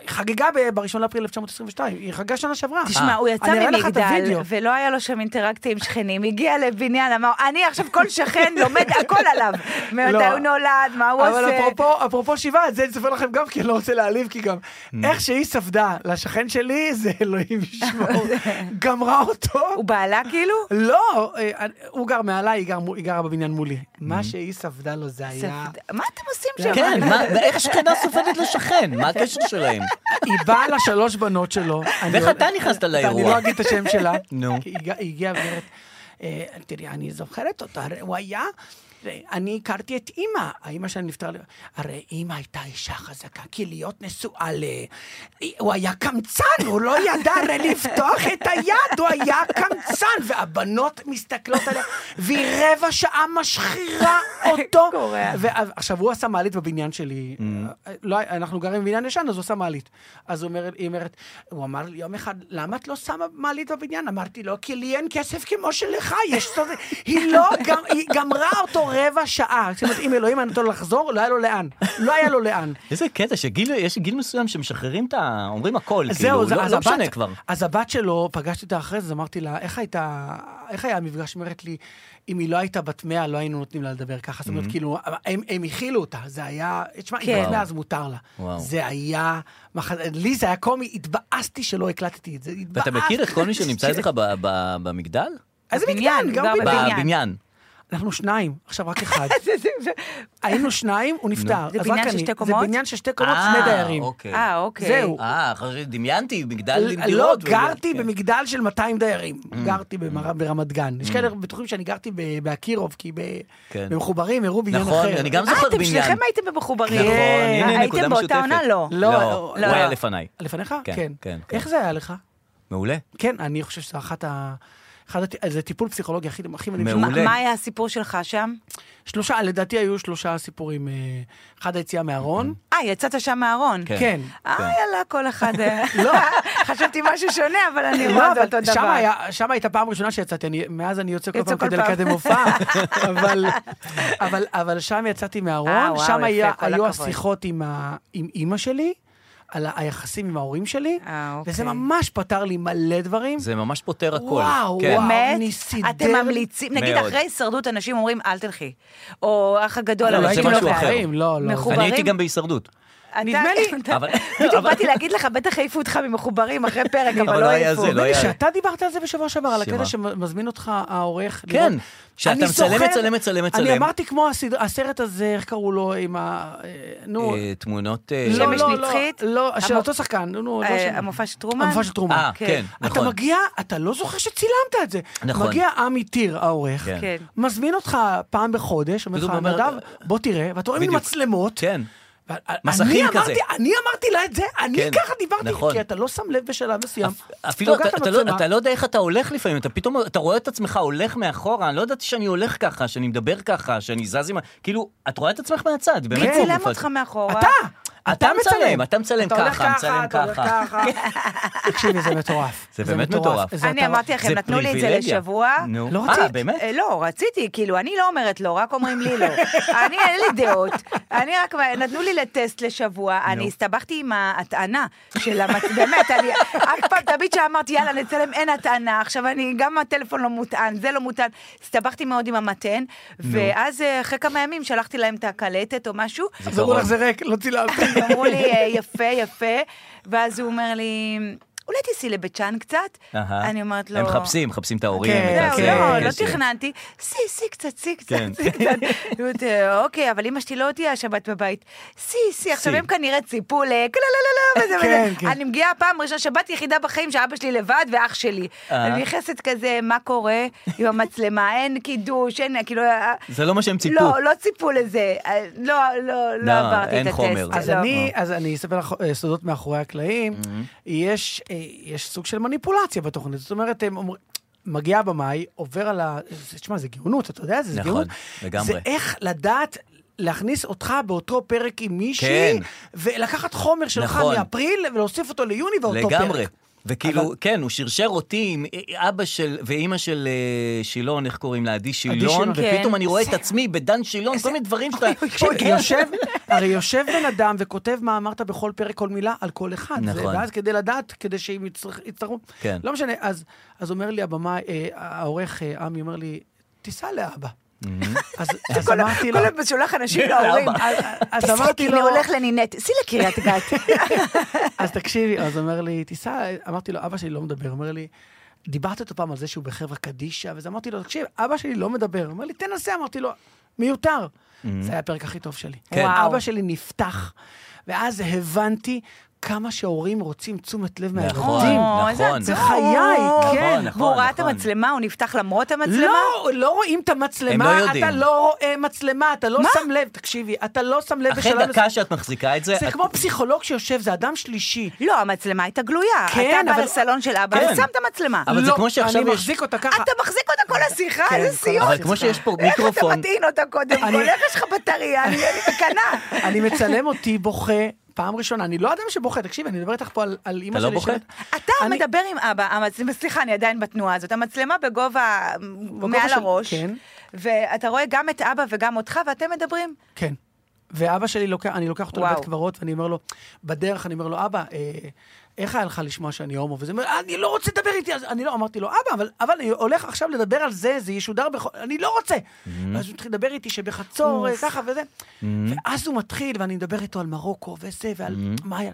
Speaker 4: היא חגגה ב-1 לאפריל 1922, היא חגגה שנה שעברה.
Speaker 3: תשמע, הוא יצא
Speaker 4: אה, אני אראה לך את
Speaker 3: ממגדל,
Speaker 4: הוידאו.
Speaker 3: ולא היה לו שם אינטראקציה עם שכנים, הגיע לבניין, אמר, אני עכשיו כל שכן לומד הכל עליו. מתי הוא נולד, מה הוא
Speaker 4: אבל
Speaker 3: עושה.
Speaker 4: אפרופו, אפרופו שבעה, את זה אני אספר לכם גם, כי אני לא רוצה להעליב, כי גם איך שהיא ספדה לשכן שלי, זה אלוהים ישמעו. גמרה אותו.
Speaker 3: הוא בעלה כאילו?
Speaker 4: לא, אה, הוא גר מעליי, היא גר מו- היא גרה בבניין מולי. מה שהיא ספדה לו זה היה...
Speaker 3: מה אתם עושים שם?
Speaker 2: כן, מה- איך שכנה סופדת לשכן? מה הקשר שלהם?
Speaker 4: היא באה לשלוש בנות שלו. אני
Speaker 2: ואיך
Speaker 4: לא-
Speaker 2: אתה נכנסת
Speaker 4: אני
Speaker 2: לאירוע?
Speaker 4: לא אגיד את השם שלה.
Speaker 2: נו.
Speaker 4: כי היא הג- היא הגיעה ואומרת, "אה, תראי, אני זוכרת אותו, הרי הוא היה... אני הכרתי את אימא, האימא שלה נפטרה, לי- הרי אימא הייתה אישה חזקה, כי להיות נשואה ל... הוא היה קמצן, הוא לא ידע הרי לפתוח את היד, הוא היה קמצן, והבנות מסתכלות עליה, והיא רבע שעה משחירה אותו.
Speaker 3: קורע.
Speaker 4: ועכשיו, הוא עשה מעלית בבניין שלי. אה, לא, אנחנו גרים בבניין ישן, אז הוא עשה מעלית. אז הוא אומר- היא אומרת, הוא אמר לי יום אחד, למה את לא שמה מעלית בבניין? אמרתי לו, כי לי אין כסף כמו שלך, יש... סוד." היא לא, גם- היא גמרה אותו רבע שעה. זאת אומרת, אם אלוהים היה נותן לו לחזור, לא היה לו לאן. לא היה לו לאן.
Speaker 2: איזה קטע, שיש גיל מסוים שמשחררים את ה... אומרים הכל,
Speaker 4: אז
Speaker 2: כאילו,
Speaker 4: זה-
Speaker 2: לא
Speaker 4: אז
Speaker 2: לא
Speaker 4: הבת-
Speaker 2: משנה כבר.
Speaker 4: אז הבת שלו, פגשתי אותה אחרי זה, אז אמרתי לה, איך הייתה, איך היה המפגש? היא אומרת לי, אם היא לא הייתה בת 100, לא היינו נותנים לה לדבר ככה. זאת
Speaker 2: Mm-hmm.
Speaker 4: אומרת, כאילו, הם הם הכילו אותה, זה היה, תשמע, היא
Speaker 3: כן.
Speaker 4: בת 100 אז מותר לה.
Speaker 2: וואו.
Speaker 4: זה היה, מח- לי זה היה קומי, התבאסתי שלא הקלטתי את זה.
Speaker 2: ואתה
Speaker 4: התבאסתי.
Speaker 2: מכיר את כל מי שנמצא אצלך ב- ב- במגדל?
Speaker 4: איזה
Speaker 3: בבניין,
Speaker 4: מגדל? כן, גם
Speaker 3: הוא גר
Speaker 4: בבניין.
Speaker 3: בבניין.
Speaker 2: בבניין.
Speaker 4: אנחנו שניים, עכשיו רק אחד. היינו שניים, הוא נפטר.
Speaker 3: זה
Speaker 4: אז
Speaker 3: בניין
Speaker 4: רק
Speaker 3: של
Speaker 4: אני.
Speaker 3: שתי קומות?
Speaker 4: זה בניין של שתי קומות, שני דיירים.
Speaker 2: אוקיי.
Speaker 3: אה, אוקיי.
Speaker 4: זהו.
Speaker 2: אה, אחרי שדמיינתי מגדל עם
Speaker 4: לא,
Speaker 2: דירות. ו-
Speaker 4: גרתי
Speaker 2: כן. Mm.
Speaker 4: במגדל של 200 דיירים. גרתי במר- ברמת גן. יש כאלה בטוחים שאני גרתי ב- באקירוב, כי ב-
Speaker 2: כן.
Speaker 4: במחוברים הראו בניין אחר.
Speaker 2: נכון, אני גם
Speaker 4: לא
Speaker 3: אה,
Speaker 2: זוכר
Speaker 3: אתם
Speaker 2: בניין.
Speaker 3: שניכם הייתם במחוברים. אה,
Speaker 2: נכון,
Speaker 4: כן.
Speaker 2: הנה נקודה
Speaker 3: הייתם
Speaker 2: משותפת.
Speaker 3: באותה עונה? לא.
Speaker 4: לא,
Speaker 2: לא,
Speaker 4: לא.
Speaker 2: הוא היה לפניי.
Speaker 4: לפניך?
Speaker 2: כן, כן, כן.
Speaker 4: איך זה היה לך?
Speaker 2: מעולה.
Speaker 4: כן, אני חושב שזה אחת ה... אחד הט- זה טיפול פסיכולוגי הכי הכי מדהים.
Speaker 2: מעולה.
Speaker 4: שלנו.
Speaker 3: מה- מה היה הסיפור שלך שם?
Speaker 4: שלושה, לדעתי היו שלושה סיפורים. אה, אחד היציאה מהארון.
Speaker 3: אה, יצאת שם מהארון.
Speaker 2: כן.
Speaker 4: כן.
Speaker 3: אה, יאללה, כל אחד... לא. חשבתי משהו שונה, אבל אני
Speaker 4: לא,
Speaker 3: רואה את כאילו, זה
Speaker 4: אבל
Speaker 3: אותו
Speaker 4: שם
Speaker 3: דבר.
Speaker 4: היה- שם הייתה פעם ראשונה שיצאתי, אני- מאז אני יוצא כל
Speaker 3: יוצא
Speaker 4: פעם
Speaker 3: כל
Speaker 4: כדי
Speaker 3: פעם.
Speaker 4: לקדם הופעה, אבל- אבל- אבל שם יצאתי
Speaker 3: אה,
Speaker 4: מהארון,
Speaker 3: וואו,
Speaker 4: שם
Speaker 3: יפה,
Speaker 4: היה-
Speaker 3: כל
Speaker 4: היו
Speaker 3: הכבוד.
Speaker 4: השיחות עם ה- עם אימא שלי, על ה- היחסים עם ההורים שלי,
Speaker 3: אה, אוקיי.
Speaker 4: וזה ממש פתר לי מלא דברים.
Speaker 2: זה ממש פותר הכל.
Speaker 4: וואו,
Speaker 2: כן.
Speaker 4: וואו.
Speaker 3: באמת?
Speaker 4: אני סידר-
Speaker 3: אתם ממליצים, נגיד
Speaker 2: מאוד.
Speaker 3: אחרי הישרדות אנשים אומרים אל תלכי, או האח הגדול,
Speaker 2: לא,
Speaker 3: אבל
Speaker 2: זה
Speaker 3: אתם לא
Speaker 2: משהו אחר.
Speaker 3: חייבים.
Speaker 4: חיים, לא, לא.
Speaker 3: מחוברים?
Speaker 2: אני הייתי גם בהישרדות.
Speaker 3: אתה-
Speaker 4: נדמה לי-
Speaker 3: אתה-
Speaker 2: אבל-
Speaker 3: בדיוק
Speaker 2: אבל-
Speaker 3: באתי להגיד לך, בטח העיפו אותך ממחוברים אחרי פרק,
Speaker 2: אבל
Speaker 3: אבל
Speaker 2: לא
Speaker 3: לא
Speaker 2: היה
Speaker 3: העיפו.
Speaker 2: זה, לא
Speaker 4: נדמה לי
Speaker 2: היה-
Speaker 4: שאתה דיברת על זה בשבוע שעבר, על
Speaker 2: שמה?
Speaker 4: הקטע שמזמין אותך העורך.
Speaker 2: כן,
Speaker 4: לראות.
Speaker 2: שאתה
Speaker 4: אני
Speaker 2: מצלם,
Speaker 4: זוכר-
Speaker 2: מצלם, מצלם, מצלם.
Speaker 4: אני אמרתי כמו הסד- הסרט הזה, איך קראו לו, עם ה... אה, נו,
Speaker 2: אה, תמונות... אה,
Speaker 4: לא,
Speaker 3: שמש
Speaker 4: לא, לא,
Speaker 3: נצחית?
Speaker 4: לא, של
Speaker 3: המו-
Speaker 4: אותו שחקן, נו, נו, לא
Speaker 3: אה,
Speaker 4: שם.
Speaker 3: המופע של טרומן?
Speaker 4: המופע של טרומן.
Speaker 2: אה, כן,
Speaker 4: אתה
Speaker 2: נכון.
Speaker 4: מגיע, אתה לא זוכר שצילמת את זה.
Speaker 2: נכון.
Speaker 4: מגיע עמי טיר, העורך,
Speaker 2: כן.
Speaker 3: כן.
Speaker 4: מזמין אותך פעם בחודש, אומר לך,
Speaker 2: בדיוק, אומר-
Speaker 4: נדב, בוא תראה, ואתה רואה מין
Speaker 2: בדיוק.
Speaker 4: מצלמות.
Speaker 2: כן.
Speaker 4: ו-
Speaker 2: מסכים
Speaker 4: אני
Speaker 2: כזה.
Speaker 4: אמרתי- אני אמרתי לה את זה, אני
Speaker 2: כן,
Speaker 4: ככה דיברתי,
Speaker 2: נכון.
Speaker 4: כי אתה לא שם לב בשלב מסוים.
Speaker 2: אפילו
Speaker 4: אתה
Speaker 2: אתה,
Speaker 4: לוקח את
Speaker 2: אתה, לא,
Speaker 4: המצלמה.
Speaker 2: אתה לא יודע איך אתה הולך לפעמים, אתה פתאום, אתה רואה את עצמך הולך מאחורה, אני לא ידעתי שאני הולך ככה, שאני מדבר ככה, שאני זז עם ה... כאילו, את רואה את עצמך מהצד, באמת.
Speaker 4: כן.
Speaker 3: מי צילם
Speaker 2: מופע.
Speaker 3: אותך מאחורה?
Speaker 4: אתה!
Speaker 2: אתה מצלם, אתה מצלם
Speaker 4: הולך
Speaker 2: ככה, מצלם
Speaker 4: אתה הולך
Speaker 2: ככה.
Speaker 4: תקשיבי, זה מטורף.
Speaker 2: זה באמת מטורף.
Speaker 4: זה
Speaker 3: אני
Speaker 4: אתה-
Speaker 3: אמרתי לכם,
Speaker 2: זה
Speaker 3: נתנו לי את זה
Speaker 2: פריבילגיה.
Speaker 3: לשבוע.
Speaker 2: נו.
Speaker 4: לא
Speaker 2: אה,
Speaker 4: רצית?
Speaker 2: באמת?
Speaker 3: אה, לא, רציתי, כאילו, אני לא אומרת לא, רק אומרים לי לא. אני, אין לי דעות. אני רק, נתנו לי לטסט לשבוע, אני הסתבכתי עם ההטענה של המצ... באמת, אני אף פעם, תמיד שאמרתי, יאללה, נצלם, אין הטענה. עכשיו, אני, גם הטלפון לא מוטען, זה לא מוטען. הסתבכתי מאוד עם המתן, ואז אה, אחרי כמה ימים שלחתי להם את הקלטת או משהו,
Speaker 4: אז אמרו
Speaker 2: נכון.
Speaker 4: לך, זה ריק, לא צילמתי.
Speaker 3: אז אמרו לי, "אה, יפה, יפה, ואז הוא אומר לי... אולי תיסעי לבית שאן קצת?
Speaker 2: אהה.
Speaker 3: אה, אני אומרת "לא." לו...
Speaker 2: הם מחפשים, מחפשים את ההורים.
Speaker 4: כן,
Speaker 2: את
Speaker 3: זהו,
Speaker 2: הזה,
Speaker 3: לא,
Speaker 2: את
Speaker 3: לא
Speaker 2: הקשר.
Speaker 3: תכננתי. סי, סי קצת, סי קצת,
Speaker 2: כן.
Speaker 3: סי קצת. אני אומרת, "אה, אוקיי, אבל אמא שלי לא תהיה השבת בבית. סי, סי, עכשיו הם כנראה ציפו ל... "כן, לא, כלה, לה, לה, לה, וזה
Speaker 4: כן, כן.
Speaker 3: וזה. אני מגיעה פעם ראשונה, שבת יחידה בחיים שאבא שלי לבד ואח שלי.
Speaker 2: אה.
Speaker 3: אני נכנסת כזה, מה קורה עם המצלמה? אין קידוש, אין, כאילו... אה,
Speaker 2: זה לא מה שהם ציפו.
Speaker 3: לא, לא ציפו לזה. אה, לא, לא, לא
Speaker 2: לא,
Speaker 3: עברתי את
Speaker 2: אין
Speaker 3: הטסט.
Speaker 2: חומר.
Speaker 4: אז
Speaker 3: לא.
Speaker 4: אני, אז אני אספר לך אה, סודות מאחורי הקלעים.
Speaker 2: Mm-hmm.
Speaker 4: יש, אה, יש סוג של מניפולציה בתוכנית. זאת אומרת, הם אומרים... מגיע הבמאי, עובר על ה... זה- תשמע, זה גאונות, אתה יודע, זה זה
Speaker 2: נכון,
Speaker 4: גאונות.
Speaker 2: לגמרי.
Speaker 4: זה איך לדעת להכניס אותך באותו פרק עם מישהי,
Speaker 2: כן.
Speaker 4: ולקחת חומר שלך
Speaker 2: נכון.
Speaker 4: מאפריל, ולהוסיף אותו ליוני ואותו פרק.
Speaker 2: לגמרי. וכאילו,
Speaker 4: לא, אבל-
Speaker 2: אבל... כן, הוא שרשר אותי עם אה, אבא של, ואימא של אה, שילון, איך קוראים לה? עדי
Speaker 4: שילון,
Speaker 2: שילון,
Speaker 3: כן.
Speaker 2: ופתאום אני רואה את עצמי בדן שילון, כל מיני דברים שאתה...
Speaker 4: תקשיב, יושב, הרי יושב בן אדם וכותב מה אמרת בכל פרק, כל מילה, על כל אחד. זה-
Speaker 2: נכון.
Speaker 4: ואז כדי לדעת, כדי שאם יצטרך- יצטרכו...
Speaker 2: כן.
Speaker 4: לא משנה, אז אז אומר לי הבמה, אה, העורך אה, עמי אומר לי, תיסע לאבא. אז אז
Speaker 3: כל ה-
Speaker 4: אמרתי לו...
Speaker 3: כל הזמן שולח אנשים להורים.
Speaker 4: אז- אז אמרתי
Speaker 3: תסתכלי,
Speaker 4: לו...
Speaker 3: אני הולך לנינט, כאילו, סי לקריית גת.
Speaker 4: אז תקשיבי, אז אומר לי, תיסע, אמרתי לו, אבא שלי לא מדבר, אומר לי, דיברת איתו פעם על זה שהוא בחברה קדישא, וזה אמרתי לו, תקשיב, אבא שלי לא מדבר. הוא אומר לי, תנסה, אמרתי לו, מיותר.
Speaker 2: Mm-hmm.
Speaker 4: זה היה הפרק הכי טוב שלי.
Speaker 3: כן. וואו.
Speaker 4: אבא שלי נפתח, ואז הבנתי כמה שהורים רוצים תשומת לב
Speaker 2: נכון,
Speaker 4: מהילדים.
Speaker 3: או, איזה
Speaker 2: נכון.
Speaker 3: עצוב.
Speaker 4: בחיי, כן.
Speaker 2: נכון, נכון,
Speaker 3: והוא ראה את
Speaker 2: נכון.
Speaker 3: המצלמה, הוא נפתח למרות המצלמה?
Speaker 4: לא, לא רואים את המצלמה,
Speaker 2: הם לא יודעים.
Speaker 4: אתה לא רואה מצלמה, אתה לא
Speaker 3: מה?
Speaker 4: שם לב, תקשיבי, אתה לא שם לב
Speaker 2: אחרי
Speaker 4: בשלב
Speaker 2: דקה
Speaker 4: מסוים.
Speaker 2: שאת מחזיקה את זה,
Speaker 4: זה
Speaker 2: את-
Speaker 4: כמו פסיכולוג שיושב, זה אדם שלישי.
Speaker 3: לא, המצלמה הייתה גלויה.
Speaker 4: כן,
Speaker 3: אתה בא
Speaker 4: אבל-
Speaker 3: לסלון של אבא
Speaker 2: כן.
Speaker 3: ושם את המצלמה.
Speaker 2: אבל זה
Speaker 4: לא,
Speaker 2: כמו שעכשיו
Speaker 4: אני
Speaker 2: יש-
Speaker 4: מחזיק אותה ככה.
Speaker 3: אתה מחזיק אותה כל השיחה,
Speaker 4: כן,
Speaker 3: איזה
Speaker 4: כל
Speaker 3: סיוט.
Speaker 2: אבל כמו שיש פה
Speaker 3: איך אתה
Speaker 2: מיקרופון,
Speaker 3: מטעין אותה קודם
Speaker 4: אני-
Speaker 3: כל? איך יש לך בטריה? אני אני מקנאה.
Speaker 4: אני מצלם אותי בוכה. פעם ראשונה, אני לא אדם שבוכה, תקשיב, אני מדבר איתך פה על, על אימא
Speaker 2: אתה לא
Speaker 4: שלי.
Speaker 2: בוכה?
Speaker 4: ש-
Speaker 3: אתה
Speaker 4: אני-
Speaker 3: מדבר עם אבא, המצלמה, סליחה, אני עדיין בתנועה הזאת, המצלמה בגובה מעל
Speaker 4: של-
Speaker 3: הראש,
Speaker 4: כן.
Speaker 3: ואתה רואה גם את אבא וגם אותך, ואתם מדברים.
Speaker 4: כן. ואבא שלי, לוקח, אני לוקח אותו
Speaker 3: וואו.
Speaker 4: לבית קברות, ואני אומר לו, בדרך אני אומר לו, אבא, אה, איך היה לך לשמוע שאני הומו? וזה אומר, אני לא רוצה לדבר איתי, אז אני לא, אמרתי לו, אבא, אבל, אבל אני הולך עכשיו לדבר על זה, זה ישודר בכל, אני לא רוצה. אז הוא מתחיל לדבר איתי שבחצור, אה, ככה וזה. ואז הוא מתחיל, ואני מדבר איתו על מרוקו, וזה, ועל מאיה,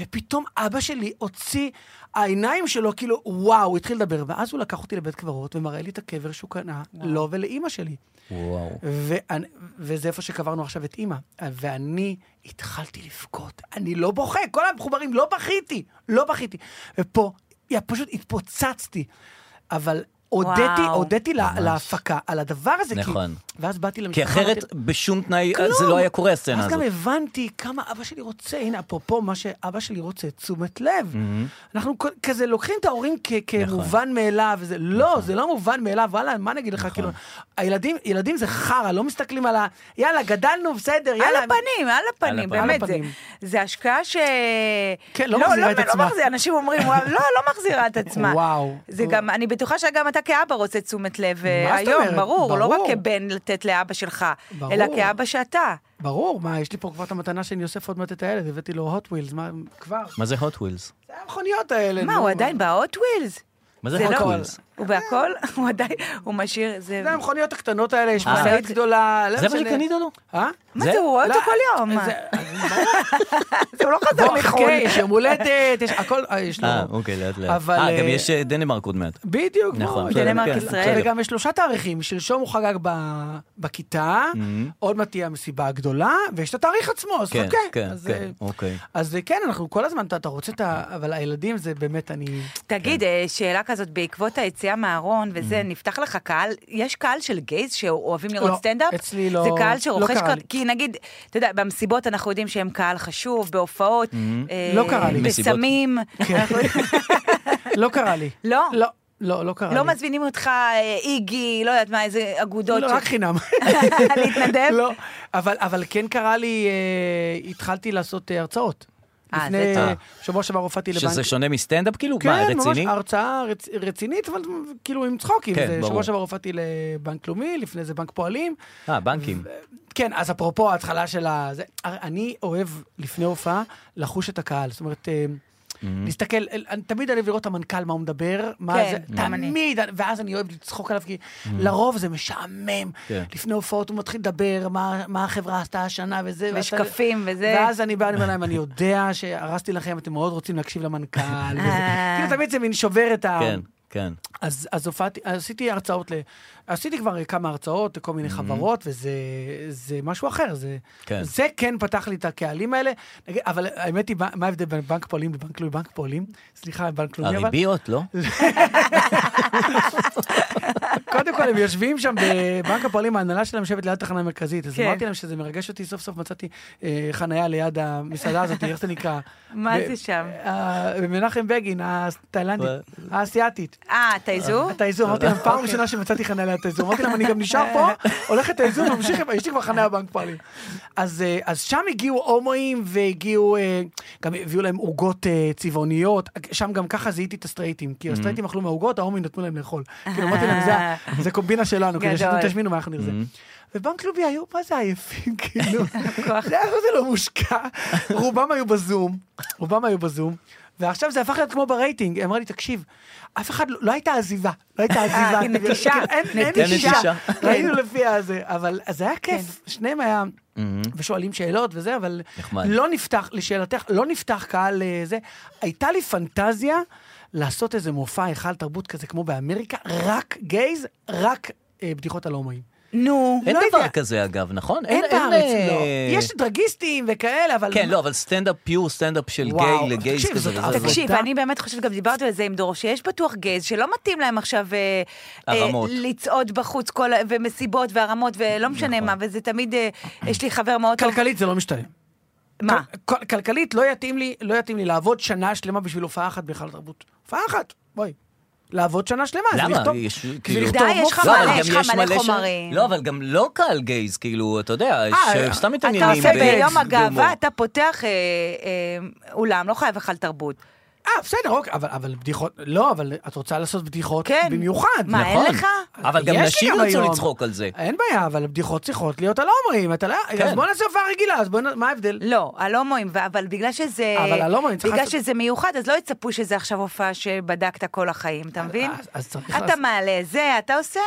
Speaker 4: ופתאום אבא שלי הוציא, העיניים שלו, כאילו, וואו, הוא התחיל לדבר, ואז הוא לקח אותי לבית קברות, ומראה לי את הקבר שהוא קנה, לו ולאימא שלי.
Speaker 2: וואו.
Speaker 4: ואני, וזה איפה שקברנו עכשיו את אימא. ואני התחלתי לבכות. אני לא בוכה, כל המחוברים, לא בכיתי, לא בכיתי. ופה, יא, פשוט התפוצצתי. אבל הודיתי,
Speaker 3: וואו.
Speaker 4: הודיתי לה, להפקה על הדבר הזה. כי-
Speaker 2: נכון.
Speaker 4: ואז באתי למשפחה.
Speaker 2: כי
Speaker 4: אמרתי
Speaker 2: אחרת
Speaker 4: לה,
Speaker 2: בשום תנאי
Speaker 4: "כלום."
Speaker 2: זה לא היה קורה הסצנה
Speaker 4: אז
Speaker 2: הזאת.
Speaker 4: גם הבנתי כמה אבא שלי רוצה, הנה, אפרופו מה שאבא שלי רוצה, תשומת לב.
Speaker 2: Mm-hmm.
Speaker 4: אנחנו כ- כזה לוקחים את ההורים כ-
Speaker 2: נכון.
Speaker 4: כמובן מאליו, וזה- לא, זה לא מובן מאליו, וואלה, מה נגיד
Speaker 2: נכון.
Speaker 4: לך, כאילו, הילדים ילדים זה חרא, לא מסתכלים על ה... יאללה, גדלנו, בסדר,
Speaker 3: על
Speaker 4: יאללה.
Speaker 3: הפנים, על הפנים,
Speaker 2: הפנים.
Speaker 3: באמת,
Speaker 4: על
Speaker 3: זה-
Speaker 4: הפנים.
Speaker 3: זה השקעה ש...
Speaker 4: כן, לא מחזירה את
Speaker 3: לא
Speaker 4: עצמה.
Speaker 3: מחזירה, אנשים אומרים, "וואו", לא, לא מחזירה את עצמה.
Speaker 4: וואו.
Speaker 3: זה
Speaker 4: וואו.
Speaker 3: גם, אני בטוחה שגם אתה כאבא רוצה תשומת לב אה,
Speaker 4: מה זאת
Speaker 3: היום,
Speaker 4: אומרת?
Speaker 3: ברור, לא רק
Speaker 4: ברור.
Speaker 3: כבן לתת לאבא שלך,
Speaker 4: ברור.
Speaker 3: אלא כאבא שאתה.
Speaker 4: ברור, מה, יש לי פה כבר את המתנה שאני אוסף עוד מעט את הילד, הבאתי לו hot wheels, מה, כבר.
Speaker 2: מה זה hot wheels?
Speaker 4: זה המכוניות האלה.
Speaker 3: מה,
Speaker 4: נו,
Speaker 3: הוא עדיין בהוט ווילס?
Speaker 2: מה זה
Speaker 3: זה
Speaker 2: hot
Speaker 3: לא-
Speaker 2: wheels?
Speaker 3: הוא בהכל? הוא עדיין, הוא משאיר, זה...
Speaker 4: זה המכוניות הקטנות האלה, יש
Speaker 2: אה.
Speaker 4: משאית גדולה. לא
Speaker 2: זה מה
Speaker 4: משנה.
Speaker 2: שקנית לו?
Speaker 4: אה?
Speaker 3: מה
Speaker 2: זה-
Speaker 3: זה, הוא רואה אותו
Speaker 4: לא,
Speaker 3: כל יום.
Speaker 4: זה- זה לא חזר
Speaker 2: בוא,
Speaker 4: מחו"ל.
Speaker 2: חכה,
Speaker 4: יש יום הולדת, יש הכל, אה, יש לו...
Speaker 2: אה, אוקיי, לאט לאט.
Speaker 4: אבל,
Speaker 2: אה, גם
Speaker 4: אה,
Speaker 2: יש אה, דנמרק עוד מעט.
Speaker 4: בדיוק,
Speaker 2: נכון,
Speaker 4: בוא,
Speaker 2: בסדר,
Speaker 3: דנמרק,
Speaker 2: כן,
Speaker 3: ישראל.
Speaker 2: בסדר.
Speaker 4: וגם יש שלושה תאריכים, שלשום הוא חגג ב- בכיתה, עוד מעט תהיה המסיבה הגדולה, ויש את התאריך עצמו, אז
Speaker 2: Mm-hmm. כן,
Speaker 4: חכה.
Speaker 2: כן,
Speaker 4: אז,
Speaker 2: כן,
Speaker 4: אה,
Speaker 2: אוקיי.
Speaker 4: אז אה, כן, אנחנו כל הזמן, אתה- אתה רוצה את ה... אבל הילדים זה באמת, אני... כן.
Speaker 3: תגיד, אה, שאלה כזאת, בעקבות היציאה מהארון וזה, נפתח לך קהל, יש קהל של גייז שאוהבים לראות
Speaker 4: Mm. לא,
Speaker 3: סטנדאפ?
Speaker 4: אצלי לא-
Speaker 3: זה קהל
Speaker 4: לא
Speaker 3: שרוכש...
Speaker 4: קרה
Speaker 3: כר-
Speaker 4: לי.
Speaker 3: כי נגיד, אתה יודע, במסיבות אנחנו יודעים שהם קהל חשוב, בהופעות, אה,
Speaker 4: לא קרה לי. כן.
Speaker 2: מסיבות.
Speaker 3: בסמים. אנחנו-
Speaker 4: לא קרה לי.
Speaker 3: לא?
Speaker 4: לא, לא, לא קרה לי.
Speaker 3: לא מזמינים אותך אה, איגי, לא יודעת מה, איזה אגודות.
Speaker 4: לא,
Speaker 3: ש-
Speaker 4: רק חינם.
Speaker 3: להתנדב?
Speaker 4: לא, אבל, אבל כן קרה לי, אה, התחלתי לעשות אה, הרצאות.
Speaker 3: אה, זה
Speaker 4: לפני
Speaker 3: טוב.
Speaker 4: אה, שבוע שעבר הופעתי לבנק.
Speaker 2: שזה שונה מסטנדאפ כאילו? מה,
Speaker 4: כן, ממש
Speaker 2: רציני?
Speaker 4: הרצאה רצ, רצינית, אבל כאילו עם צחוקים.
Speaker 2: כן,
Speaker 4: זה,
Speaker 2: ברור.
Speaker 4: שבוע שעבר הופעתי לבנק לאומי, לפני זה בנק פועלים.
Speaker 2: אה, בנקים.
Speaker 4: כן, אז אפרופו ההתחלה של ה... זה, אני אוהב לפני הופעה לחוש את הקהל. זאת אומרת, אה,
Speaker 2: Mm-hmm.
Speaker 4: להסתכל, אל- אני תמיד אוהב לראות את המנכ"ל, מה הוא מדבר, מה
Speaker 3: כן,
Speaker 4: זה,
Speaker 3: גם אני.
Speaker 4: תמיד, ואז אני אוהב לצחוק עליו, כי לרוב זה משעמם.
Speaker 2: Mm-hmm. כן.
Speaker 4: לפני הופעות הוא מתחיל לדבר, מה מה החברה עשתה השנה וזה. ואז אתה-
Speaker 3: ושקפים וזה.
Speaker 4: ואז אני בא, אני אומר להם, אני יודע שהרסתי לכם, אתם מאוד רוצים להקשיב למנכ"ל. וזה.
Speaker 3: אה.
Speaker 4: כאילו, תמיד זה מין שובר את ה...
Speaker 2: כן, כן.
Speaker 4: אז, אז הופעתי, אז עשיתי הרצאות, ל, עשיתי כבר כמה הרצאות לכל מיני חברות, וזה זה משהו אחר, זה,
Speaker 2: Mhm. כן.
Speaker 4: זה כן פתח לי את הקהלים האלה. נגיד, אבל האמת היא, מה מה ההבדל בין בנק פועלים לבנק לאומי? בנק פועלים, סליחה, בנק לאומי, אבל
Speaker 2: הריביות, לא?
Speaker 4: קודם כל הם יושבים שם בבנק הפועלים, ההנהלה שלהם יושבת ליד תחנה מרכזית, אז
Speaker 3: כן.
Speaker 4: אמרתי להם שזה מרגש אותי, סוף סוף מצאתי אה, חניה ליד המסעדה הזאת, איך זה נקרא?
Speaker 3: מה
Speaker 4: ב-
Speaker 3: זה שם?
Speaker 4: אה, מנחם בגין, התאילנדית,
Speaker 2: ו-
Speaker 4: האסייתית.
Speaker 3: אה, תעזו?
Speaker 4: האיזון, אמרתי להם, פעם ראשונה שמצאתי חניה ליד האיזון, אמרתי להם, אני גם נשאר פה, הולך את האיזון, ממשיך, עם- יש לי כבר חניה בנק פועלים. אז אה, אז שם הגיעו הומואים והגיעו, אה, גם הביאו להם עוגות אה, צבעוניות, שם גם ככה זיהיתי את הסטרייטים, כי הסטרייטים אכלו מהעוגות, ההומואים נתנו להם לאכול. כאילו, אמרתי להם, "זה ה- זה קומבינה שלנו, כדי
Speaker 3: גדול.
Speaker 4: שאתם תשמינו מה אנחנו נרזה. ובנק לובי היו, מה זה עייפים, כאילו,
Speaker 3: כוח.
Speaker 4: זה היה כזה לא מושקע, רובם היו בזום, רובם היו בזום, ועכשיו זה הפך להיות כמו ברייטינג, היא אמרה לי, תקשיב, אף אחד, לא- לא הייתה עזיבה, לא הייתה עזיבה,
Speaker 3: אה,
Speaker 4: כאילו,
Speaker 3: נטישה.
Speaker 4: כאילו, אין-
Speaker 3: נטישה.
Speaker 4: אין נטישה,
Speaker 2: נטישה.
Speaker 4: ראינו לפי הזה, אבל אז זה היה כיף,
Speaker 3: כן.
Speaker 4: שניהם היה, ושואלים שאלות וזה, אבל
Speaker 2: נחמד.
Speaker 4: לא נפתח, לשאלתך, לא נפתח קהל אה, זה, הייתה לי פנטזיה לעשות איזה מופע היכל תרבות כזה כמו באמריקה, רק גייז, רק אה, בדיחות על הומואים.
Speaker 3: נו.
Speaker 2: אין
Speaker 4: לא
Speaker 2: דבר
Speaker 4: יודע.
Speaker 2: כזה, אגב, נכון?
Speaker 4: אין בארץ,
Speaker 2: אה,
Speaker 4: לא. יש דרגיסטים וכאלה, אבל...
Speaker 2: כן, לא, אבל סטנדאפ, פיור סטנדאפ של
Speaker 4: וואו,
Speaker 2: גיי לגייז
Speaker 4: תקשיב,
Speaker 2: כזה
Speaker 4: זאת
Speaker 2: וזה. וזה.
Speaker 4: עבודה.
Speaker 3: תקשיב, אני באמת חושבת, גם דיברתי על זה עם דור, שיש בטוח גייז שלא מתאים להם עכשיו אה, אה,
Speaker 2: הרמות. נכון.
Speaker 3: לצעוד בחוץ כל ה- ומסיבות והרמות ולא משנה מה, וזה תמיד, אה, יש לי חבר מאוד טוב.
Speaker 4: כלכלית זה לא משתלם.
Speaker 3: מה?
Speaker 4: כל- כל- כלכלית לא יתאים לי, לא יתאים לי לעבוד שנה שלמה בשביל הופעה אחת בהיכל התרבות. הופעה אחת, בואי. לעבוד שנה שלמה, זה
Speaker 2: למה?
Speaker 4: לכתוב.
Speaker 2: יש,
Speaker 4: בשביל
Speaker 2: כאילו-
Speaker 4: לכתוב
Speaker 3: די, יש
Speaker 4: מופע.
Speaker 3: לך
Speaker 2: לא,
Speaker 3: מלא,
Speaker 2: אבל גם
Speaker 3: יש לך מלא
Speaker 2: שם-
Speaker 3: חומרים.
Speaker 2: לא, אבל גם לא קהל גייז, כאילו, אתה יודע,
Speaker 4: אה,
Speaker 2: שסתם
Speaker 3: אתה
Speaker 2: מתעניינים
Speaker 3: עושה
Speaker 2: ב-
Speaker 3: ביום הגאווה,
Speaker 2: בהומור.
Speaker 3: אתה פותח אה, אה, אולם, לא חייב היכל תרבות.
Speaker 4: אה, בסדר, אוקיי, אבל- אבל בדיחות, לא, אבל את רוצה לעשות בדיחות
Speaker 3: כן.
Speaker 4: במיוחד.
Speaker 3: מה, אין
Speaker 2: נכון.
Speaker 3: לך?
Speaker 2: אבל גם
Speaker 4: יש לי
Speaker 2: נשים רצו
Speaker 4: היום.
Speaker 2: לצחוק על זה. כן.
Speaker 4: אין בעיה, אבל הבדיחות צריכות להיות על הומואים, אתה לא... אז בוא נעשה הופעה רגילה, אז בוא נ... מה ההבדל?
Speaker 3: לא, על הומואים, ו- אבל בגלל שזה...
Speaker 4: אבל על הומואים צריך
Speaker 3: בגלל
Speaker 4: לעשות-
Speaker 3: שזה מיוחד, אז לא יצפו שזה עכשיו הופעה שבדקת כל החיים, אתה מבין?
Speaker 4: אז- אה, אז צריך
Speaker 3: אתה
Speaker 4: לעשות-
Speaker 3: מעלה זה, אתה עושה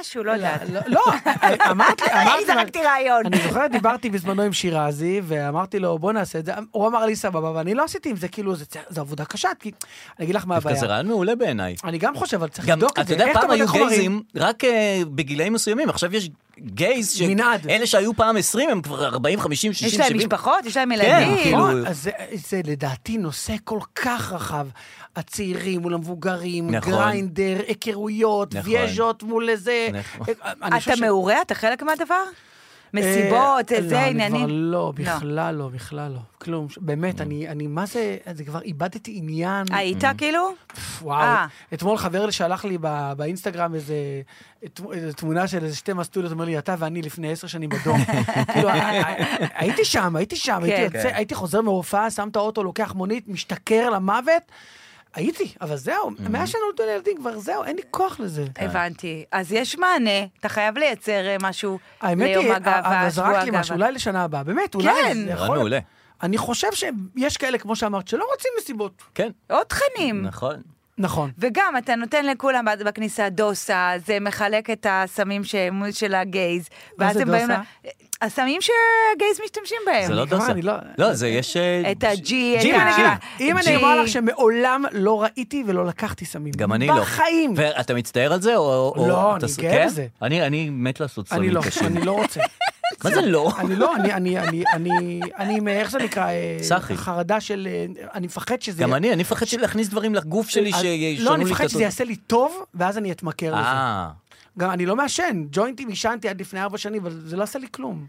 Speaker 3: משהו, לא יודעת.
Speaker 4: לא, לא, אמרת לי, אמרת לי...
Speaker 3: זרקתי רעיון.
Speaker 4: אני זוכר, דיברתי בזמנו עם שירזי, ואמרתי לו, בוא נעשה את זה. הוא אמר לי, סבבה, ואני לא עשיתי עם זה, כאילו, זה צ- זה עבודה קשה, כי... אני אגיד לך מה
Speaker 2: דווקא
Speaker 4: הבעיה.
Speaker 2: זה רעיון מעולה בעיניי.
Speaker 4: אני גם חושב, אבל צריך
Speaker 2: גם,
Speaker 4: לבדוק את
Speaker 2: אתה
Speaker 4: זה.
Speaker 2: יודע,
Speaker 4: איך
Speaker 2: פעם
Speaker 4: בודק
Speaker 2: היו
Speaker 4: חומרים?
Speaker 2: גייזים רק אה, בגילאים מסוימים, עכשיו יש גייז, ש-
Speaker 4: מנעד.
Speaker 2: אלה שהיו פעם 20 הם כבר 40, 50, 60,
Speaker 3: יש
Speaker 2: 70.
Speaker 3: להם משפחות, יש להם
Speaker 2: כן,
Speaker 3: ילדים.
Speaker 2: כאילו-
Speaker 4: נכון, אז זה, זה לדעתי נושא כל כך רחב. הצעירים מול המבוגרים,
Speaker 2: נכון.
Speaker 4: גריינדר, היכרויות,
Speaker 2: נכון.
Speaker 4: ויאז'ות מול איזה... אה,
Speaker 2: נכון.
Speaker 4: אני חושב
Speaker 3: אתה
Speaker 4: ש-
Speaker 3: מעורה? אתה חלק מהדבר?
Speaker 4: אה,
Speaker 3: מסיבות,
Speaker 4: לא,
Speaker 3: זה,
Speaker 4: אני
Speaker 3: עניינים?
Speaker 4: כבר לא, בכלל לא, בכלל לא. כלום. ש- באמת, אני, אני, מה זה, זה כבר איבדתי עניין.
Speaker 3: היית כאילו?
Speaker 4: וואו.
Speaker 3: אה.
Speaker 4: אתמול חבר שלח לי ב- באינסטגרם איזה ת- איזה תמונה של איזה שתי מסטוליות, אומר לי, אתה ואני לפני עשר שנים בדום. כאילו, ה- ה- הייתי שם, הייתי שם, הייתי
Speaker 3: כן.
Speaker 4: יוצא, הייתי חוזר מהופעה, שם את האוטו, לוקח מונית, משתכר למוות. הייתי, אבל זהו, מאז שנולדו לי ילדים כבר זהו, אין לי כוח לזה.
Speaker 3: אה, הבנתי. אז יש מענה, אתה חייב לייצר אה, משהו
Speaker 4: האמת
Speaker 3: ליום
Speaker 4: היא, אה,
Speaker 3: הגאווה,
Speaker 4: אבל
Speaker 3: שבוע
Speaker 4: זרקת לי
Speaker 3: הגאווה.
Speaker 4: משהו, אולי לשנה הבאה, באמת, אולי.
Speaker 3: כן.
Speaker 4: זה
Speaker 2: רעיון
Speaker 4: יכול-
Speaker 2: מעולה.
Speaker 4: אני חושב שיש כאלה, כמו שאמרת, שלא רוצים מסיבות.
Speaker 2: כן,
Speaker 3: עוד תכנים.
Speaker 2: נכון.
Speaker 4: נכון.
Speaker 3: וגם, אתה נותן לכולם בכניסה דוסה, זה מחלק את הסמים ש... של הגייז.
Speaker 4: מה
Speaker 3: ואז
Speaker 4: זה
Speaker 3: הם באים
Speaker 4: דוסה?
Speaker 3: ל- הסמים שהגייז משתמשים בהם.
Speaker 2: זה לא
Speaker 4: כמובן,
Speaker 2: דוסה.
Speaker 4: אני לא-
Speaker 2: לא, זה יש... אה,
Speaker 3: את הג'י, לא את
Speaker 4: אם אני אגיד
Speaker 3: ה...
Speaker 4: לך- אם אני אומר לך שמעולם לא ראיתי ולא לקחתי סמים.
Speaker 2: גם אני לא.
Speaker 4: בחיים.
Speaker 2: ואתה מצטער על זה? או- או-
Speaker 4: לא,
Speaker 2: אתה
Speaker 4: אני
Speaker 2: ס-
Speaker 4: גאה
Speaker 2: כן?
Speaker 4: בזה.
Speaker 2: אני אני מת לעשות
Speaker 4: אני
Speaker 2: סמים
Speaker 4: לא,
Speaker 2: קשים.
Speaker 4: אני לא רוצה.
Speaker 2: מה זה לא?
Speaker 4: אני לא, אני, אני, אני, אני, אני, מ- איך זה נקרא? אה,
Speaker 2: סחי.
Speaker 4: חרדה של, אה, אני מפחד שזה...
Speaker 2: גם אני, אני מפחד של להכניס דברים לגוף שלי
Speaker 4: אז-
Speaker 2: שישנו לי את
Speaker 4: לא, אני מפחד
Speaker 2: התוצאה.
Speaker 4: שזה יעשה לי טוב, ואז אני אתמכר לזה.
Speaker 2: אה,
Speaker 4: גם אני לא מעשן, ג'וינטים עישנתי עד לפני ארבע שנים, אבל זה לא עשה לי כלום.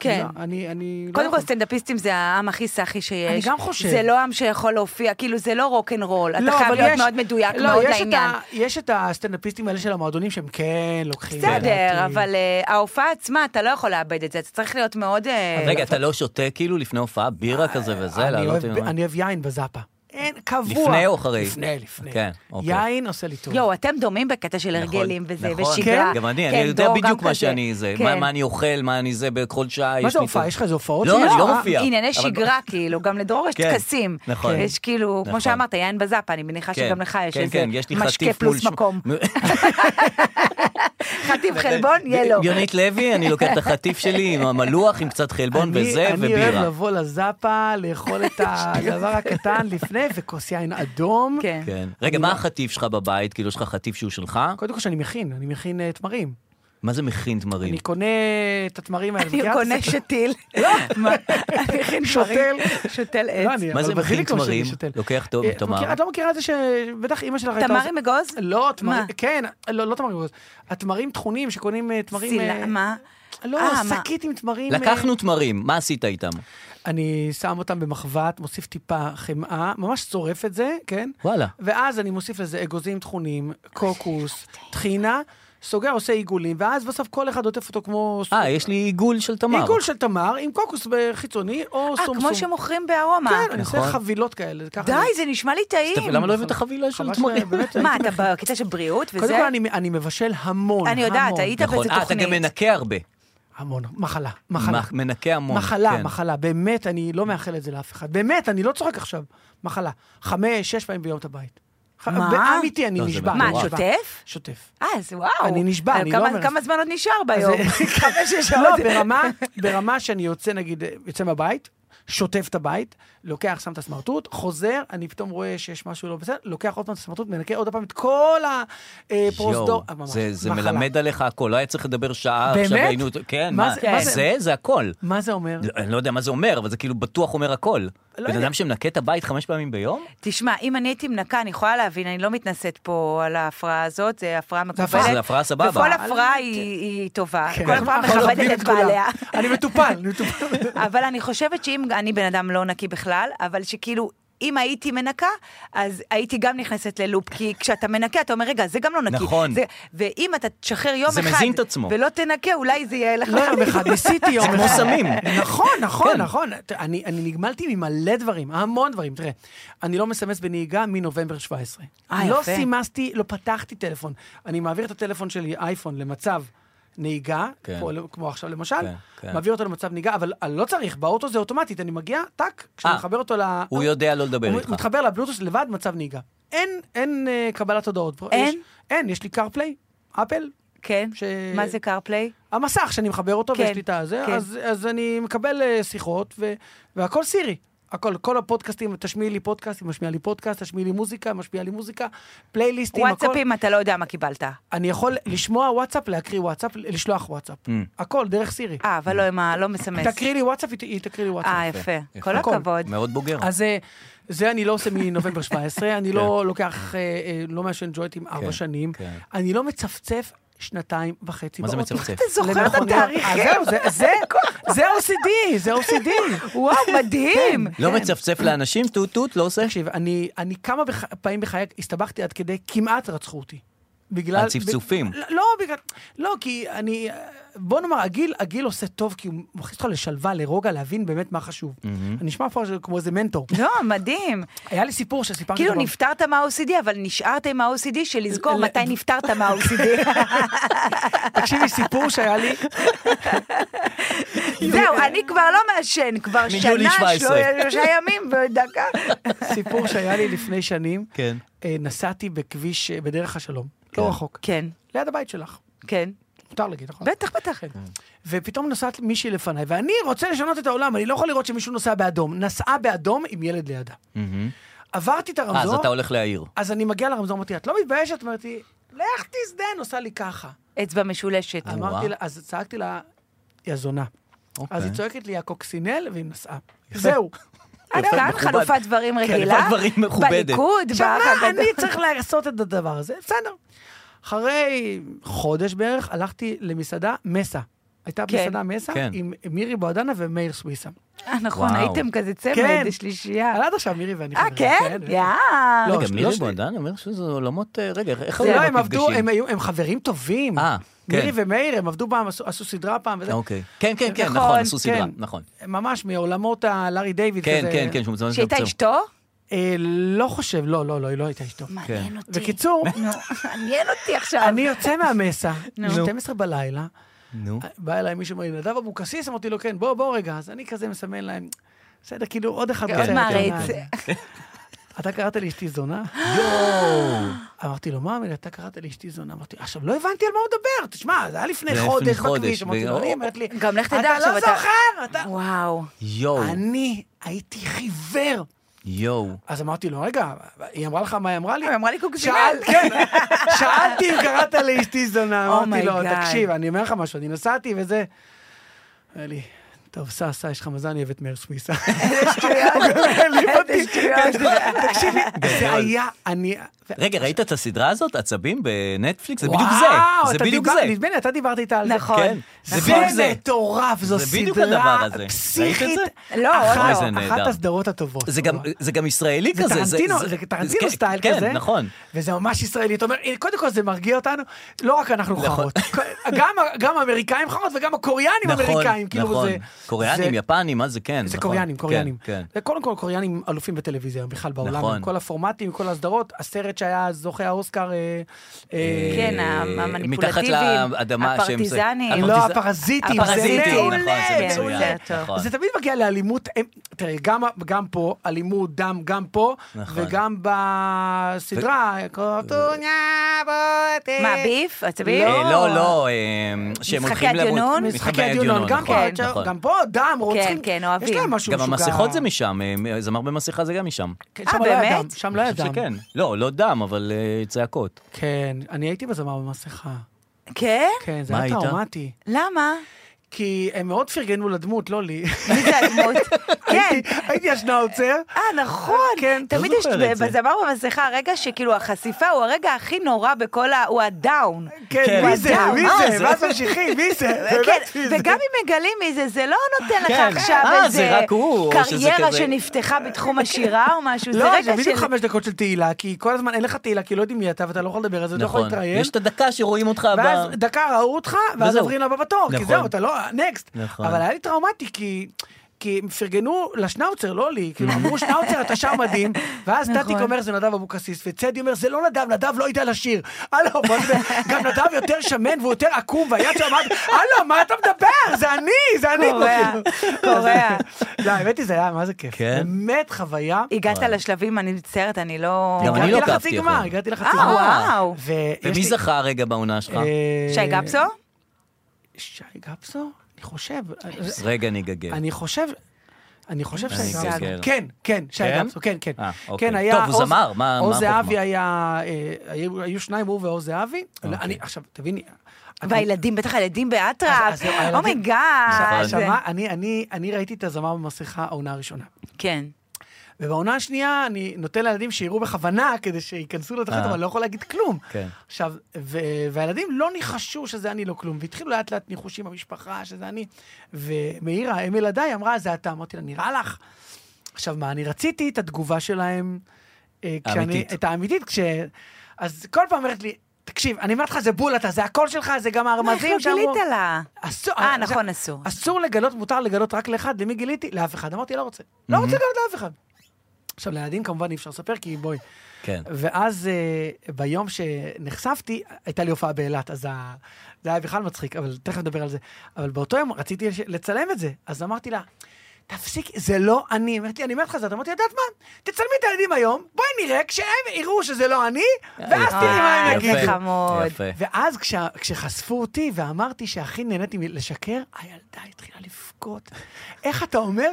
Speaker 3: כן.
Speaker 4: לא, אני, אני... לא
Speaker 3: קודם כל,
Speaker 4: יכול.
Speaker 3: סטנדאפיסטים זה העם הכי סאחי שיש.
Speaker 4: אני גם חושב.
Speaker 3: זה לא עם שיכול להופיע, כאילו, זה לא רוקנרול. אתה
Speaker 4: לא,
Speaker 3: חייב
Speaker 4: אבל
Speaker 3: להיות
Speaker 4: יש-
Speaker 3: מאוד מדויק,
Speaker 4: לא,
Speaker 3: מאוד
Speaker 4: יש את
Speaker 3: לעניין.
Speaker 4: ה- יש את הסטנדאפיסטים האלה של המועדונים שהם כן לוקחים.
Speaker 3: בסדר,
Speaker 4: לדעתי.
Speaker 3: אבל אה, ההופעה עצמה, אתה לא יכול לאבד את זה, אתה צריך להיות מאוד... אה,
Speaker 2: רגע, אתה לא שותה כאילו לפני הופעה בירה כזה וזה?
Speaker 4: אה, אני
Speaker 2: לעלות
Speaker 4: אוהב-
Speaker 2: עם-
Speaker 4: אני אוהב יין בזאפה. אין, קבוע.
Speaker 2: לפני או אחרי?
Speaker 4: לפני, לפני.
Speaker 2: כן, אוקיי.
Speaker 4: יין עושה לי טוב.
Speaker 3: יואו, אתם דומים בקטע של
Speaker 2: נכון,
Speaker 3: הרגלים וזה,
Speaker 2: נכון.
Speaker 3: ושגרה.
Speaker 2: גם אני,
Speaker 3: כן,
Speaker 2: אני יודע
Speaker 3: דור גם
Speaker 2: בדיוק מה
Speaker 3: כזה.
Speaker 2: שאני זה,
Speaker 3: כן.
Speaker 2: מה- מה אני אוכל, מה אני זה, בכל שעה יש לי...
Speaker 4: מה זה הופעה? יש לך איזה הופעות?
Speaker 2: לא,
Speaker 4: שיש
Speaker 2: אני
Speaker 4: לך?
Speaker 2: לא
Speaker 4: אה,
Speaker 2: מופיע.
Speaker 3: ענייני
Speaker 2: אבל-
Speaker 3: שגרה, כאילו, גם לדרור יש
Speaker 2: כן,
Speaker 3: טקסים.
Speaker 2: נכון.
Speaker 3: יש כאילו,
Speaker 2: נכון.
Speaker 3: כמו שאמרת, יין בזאפ, אני מניחה
Speaker 2: כן,
Speaker 3: שגם לך יש
Speaker 2: כן,
Speaker 3: איזה
Speaker 2: כן, יש לי
Speaker 3: משקה
Speaker 2: חטיף
Speaker 3: פלוס
Speaker 2: מול ש-
Speaker 3: מקום. חטיף חלבון, יהיה לו.
Speaker 2: יונית לוי, אני לוקח את החטיף שלי עם המלוח, עם קצת חלבון
Speaker 4: אני-
Speaker 2: וזה,
Speaker 4: אני אוהב
Speaker 2: ובירה.
Speaker 4: לבוא לזאפה, לאכול את הדבר הקטן לפני, וכוס יין אדום.
Speaker 3: כן.
Speaker 2: כן. רגע, מה החטיף שלך בבית? כאילו, יש לך חטיף שהוא שלך?
Speaker 4: לא- קודם כל שאני מכין, אני מכין אה, תמרים.
Speaker 2: מה זה מכין תמרים?
Speaker 4: אני קונה את התמרים האלה. לא,
Speaker 3: אני
Speaker 4: מכירה?
Speaker 3: קונה שתיל. מה? אני הכי
Speaker 4: שותל.
Speaker 3: שותל
Speaker 4: לא,
Speaker 3: עץ.
Speaker 4: אני-
Speaker 2: מה
Speaker 4: אבל
Speaker 2: זה מכין
Speaker 4: בזיליקום שלי
Speaker 2: תמרים?
Speaker 4: שותל.
Speaker 2: לוקח תו-
Speaker 4: אה, את
Speaker 2: תמר.
Speaker 4: מכירה- את לא מכירה את זה שבטח אימא שלך הייתה...
Speaker 3: תמר
Speaker 4: עושה-
Speaker 3: עם אגוז?
Speaker 4: לא,
Speaker 3: מה?
Speaker 4: תמרים, כן, לא לא תמרים, אגוז. התמרים טחונים שקונים אה, תמרים...
Speaker 3: סילה,
Speaker 4: אה,
Speaker 3: מה?
Speaker 4: לא,
Speaker 3: אה, מה?
Speaker 4: שקית עם תמרים... אה,
Speaker 2: לקחנו תמרים, מה עשית איתם?
Speaker 4: אני שם אותם במחבת, מוסיף טיפה חמאה, ממש צורף את זה, כן?
Speaker 2: וואלה.
Speaker 4: ואז אני מוסיף לזה אגוזים טחונים, קוקוס, טחינה, סוגר, עושה עיגולים, ואז בסוף כל אחד עוטף אותו כמו... סוג-
Speaker 2: אה, יש לי עיגול של תמר.
Speaker 4: עיגול של תמר עם קוקוס חיצוני או
Speaker 3: אה,
Speaker 4: לא סומסום.
Speaker 3: כמו שמוכרים בארומה.
Speaker 4: כן, אני עושה
Speaker 2: נכון.
Speaker 4: חבילות כאלה. ככה
Speaker 3: די,
Speaker 4: אני-
Speaker 3: זה נשמע לי טעים.
Speaker 2: טוב, למה לא הבאת חבילה של
Speaker 4: חבל
Speaker 2: תמרים?
Speaker 4: שבאמת-
Speaker 3: מה, אתה בקטע של בריאות וזה?
Speaker 4: קודם כל, אני- אני מבשל המון,
Speaker 3: אני יודעת,
Speaker 4: המון.
Speaker 3: היית באיזה
Speaker 2: נכון,
Speaker 3: תוכנית.
Speaker 2: אה, אתה גם מנקה הרבה.
Speaker 4: המון, מחלה, מחלה.
Speaker 2: מח- מנקה המון,
Speaker 4: מחלה,
Speaker 2: כן.
Speaker 4: מחלה, באמת, אני לא מאחל את זה לאף אחד. באמת, אני לא צוחק עכשיו. מחלה. חמש, שש פעמים ביום את הבית. ח-
Speaker 3: מה?
Speaker 4: באמיתי, אני
Speaker 2: לא, זה
Speaker 4: נשבע.
Speaker 3: מה,
Speaker 4: אני נשבע.
Speaker 3: שוטף?
Speaker 4: שוטף.
Speaker 3: אה, אז וואו.
Speaker 4: אני נשבע,
Speaker 3: אבל
Speaker 4: אני
Speaker 3: כמה-
Speaker 4: לא אומר-
Speaker 3: כמה זמן עוד נשאר ביום?
Speaker 4: אז-
Speaker 3: חמש, שש
Speaker 4: לא,
Speaker 3: שעות.
Speaker 4: ברמה, ברמה שאני יוצא, נגיד, יוצא מהבית, שוטף את הבית, לוקח, שם את הסמרטוט, חוזר, אני פתאום רואה שיש משהו לא בסדר, לוקח עוד פעם את הסמרטוט, מנקה עוד פעם את כל הפרוזדור.
Speaker 2: יואו,
Speaker 4: אה, ממש,
Speaker 2: זה- זה
Speaker 4: מחלה.
Speaker 2: מלמד עליך הכל, לא היה צריך לדבר שעה
Speaker 4: באמת?
Speaker 2: עכשיו. היינו- כן,
Speaker 4: מה
Speaker 2: מה
Speaker 4: זה- מה זה-
Speaker 2: זה? זה הכל.
Speaker 4: מה זה אומר?
Speaker 2: לא- אני לא יודע מה זה אומר, אבל זה כאילו בטוח אומר הכל. בן
Speaker 4: יודע.
Speaker 2: אדם שמנקה את הבית חמש פעמים ביום?
Speaker 3: תשמע, אם אני הייתי מנקה, אני יכולה להבין, אני לא מתנשאת פה על ההפרעה הזאת, זה הפרעה מקובלת.
Speaker 2: זה הפרעה סבבה.
Speaker 3: וכל הפרעה
Speaker 4: אה,
Speaker 3: היא היא טובה.
Speaker 4: כן.
Speaker 3: כל הפרעה
Speaker 4: אנחנו אוהבים
Speaker 3: מכבדת את
Speaker 4: כולם.
Speaker 3: בעליה.
Speaker 4: אני מטופל, אני מטופל.
Speaker 3: אבל אני חושבת שאם, אני בן אדם לא נקי בכלל, אבל שכאילו... אם הייתי מנקה, אז הייתי גם נכנסת ללופ, כי כשאתה מנקה, אתה אומר, רגע, זה גם לא נקי.
Speaker 2: נכון.
Speaker 3: זה, ואם אתה תשחרר יום
Speaker 2: זה
Speaker 3: אחד,
Speaker 2: מזין את עצמו.
Speaker 3: ולא תנקה, אולי זה יהיה לך...
Speaker 4: לא יום אחד, ניסיתי יום
Speaker 2: זה
Speaker 4: אחד.
Speaker 2: כמו סמים.
Speaker 4: נכון, נכון,
Speaker 2: כן.
Speaker 4: נכון. ת- אני אני נגמלתי ממלא דברים, המון דברים. תראה, אני לא מסמס בנהיגה מנובמבר 17.
Speaker 3: אה,
Speaker 4: לא
Speaker 3: יפה.
Speaker 4: סימסתי, לא פתחתי טלפון. אני מעביר את הטלפון שלי, אייפון, למצב... נהיגה,
Speaker 2: כן.
Speaker 4: כמו, כמו עכשיו למשל,
Speaker 2: כן, כן.
Speaker 4: מעביר אותו למצב נהיגה, אבל אני לא צריך, באוטו זה אוטומטית, אני מגיע, טאק, כשאני
Speaker 2: אה,
Speaker 4: מחבר אותו ל...
Speaker 2: הוא יודע לא לדבר
Speaker 4: הוא
Speaker 2: איתך.
Speaker 4: מתחבר לבלוטוס לבד, מצב נהיגה. אין, אין אה, קבלת הודעות.
Speaker 3: אין?
Speaker 4: יש, אין, יש לי קרפליי, אפל,
Speaker 3: כן?
Speaker 4: ש-
Speaker 3: מה זה קרפליי?
Speaker 4: המסך שאני מחבר אותו
Speaker 3: כן,
Speaker 4: ויש לי את הזה,
Speaker 3: כן.
Speaker 4: אז, אז אני מקבל אה, שיחות ו, והכל סירי. הכל, כל הפודקאסטים, תשמיעי לי פודקאסט, היא משמיעה לי פודקאסט, תשמיעי לי מוזיקה, משמיעה לי מוזיקה, פלייליסטים, הכל.
Speaker 3: וואטסאפים, אתה לא יודע מה קיבלת.
Speaker 4: אני יכול לשמוע וואטסאפ, להקריא וואטסאפ, לשלוח וואטסאפ.
Speaker 2: Mm.
Speaker 4: הכל, דרך סירי.
Speaker 3: אה, אבל לא עם ה... לא מסמס.
Speaker 4: תקריא לי וואטסאפ, היא ת- היא תקריא לי
Speaker 3: אה,
Speaker 4: וואטסאפ.
Speaker 3: יפה.
Speaker 2: יפה.
Speaker 3: כל
Speaker 4: הכל.
Speaker 3: הכבוד.
Speaker 2: מאוד בוגר.
Speaker 4: אז אה, זה אני לא עושה מנובמבר 17, אני לא לוקח, אה, אה, לא מעשן ג'וינטים ארבע
Speaker 2: כן,
Speaker 4: שנים,
Speaker 2: כן.
Speaker 4: אני לא מצפצף שנתיים וחצי.
Speaker 2: מה זה
Speaker 4: באוטו.
Speaker 2: מצפצף?
Speaker 3: אתה זוכר את
Speaker 4: למכוניות.
Speaker 3: התאריכים?
Speaker 4: אז אה, זהו, זה- זה- זה OCD, זה OCD.
Speaker 3: וואו, מדהים.
Speaker 4: כן.
Speaker 2: לא מצפצף לאנשים, טוט טוט, לא עושה.
Speaker 4: תקשיב, אני אני כמה בח- פעמים בחיי הסתבכתי עד כדי כמעט רצחו אותי. בגלל...
Speaker 2: הצפצופים.
Speaker 4: ב- לא, בגלל... לא, כי אני... בוא נאמר, הגיל, הגיל עושה טוב, כי הוא מכניס אותך לשלווה, לרוגע, להבין באמת מה חשוב. אני נשמע פה כמו איזה מנטור.
Speaker 3: לא, מדהים.
Speaker 4: היה לי סיפור שסיפרתי...
Speaker 3: כאילו
Speaker 4: כבר-
Speaker 3: נפטרת מה-OCD, אבל נשארת עם ה-OCD של לזכור
Speaker 4: ל-
Speaker 3: מתי נפטרת מה-OCD.
Speaker 4: תקשיבי, סיפור שהיה לי,
Speaker 3: זהו, אני כבר לא מעשן, כבר
Speaker 2: מיולי
Speaker 3: שנה,
Speaker 2: 17.
Speaker 3: שלושה ימים ודקה.
Speaker 4: סיפור שהיה לי לפני שנים,
Speaker 2: כן.
Speaker 4: אה, נסעתי בכביש, אה, בדרך השלום, לא רחוק,
Speaker 3: כן,
Speaker 4: ליד הבית שלך.
Speaker 3: כן.
Speaker 4: מותר להגיד, נכון?
Speaker 3: בטח, בטח.
Speaker 4: ופתאום נוסעת מישהי לפניי, ואני רוצה לשנות את העולם, אני לא יכול לראות שמישהו נוסע באדום. נסעה באדום עם ילד לידה. עברתי את
Speaker 2: אה, אז
Speaker 4: הרמזור,
Speaker 2: אתה הולך להעיר.
Speaker 4: אז אני מגיע לרמזור, אמרתי, את לא מתביישת? אמרתי, לך תזדן, עושה לי ככה.
Speaker 3: אצבע משולשת.
Speaker 4: אמרתי לה, אז צעקתי לה, יא זונה. אז
Speaker 2: אוקיי.
Speaker 4: היא צועקת לי, יא קוקסינל, והיא נסעה. זהו.
Speaker 3: עד כאן
Speaker 2: מכובד.
Speaker 3: אה, חלופת
Speaker 4: כן,
Speaker 3: דברים
Speaker 2: חלופת
Speaker 3: רגילה.
Speaker 2: דברים מכובדת.
Speaker 3: בליכוד,
Speaker 4: עכשיו מה,
Speaker 3: בהחלטה-
Speaker 4: אני צריך לעשות את הדבר הזה? בסדר. אחרי חודש בערך, הלכתי למסעדה מסה. הייתה
Speaker 3: כן.
Speaker 4: מסעדה מסה
Speaker 2: כן.
Speaker 4: עם מירי בועדנה ומאיר סוויסה.
Speaker 3: אה, נכון,
Speaker 2: וואו.
Speaker 3: הייתם כזה
Speaker 4: כן.
Speaker 3: צמד, שלישייה.
Speaker 4: עד עכשיו מירי ואני
Speaker 3: אה, כן? יאה.
Speaker 4: לא,
Speaker 2: רגע,
Speaker 4: ש-
Speaker 2: מירי
Speaker 4: ש-
Speaker 2: בועדן אומר שזה עולמות... אה, רגע, איך
Speaker 4: לא,
Speaker 2: העולמות
Speaker 4: הם עבדו,
Speaker 2: נפגשים?
Speaker 4: הם היו- הם חברים טובים.
Speaker 2: אה, כן.
Speaker 4: מירי ומאיר, הם עבדו פעם, עשו- עשו סדרה פעם. וזה.
Speaker 2: אוקיי. כן, כן, כן,
Speaker 3: נכון,
Speaker 2: נכון, עשו סדרה,
Speaker 4: כן.
Speaker 2: נכון.
Speaker 4: ממש מעולמות הלארי דיוויד.
Speaker 2: כן,
Speaker 4: כזה.
Speaker 2: כן, כן, שהוא מצוין.
Speaker 3: שהייתה אשתו?
Speaker 4: אה, לא חושב, לא, לא, לא, היא לא הייתה איתו.
Speaker 3: מעניין אותי.
Speaker 4: בקיצור,
Speaker 3: נו, מעניין אותי עכשיו.
Speaker 4: אני יוצא מהמסה,
Speaker 3: נו.
Speaker 4: 12 בלילה,
Speaker 2: נו.
Speaker 4: בא אליי מישהו, אומר לי, נדב אבוקסיס? אמרתי לו, כן, בוא, בוא רגע. אז אני כזה מסמן להם, בסדר, כאילו, עוד אחד.
Speaker 3: כן,
Speaker 4: רוצה
Speaker 3: עוד
Speaker 4: יותר
Speaker 3: מעריץ.
Speaker 4: מעניין." אתה קראת לאשתי זונה?
Speaker 2: יואו!
Speaker 4: אמרתי לו, מה, אמיר, אתה קראת לאשתי זונה? אמרתי, עכשיו, לא הבנתי על מה הוא מדבר. תשמע, זה היה לפני
Speaker 2: זה היה
Speaker 4: חודש
Speaker 2: לפני חודש,
Speaker 4: בכביש. אמרתי לו,
Speaker 2: ו-
Speaker 4: אני, אומרת לי,
Speaker 3: גם לך תדע
Speaker 4: אתה
Speaker 3: עכשיו,
Speaker 4: לא
Speaker 3: אתה-
Speaker 4: זוכר, אתה...
Speaker 3: וואו.
Speaker 2: יואו!
Speaker 4: אני הייתי חיוור.
Speaker 2: יואו!
Speaker 4: אז אמרתי לו, רגע, היא אמרה לך מה היא אמרה לי?
Speaker 3: היא אמרה לי קוקסינל.
Speaker 4: שאל- כן, שאלתי אם קראת לאשתי זונה,
Speaker 3: Oh
Speaker 4: אמרתי לו,
Speaker 3: אומייגאד.
Speaker 4: תקשיב, אני אומר לך משהו, אני נסעתי וזה... אמר לי, טוב, סע, סע, יש לך מזל, אני אוהב את מאיר סוויסה.
Speaker 3: איזה שטויות.
Speaker 4: תקשיבי, זה היה, אני...
Speaker 2: רגע, ראית את הסדרה הזאת? עצבים בנטפליקס? זה
Speaker 4: וואו,
Speaker 2: בדיוק זה! זה
Speaker 4: אתה
Speaker 2: בדיוק
Speaker 4: דיבר-
Speaker 2: זה!
Speaker 4: נדמה לי, אתה דיברת איתה על זה.
Speaker 3: נכון.
Speaker 2: כן,
Speaker 4: זה
Speaker 2: זה
Speaker 3: נכון.
Speaker 2: בדיוק זה.
Speaker 4: מטורף, זו
Speaker 2: זה בדיוק הדבר
Speaker 4: סדרה
Speaker 2: הזה. ראית את
Speaker 4: פסיכית.
Speaker 2: זה?
Speaker 3: לא, עוד
Speaker 4: אחת-
Speaker 3: לא.
Speaker 2: זה נהדר.
Speaker 4: אחת הסדרות הטובות.
Speaker 2: זה גם- זה גם ישראלי
Speaker 4: זה
Speaker 2: כזה.
Speaker 4: טרנטינו, זה טרנטינו
Speaker 2: כן,
Speaker 4: סטייל כזה.
Speaker 2: כן, נכון.
Speaker 4: וזה ממש ישראלי. אתה אומר, "הנה, קודם כל זה מרגיע אותנו, לא רק אנחנו
Speaker 2: נכון.
Speaker 4: חרות. גם- גם האמריקאים חרות וגם הקוריאנים
Speaker 2: נכון,
Speaker 4: אמריקאים. כאילו
Speaker 2: נכון.
Speaker 4: זה-
Speaker 2: קוריאנים,
Speaker 4: זה-
Speaker 2: יפנים, מה זה כן.
Speaker 4: זה
Speaker 2: נכון.
Speaker 4: קוריאנים,
Speaker 2: כן,
Speaker 4: קוריאנים.
Speaker 2: כן.
Speaker 4: זה קודם כל קוריאנים אלופים בטלוויזיה, בכלל בעולם.
Speaker 2: נכון.
Speaker 4: עם כל הפורמטים, כל הסדרות, הסרט שהיה זוכה האוסקר, אה, אה,
Speaker 3: כן,
Speaker 2: אה,
Speaker 3: המניפולטיביים,
Speaker 2: מתחת לאדמה שהם- אה,
Speaker 3: הפרזינים.
Speaker 4: לא,
Speaker 2: הפרזיט-
Speaker 4: הפרזיטים,
Speaker 2: הפרזיטים,
Speaker 4: זה
Speaker 2: נכון,
Speaker 4: מעולה,
Speaker 2: זה מצוין,
Speaker 3: מעולה, טוב.
Speaker 2: נכון.
Speaker 4: זה תמיד מגיע לאלימות, הם- תראה, גם, גם פה, אלימות דם גם פה,
Speaker 2: נכון.
Speaker 4: וגם בסדרה, קורטוניה בוטה.
Speaker 3: מה, ביף? עצבים?
Speaker 2: אה, לא, לא, אה, שהם
Speaker 3: משחקי
Speaker 2: הולכים לבוט-
Speaker 3: הדיונון?
Speaker 4: משחקי הדיונון, גם פה,
Speaker 2: נכון,
Speaker 3: כן.
Speaker 4: עכשיו,
Speaker 2: נכון.
Speaker 4: גם פה דם, רוצחים,
Speaker 3: כן, אוהבים.
Speaker 4: יש להם משהו
Speaker 2: גם
Speaker 4: משוגע.
Speaker 2: המסכות זה משם, אה, זמר במסכה זה גם משם.
Speaker 4: כן,
Speaker 3: אה,
Speaker 4: שם לא היה
Speaker 3: באמת?
Speaker 4: דם, שם לא היה
Speaker 2: אני חושב
Speaker 4: דם.
Speaker 2: שכן. לא, לא דם, אבל אה, צעקות.
Speaker 4: כן, אני הייתי בזמר במסכה.
Speaker 3: כן?
Speaker 4: כן, זה
Speaker 2: מה
Speaker 4: היה
Speaker 2: היית?
Speaker 4: טראומטי.
Speaker 3: למה?
Speaker 4: כי הם מאוד פרגנו לדמות, לא לי.
Speaker 3: מי זה הדמות? כן.
Speaker 4: הייתי- הייתי השנאוצר.
Speaker 3: אה, נכון.
Speaker 4: כן,
Speaker 3: תמיד
Speaker 2: לא
Speaker 3: יש
Speaker 2: זוכר את זה.
Speaker 3: בזמר במסכה הרגע שכאילו החשיפה הוא הרגע הכי נורא בכל ה... הוא הדאון.
Speaker 4: כן,
Speaker 2: כן.
Speaker 4: מי זה?
Speaker 3: וואו,
Speaker 4: מי
Speaker 2: מה
Speaker 4: זה?
Speaker 2: זה?
Speaker 4: ואז ממשיכים, מי זה?
Speaker 3: אה, כן,
Speaker 4: באמת, מי זה?
Speaker 3: וגם אם מגלים מי זה, זה לא נותן לך
Speaker 2: כן.
Speaker 3: עכשיו
Speaker 2: אה,
Speaker 3: איזה
Speaker 2: זה רק הוא, או שזה
Speaker 3: קריירה
Speaker 2: כזה-
Speaker 3: שנפתחה בתחום השירה או משהו, זה
Speaker 4: לא, זה
Speaker 3: רגע
Speaker 4: בדיוק
Speaker 3: של...
Speaker 4: חמש דקות של תהילה, כי כל הזמן אין לך תהילה, כי לא יודעים מי אתה ואתה לא יכול לדבר על זה, אתה לא יכול
Speaker 2: נכון.
Speaker 4: להתראיין.
Speaker 2: יש את הדקה שרואים אותך ב...
Speaker 4: ואז דקה ראו אותך, ואז
Speaker 2: וזהו.
Speaker 4: עוברים לבא בתור, כי
Speaker 2: נכון.
Speaker 4: זהו, אתה לא, נקסט.
Speaker 2: נכון.
Speaker 4: אבל היה לי טראומטי, כי... כי הם פרגנו לשנאוצר, לא לי, כאילו אמרו שנאוצר אתה שר מדהים, ואז
Speaker 3: נכון.
Speaker 4: טאטיק אומר זה נדב אבוקסיס, וצדי אומר זה לא נדב, נדב לא יודע לשיר. הלו, מה זה, גם נדב יותר שמן והוא יותר עקום, והיד שלו אמרת, הלו, מה אתה מדבר? זה אני, זה אני. כאילו."
Speaker 3: קורע, קורע.
Speaker 4: לא, האמת היא זה היה, מה זה כיף.
Speaker 2: כן?
Speaker 4: באמת חוויה.
Speaker 3: הגעת לשלבים, אני מצטערת, אני לא...
Speaker 2: גם אני לא
Speaker 4: הגעתי לחצי
Speaker 2: עקבתי אחרי
Speaker 4: גמר,
Speaker 2: זה.
Speaker 4: הגעתי לחצי
Speaker 3: אה,
Speaker 4: גמר.
Speaker 3: וואו.
Speaker 4: ויש
Speaker 2: ומי
Speaker 4: לי-
Speaker 2: זכה רגע בעונה שלך?
Speaker 4: אה,
Speaker 3: שי גפסו?
Speaker 4: שי גפסו? אני חושב.
Speaker 2: רגע, אני אגגל.
Speaker 4: אני חושב... אני חושב
Speaker 2: אני
Speaker 4: שי גפסו.
Speaker 2: גגל.
Speaker 4: כן, כן, שי
Speaker 2: כן?
Speaker 4: גפסו, כן, כן.
Speaker 2: אה, אוקיי.
Speaker 4: כן, היה...
Speaker 2: טוב, הוא
Speaker 4: עוז-
Speaker 2: זמר, מה-
Speaker 4: עוז
Speaker 2: מה
Speaker 4: זהבי
Speaker 2: החוכמה?
Speaker 4: היה... אה, היו היו שניים, הוא ועוז זהבי.
Speaker 2: אוקיי.
Speaker 4: אני, עכשיו, תביני... את-
Speaker 3: והילדים, בטח הילדים Oh באטרף.
Speaker 4: אז- אז הילדים-
Speaker 3: אומייגאד.
Speaker 2: נכון.
Speaker 4: שמע, אני- אני- אני ראיתי את הזמר במסכה העונה הראשונה.
Speaker 3: כן.
Speaker 4: ובעונה השנייה אני נותן לילדים שיראו בכוונה כדי שייכנסו לתוכנית,
Speaker 2: אה.
Speaker 4: אבל אני לא יכול להגיד כלום.
Speaker 2: כן.
Speaker 4: עכשיו, ו- והילדים לא ניחשו שזה אני לא כלום, והתחילו לאט לאט ניחושים במשפחה שזה אני. ומאירה, אם ילדיי, אמרה, זה אתה. אמרתי לה, נראה לך? עכשיו, מה, אני רציתי את התגובה שלהם... אה, כשאני-
Speaker 2: האמיתית.
Speaker 4: את האמיתית, כש... אז כל פעם אומרת לי, תקשיב, אני אומרת לך, זה בול אתה, זה הקול שלך, זה גם
Speaker 3: מה, איך
Speaker 4: הרמזים
Speaker 3: לא
Speaker 4: שאמרו."
Speaker 3: גילית לה?
Speaker 4: אסור,
Speaker 3: אה,
Speaker 4: זה-
Speaker 3: נכון, אסור.
Speaker 4: אסור לגלות, מותר לגלות רק לאחד, למי גיליתי? לאף אחד. אמרתי, לא רוצה. לא רוצה לגלות לאף אחד. עכשיו, לילדים כמובן אי אפשר לספר, כי בואי.
Speaker 2: כן.
Speaker 4: ואז אה, ביום שנחשפתי, הייתה לי הופעה באילת, אז ה... זה היה בכלל מצחיק, אבל תכף נדבר על זה. אבל באותו יום רציתי לש- לצלם את זה, אז אמרתי לה, תפסיק, זה לא אני. אמרתי, אני אומרת לך זאת, אמרתי, יודעת מה? תצלמי את הילדים היום, בואי נראה, כשהם יראו שזה לא אני, ואז
Speaker 2: יפה.
Speaker 4: תראי מה הם
Speaker 3: אה,
Speaker 4: יגידו.
Speaker 3: איזה
Speaker 2: יפה,
Speaker 3: חמוד.
Speaker 2: יפה.
Speaker 4: ואז כש, כשחשפו אותי ואמרתי שהכי נהניתי מלשקר, הילדה התחילה לבכות. איך אתה אומר?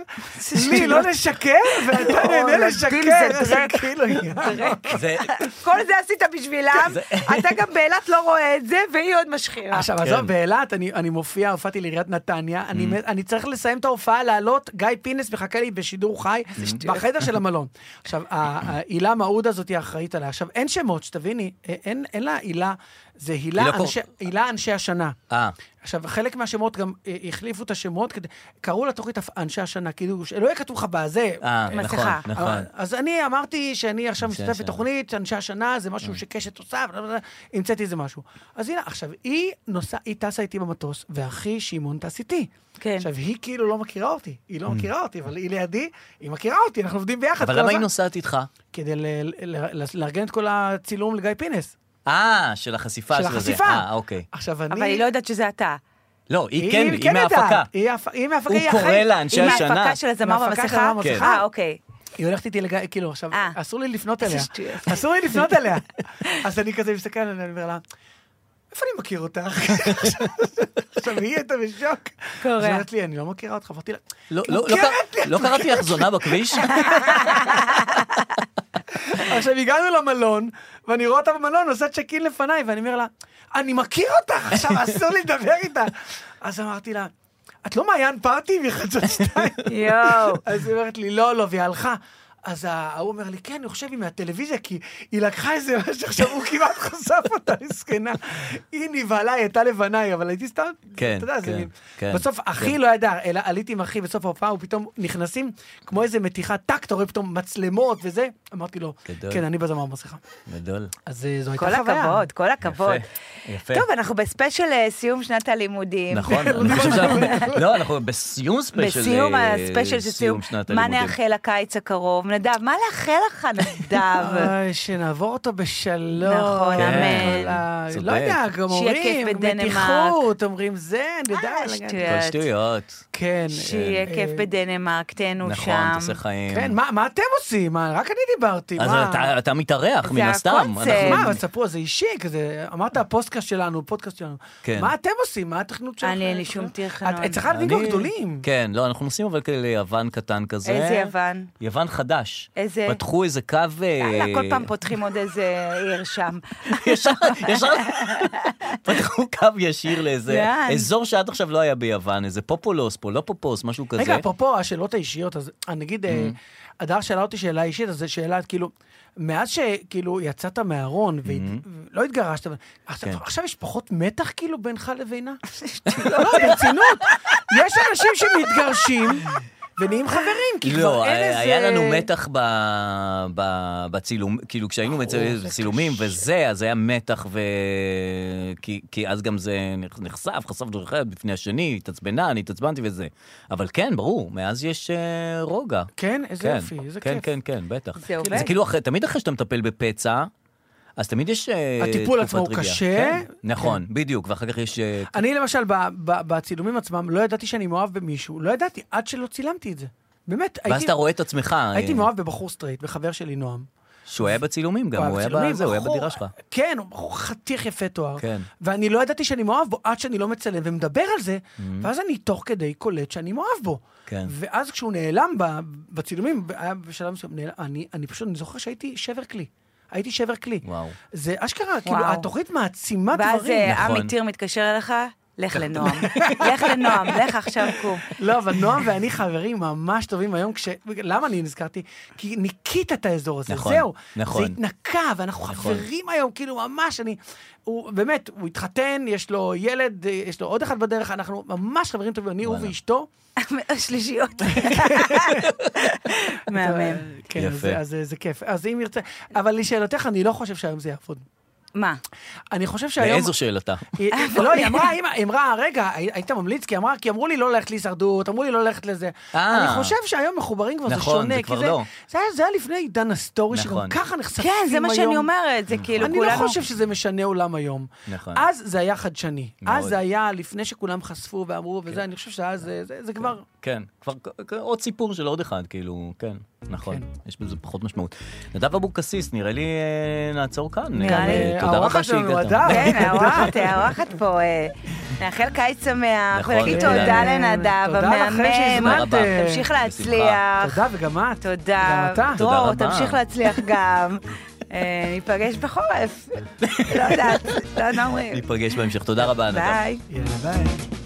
Speaker 4: לי לא לשקר, ואתה נהנה
Speaker 3: לא,
Speaker 4: לשקר.
Speaker 3: דיל זה
Speaker 4: זה
Speaker 3: דרק.
Speaker 4: כאילו, יאללה.
Speaker 2: זה-
Speaker 3: כל זה עשית בשבילם, אתה גם באילת לא רואה את זה, והיא עוד משחירה.
Speaker 4: עכשיו,
Speaker 2: כן.
Speaker 4: עזוב, באילת, אני אני מופיע, הופעתי לעיריית נתניה, אני מת- אני צריך לסיים את ההופעה, לעלות, גיא פינס מחכה לי בשידור חי, בחדר של המלון. עכשיו, ה- ה- הילה מעודה הזאת היא האחראית עליה. עכשיו, אין שמות, שתביני, א- אין אין לה הילה, זה הילה
Speaker 2: הילה קור-
Speaker 4: אנשי- הילה אנשי השנה.
Speaker 2: אה,
Speaker 4: עכשיו, חלק מהשמות גם אה, החליפו את השמות, כדי- קראו לתוכנית הפ- אנשי השנה, כאילו, שלא יהיה כתוב לך בזה.
Speaker 2: אה, נכון,
Speaker 3: מסכה.
Speaker 2: נכון.
Speaker 4: אז אני אמרתי שאני עכשיו
Speaker 2: אנשי
Speaker 4: משתתף
Speaker 2: השנה. אה.
Speaker 4: בתוכנית, אנשי השנה, זה משהו שקשת עושה, בלה, בלה, בלה, המצאתי איזה משהו. אז הנה, עכשיו, היא נוסע, היא טסה איתי במטוס, ואחי שמעון טס איתי.
Speaker 3: כן.
Speaker 4: עכשיו, היא כאילו לא מכירה אותי, היא לא מכירה אותי, אבל היא לידי, היא מכירה אותי, אנחנו עובדים ביחד. כל
Speaker 2: אה. אבל למה
Speaker 4: הזמן.
Speaker 2: היא נוסעת איתך?
Speaker 4: כדי ל- ל- ל- לארגן את כל הצילום לגיא פינס,
Speaker 2: אה, של החשיפה
Speaker 4: של
Speaker 2: של זה.
Speaker 4: החשיפה.
Speaker 2: אה, אוקיי.
Speaker 4: עכשיו, אני...
Speaker 3: אבל היא לא יודעת שזה אתה.
Speaker 2: לא, היא כן, היא מההפקה.
Speaker 4: יודעת. היא הפ- היא מההפקה,
Speaker 2: הוא
Speaker 4: היא
Speaker 2: קורא
Speaker 4: אחראית.
Speaker 2: לה אנשי
Speaker 3: עם
Speaker 2: השנה.
Speaker 3: ההפקה של הזמר
Speaker 4: מההפקה של
Speaker 3: במסכה?
Speaker 4: הזמר
Speaker 2: כן.
Speaker 4: במסכה.
Speaker 3: אה, אוקיי.
Speaker 4: היא הולכת איתי לגיא, כאילו עכשיו,
Speaker 3: אה.
Speaker 4: אסור לי לפנות אליה.
Speaker 3: איזה שטויות.
Speaker 4: אסור לי לפנות אליה. אז אני כזה מסתכל עליה, אני אומר לה, איפה אני מכיר אותך? עכשיו היא הייתה בשוק.
Speaker 3: קורע.
Speaker 4: אז היא אומרת לי, אני לא מכירה אותך, אמרתי לה,
Speaker 2: לא- לא- לא
Speaker 4: מוכרת
Speaker 2: קר- לא קראתי לך זונה בכביש?
Speaker 4: עכשיו הגענו למלון, ואני רואה אותה במלון, עושה צ'ק אין לפניי, ואני אומר לה, אני מכיר אותך, עכשיו אסור לי לדבר איתה. אז אמרתי לה, את לא מעיין פארטי מחדשות שתיים?
Speaker 3: יואו.
Speaker 4: אז היא אומרת לי, לא, לא, והיא הלכה. אז ההוא אומר לי, כן, אני חושב היא מהטלוויזיה, כי היא לקחה איזה משהו, עכשיו הוא כמעט חשף אותה, מסכנה. היא נבהלה, היא הייתה לבנה, אבל הייתי סתם,
Speaker 2: כן,
Speaker 4: אתה יודע, זה
Speaker 2: כן,
Speaker 4: מין.
Speaker 2: כן.
Speaker 4: בסוף אחי לא ידע, אלא עליתי עם אחי בסוף ההופעה, הוא פתאום נכנסים כמו איזה מתיחה, טאק, אתה רואה פתאום מצלמות וזה. אמרתי לו,
Speaker 2: גדול.
Speaker 4: כן, אני בזמר במסכה.
Speaker 2: גדול.
Speaker 4: אז אה, זו הייתה
Speaker 3: כל
Speaker 4: חוויה.
Speaker 3: הכבוד, כל הכבוד.
Speaker 2: יפה, יפה.
Speaker 3: טוב, אנחנו בספיישל אה, סיום שנת הלימודים.
Speaker 2: נכון, אני חושב שאנחנו... לא, אנחנו בסיום ספיישל.
Speaker 3: בסיום
Speaker 2: אה,
Speaker 3: הספיישל של סיום,
Speaker 2: שנת
Speaker 3: מה
Speaker 2: הלימודים.
Speaker 3: נאחל לקיץ הקרוב? נדב, מה לאחל לך, נדב?
Speaker 4: אוי, שנעבור אותו בשלום.
Speaker 3: נכון,
Speaker 4: אה,
Speaker 2: אמן.
Speaker 4: כל ה-
Speaker 2: כן. צודק.
Speaker 4: לא יודע, גם
Speaker 3: שיהיה
Speaker 4: אומרים,
Speaker 3: כיף בדנמרק.
Speaker 4: מתיחות, אומרים זה, אני יודע.
Speaker 3: אה,
Speaker 4: לגעת.
Speaker 3: שטויות.
Speaker 2: כל שטויות.
Speaker 4: כן.
Speaker 3: שיהיה
Speaker 4: אה,
Speaker 3: כיף
Speaker 4: אה,
Speaker 3: בדנמרק, תהנו שם.
Speaker 2: נכון, תעשה חיים.
Speaker 4: כן, מה מה אתם עושים? מה, רק אני דיברתי,
Speaker 2: אז
Speaker 4: מה?
Speaker 2: אתה- אתה מתארח,
Speaker 3: זה
Speaker 2: מן הסתם.
Speaker 3: הקונספט.
Speaker 2: אנחנו-
Speaker 4: מה, אבל ספרו, זה אישי, כזה, אמרת הפודקאסט שלנו, פודקאסט שלנו.
Speaker 2: כן.
Speaker 4: מה אתם עושים? מה התכנות שלכם?
Speaker 3: אני, אין לי שום תכנון.
Speaker 4: את- את צריכה להבין
Speaker 2: אני-
Speaker 4: כבר גדולים.
Speaker 2: כן, לא, אנחנו נוסעים אבל כאלה ליוון קטן כזה.
Speaker 3: איזה יוון?
Speaker 2: יוון חדש.
Speaker 3: איזה?
Speaker 2: פתחו איזה קו... אה,
Speaker 3: יאללה, כל פעם פותחים עוד איזה עיר שם.
Speaker 2: ישר, ישר, פתחו קו ישיר לאיזה
Speaker 3: לאן?
Speaker 2: אזור שעד עכשיו לא היה ביוון, איזה פופולוס פה, לא פופוס, משהו כזה.
Speaker 4: רגע, אפרופו השאלות האישיות, אז אה, נגיד, אה, הדר שאלה אותי שאלה אישית, אז זו שאלה, כאילו, מאז שכאילו יצאת מהארון, והת- ולא התגרשת, אבל- עכשיו-
Speaker 2: כן.
Speaker 4: עכשיו יש פחות מתח כאילו בינך לבינה? לא, לא, ברצינות. יש אנשים שמתגרשים ונהיים חברים, כאילו, כי כבר
Speaker 2: לא,
Speaker 4: אין איזה...
Speaker 2: היה לנו מתח ב... ב... בצילום, כאילו כשהיינו
Speaker 4: אה, זה
Speaker 2: בצילומים וזה, אז היה מתח ו... כי, כי אז גם זה נחש- נחשף, חשפנו אחד בפני השני, היא התעצבנה, אני התעצבנתי וזה. אבל כן, ברור, מאז יש אה, רוגע.
Speaker 4: כן, איזה יופי, איזה
Speaker 2: כן,
Speaker 4: כיף. אוקיי.
Speaker 2: כן, כן, בטח.
Speaker 3: זה עובד.
Speaker 2: זה כאילו, אחרי, תמיד אחרי שאתה מטפל בפצע, אז תמיד יש אה,
Speaker 4: הטיפול
Speaker 2: תקופת
Speaker 4: עצמו הוא
Speaker 2: רגיעה.
Speaker 4: קשה.
Speaker 2: כן, נכון, בדיוק, ואחר כך יש... אה,
Speaker 4: אני למשל, ב- ב- בצילומים עצמם, לא ידעתי שאני מאוהב במישהו, לא ידעתי עד שלא צילמתי את זה. באמת,
Speaker 2: ואז
Speaker 4: הייתי-
Speaker 2: אתה רואה את עצמך. אה,
Speaker 4: הייתי מאוהב בבחור סטרייט, בחבר שלי נועם.
Speaker 2: שהוא היה בצילומים גם, הוא היה
Speaker 4: בצילומים,
Speaker 2: בזה, הוא היה
Speaker 4: בחור-
Speaker 2: בדירה שלך.
Speaker 4: כן, הוא בחור חתיך יפה תואר.
Speaker 2: כן.
Speaker 4: ואני לא ידעתי שאני מאוהב בו עד שאני לא מצלם ומדבר על זה, ואז אני תוך כדי קולט שאני מאוהב בו.
Speaker 2: Mm-hmm. כן.
Speaker 4: ואז כשהוא נעלם ב- בצילומים, היה בשלב מסוים, נעלם- אני אני פשוט, אני זוכר שהייתי שבר כלי. הייתי שבר כלי.
Speaker 2: וואו.
Speaker 4: זה אשכרה, כאילו,
Speaker 3: וואו.
Speaker 4: התוכנית מעצימה
Speaker 3: ואז
Speaker 4: דברים. כן.
Speaker 3: אה,
Speaker 2: נכון.
Speaker 3: עמי טיר מתקשר אליך, לך לנועם. לך לנועם, לך עכשיו קום.
Speaker 4: לא, אבל נועם ואני חברים ממש טובים היום, כש... למה אני נזכרתי? כי ניקית את האזור הזה,
Speaker 2: נכון,
Speaker 4: זהו.
Speaker 2: נכון.
Speaker 4: זה התנקה, ואנחנו חברים היום, כאילו, ממש, אני... הוא באמת, הוא התחתן, יש לו ילד, אה, יש לו עוד אחד בדרך, אנחנו ממש חברים טובים, אני, הוא
Speaker 2: וואלה.
Speaker 4: ואשתו.
Speaker 3: שלישיות. מהמם.
Speaker 4: כן,
Speaker 2: יפה.
Speaker 4: אה, אז, אז, אז זה כיף. אז אם ירצה... אבל לשאלתך, אני לא חושב שהיום זה יעבוד.
Speaker 3: מה?
Speaker 4: אני חושב שהיום...
Speaker 2: באיזו שאלתה.
Speaker 4: היא- לא, היא אמרה, אמא, היא אמרה, רגע, הי- היית ממליץ? כי אמרה, כי אמרו לי לא ללכת להישרדות, אמרו לי לא ללכת לזה.
Speaker 2: אה.
Speaker 4: אני חושב שהיום מחוברים כבר, זה
Speaker 2: נכון,
Speaker 4: שונה.
Speaker 2: זה
Speaker 4: כי
Speaker 2: כבר לא.
Speaker 4: זה היה- זה היה לפני עידן הסטורי, שגם
Speaker 2: נכון.
Speaker 4: ככה נחשפים היום.
Speaker 3: כן, זה מה שאני אומרת, זה כאילו
Speaker 4: אני
Speaker 3: כולנו...
Speaker 4: לא חושב שזה משנה עולם היום.
Speaker 2: נכון.
Speaker 4: אז זה היה חדשני.
Speaker 2: מאוד.
Speaker 4: אז זה היה לפני שכולם חשפו ואמרו וזה, אני חושב שאז זה- זה- זה כבר...
Speaker 2: כן, כבר כ- עוד סיפור של עוד אחד, כאילו, כן, נכון,
Speaker 4: כן.
Speaker 2: יש בזה פחות משמעות. נדב אבוקסיס, נראה לי אה, נעצור כאן.
Speaker 3: נראה
Speaker 2: אה,
Speaker 3: לי.
Speaker 2: תודה רבה
Speaker 4: האורחת שלנו,
Speaker 2: שהגעת.
Speaker 4: נדב.
Speaker 3: כן, האורחת, האורחת פה, אה, נאחל קיץ שמח,
Speaker 2: נכון,
Speaker 3: ונגיד
Speaker 2: לכולנו.
Speaker 3: תודה לנדב,
Speaker 4: כן. תודה לכם
Speaker 3: המהמם,
Speaker 4: שהזמנתם.
Speaker 2: תודה רבה.
Speaker 3: תמשיך להצליח,
Speaker 4: תודה, וגם את.
Speaker 3: אה. תודה,
Speaker 4: גם אתה.
Speaker 2: תודה
Speaker 3: דרור,
Speaker 2: רבה.
Speaker 3: תמשיך להצליח גם, אה, ניפגש בחורף, לא יודעת, לא נאמרים,
Speaker 2: ניפגש בהמשך, תודה רבה, נדב.
Speaker 3: ביי.
Speaker 4: יאללה, ביי.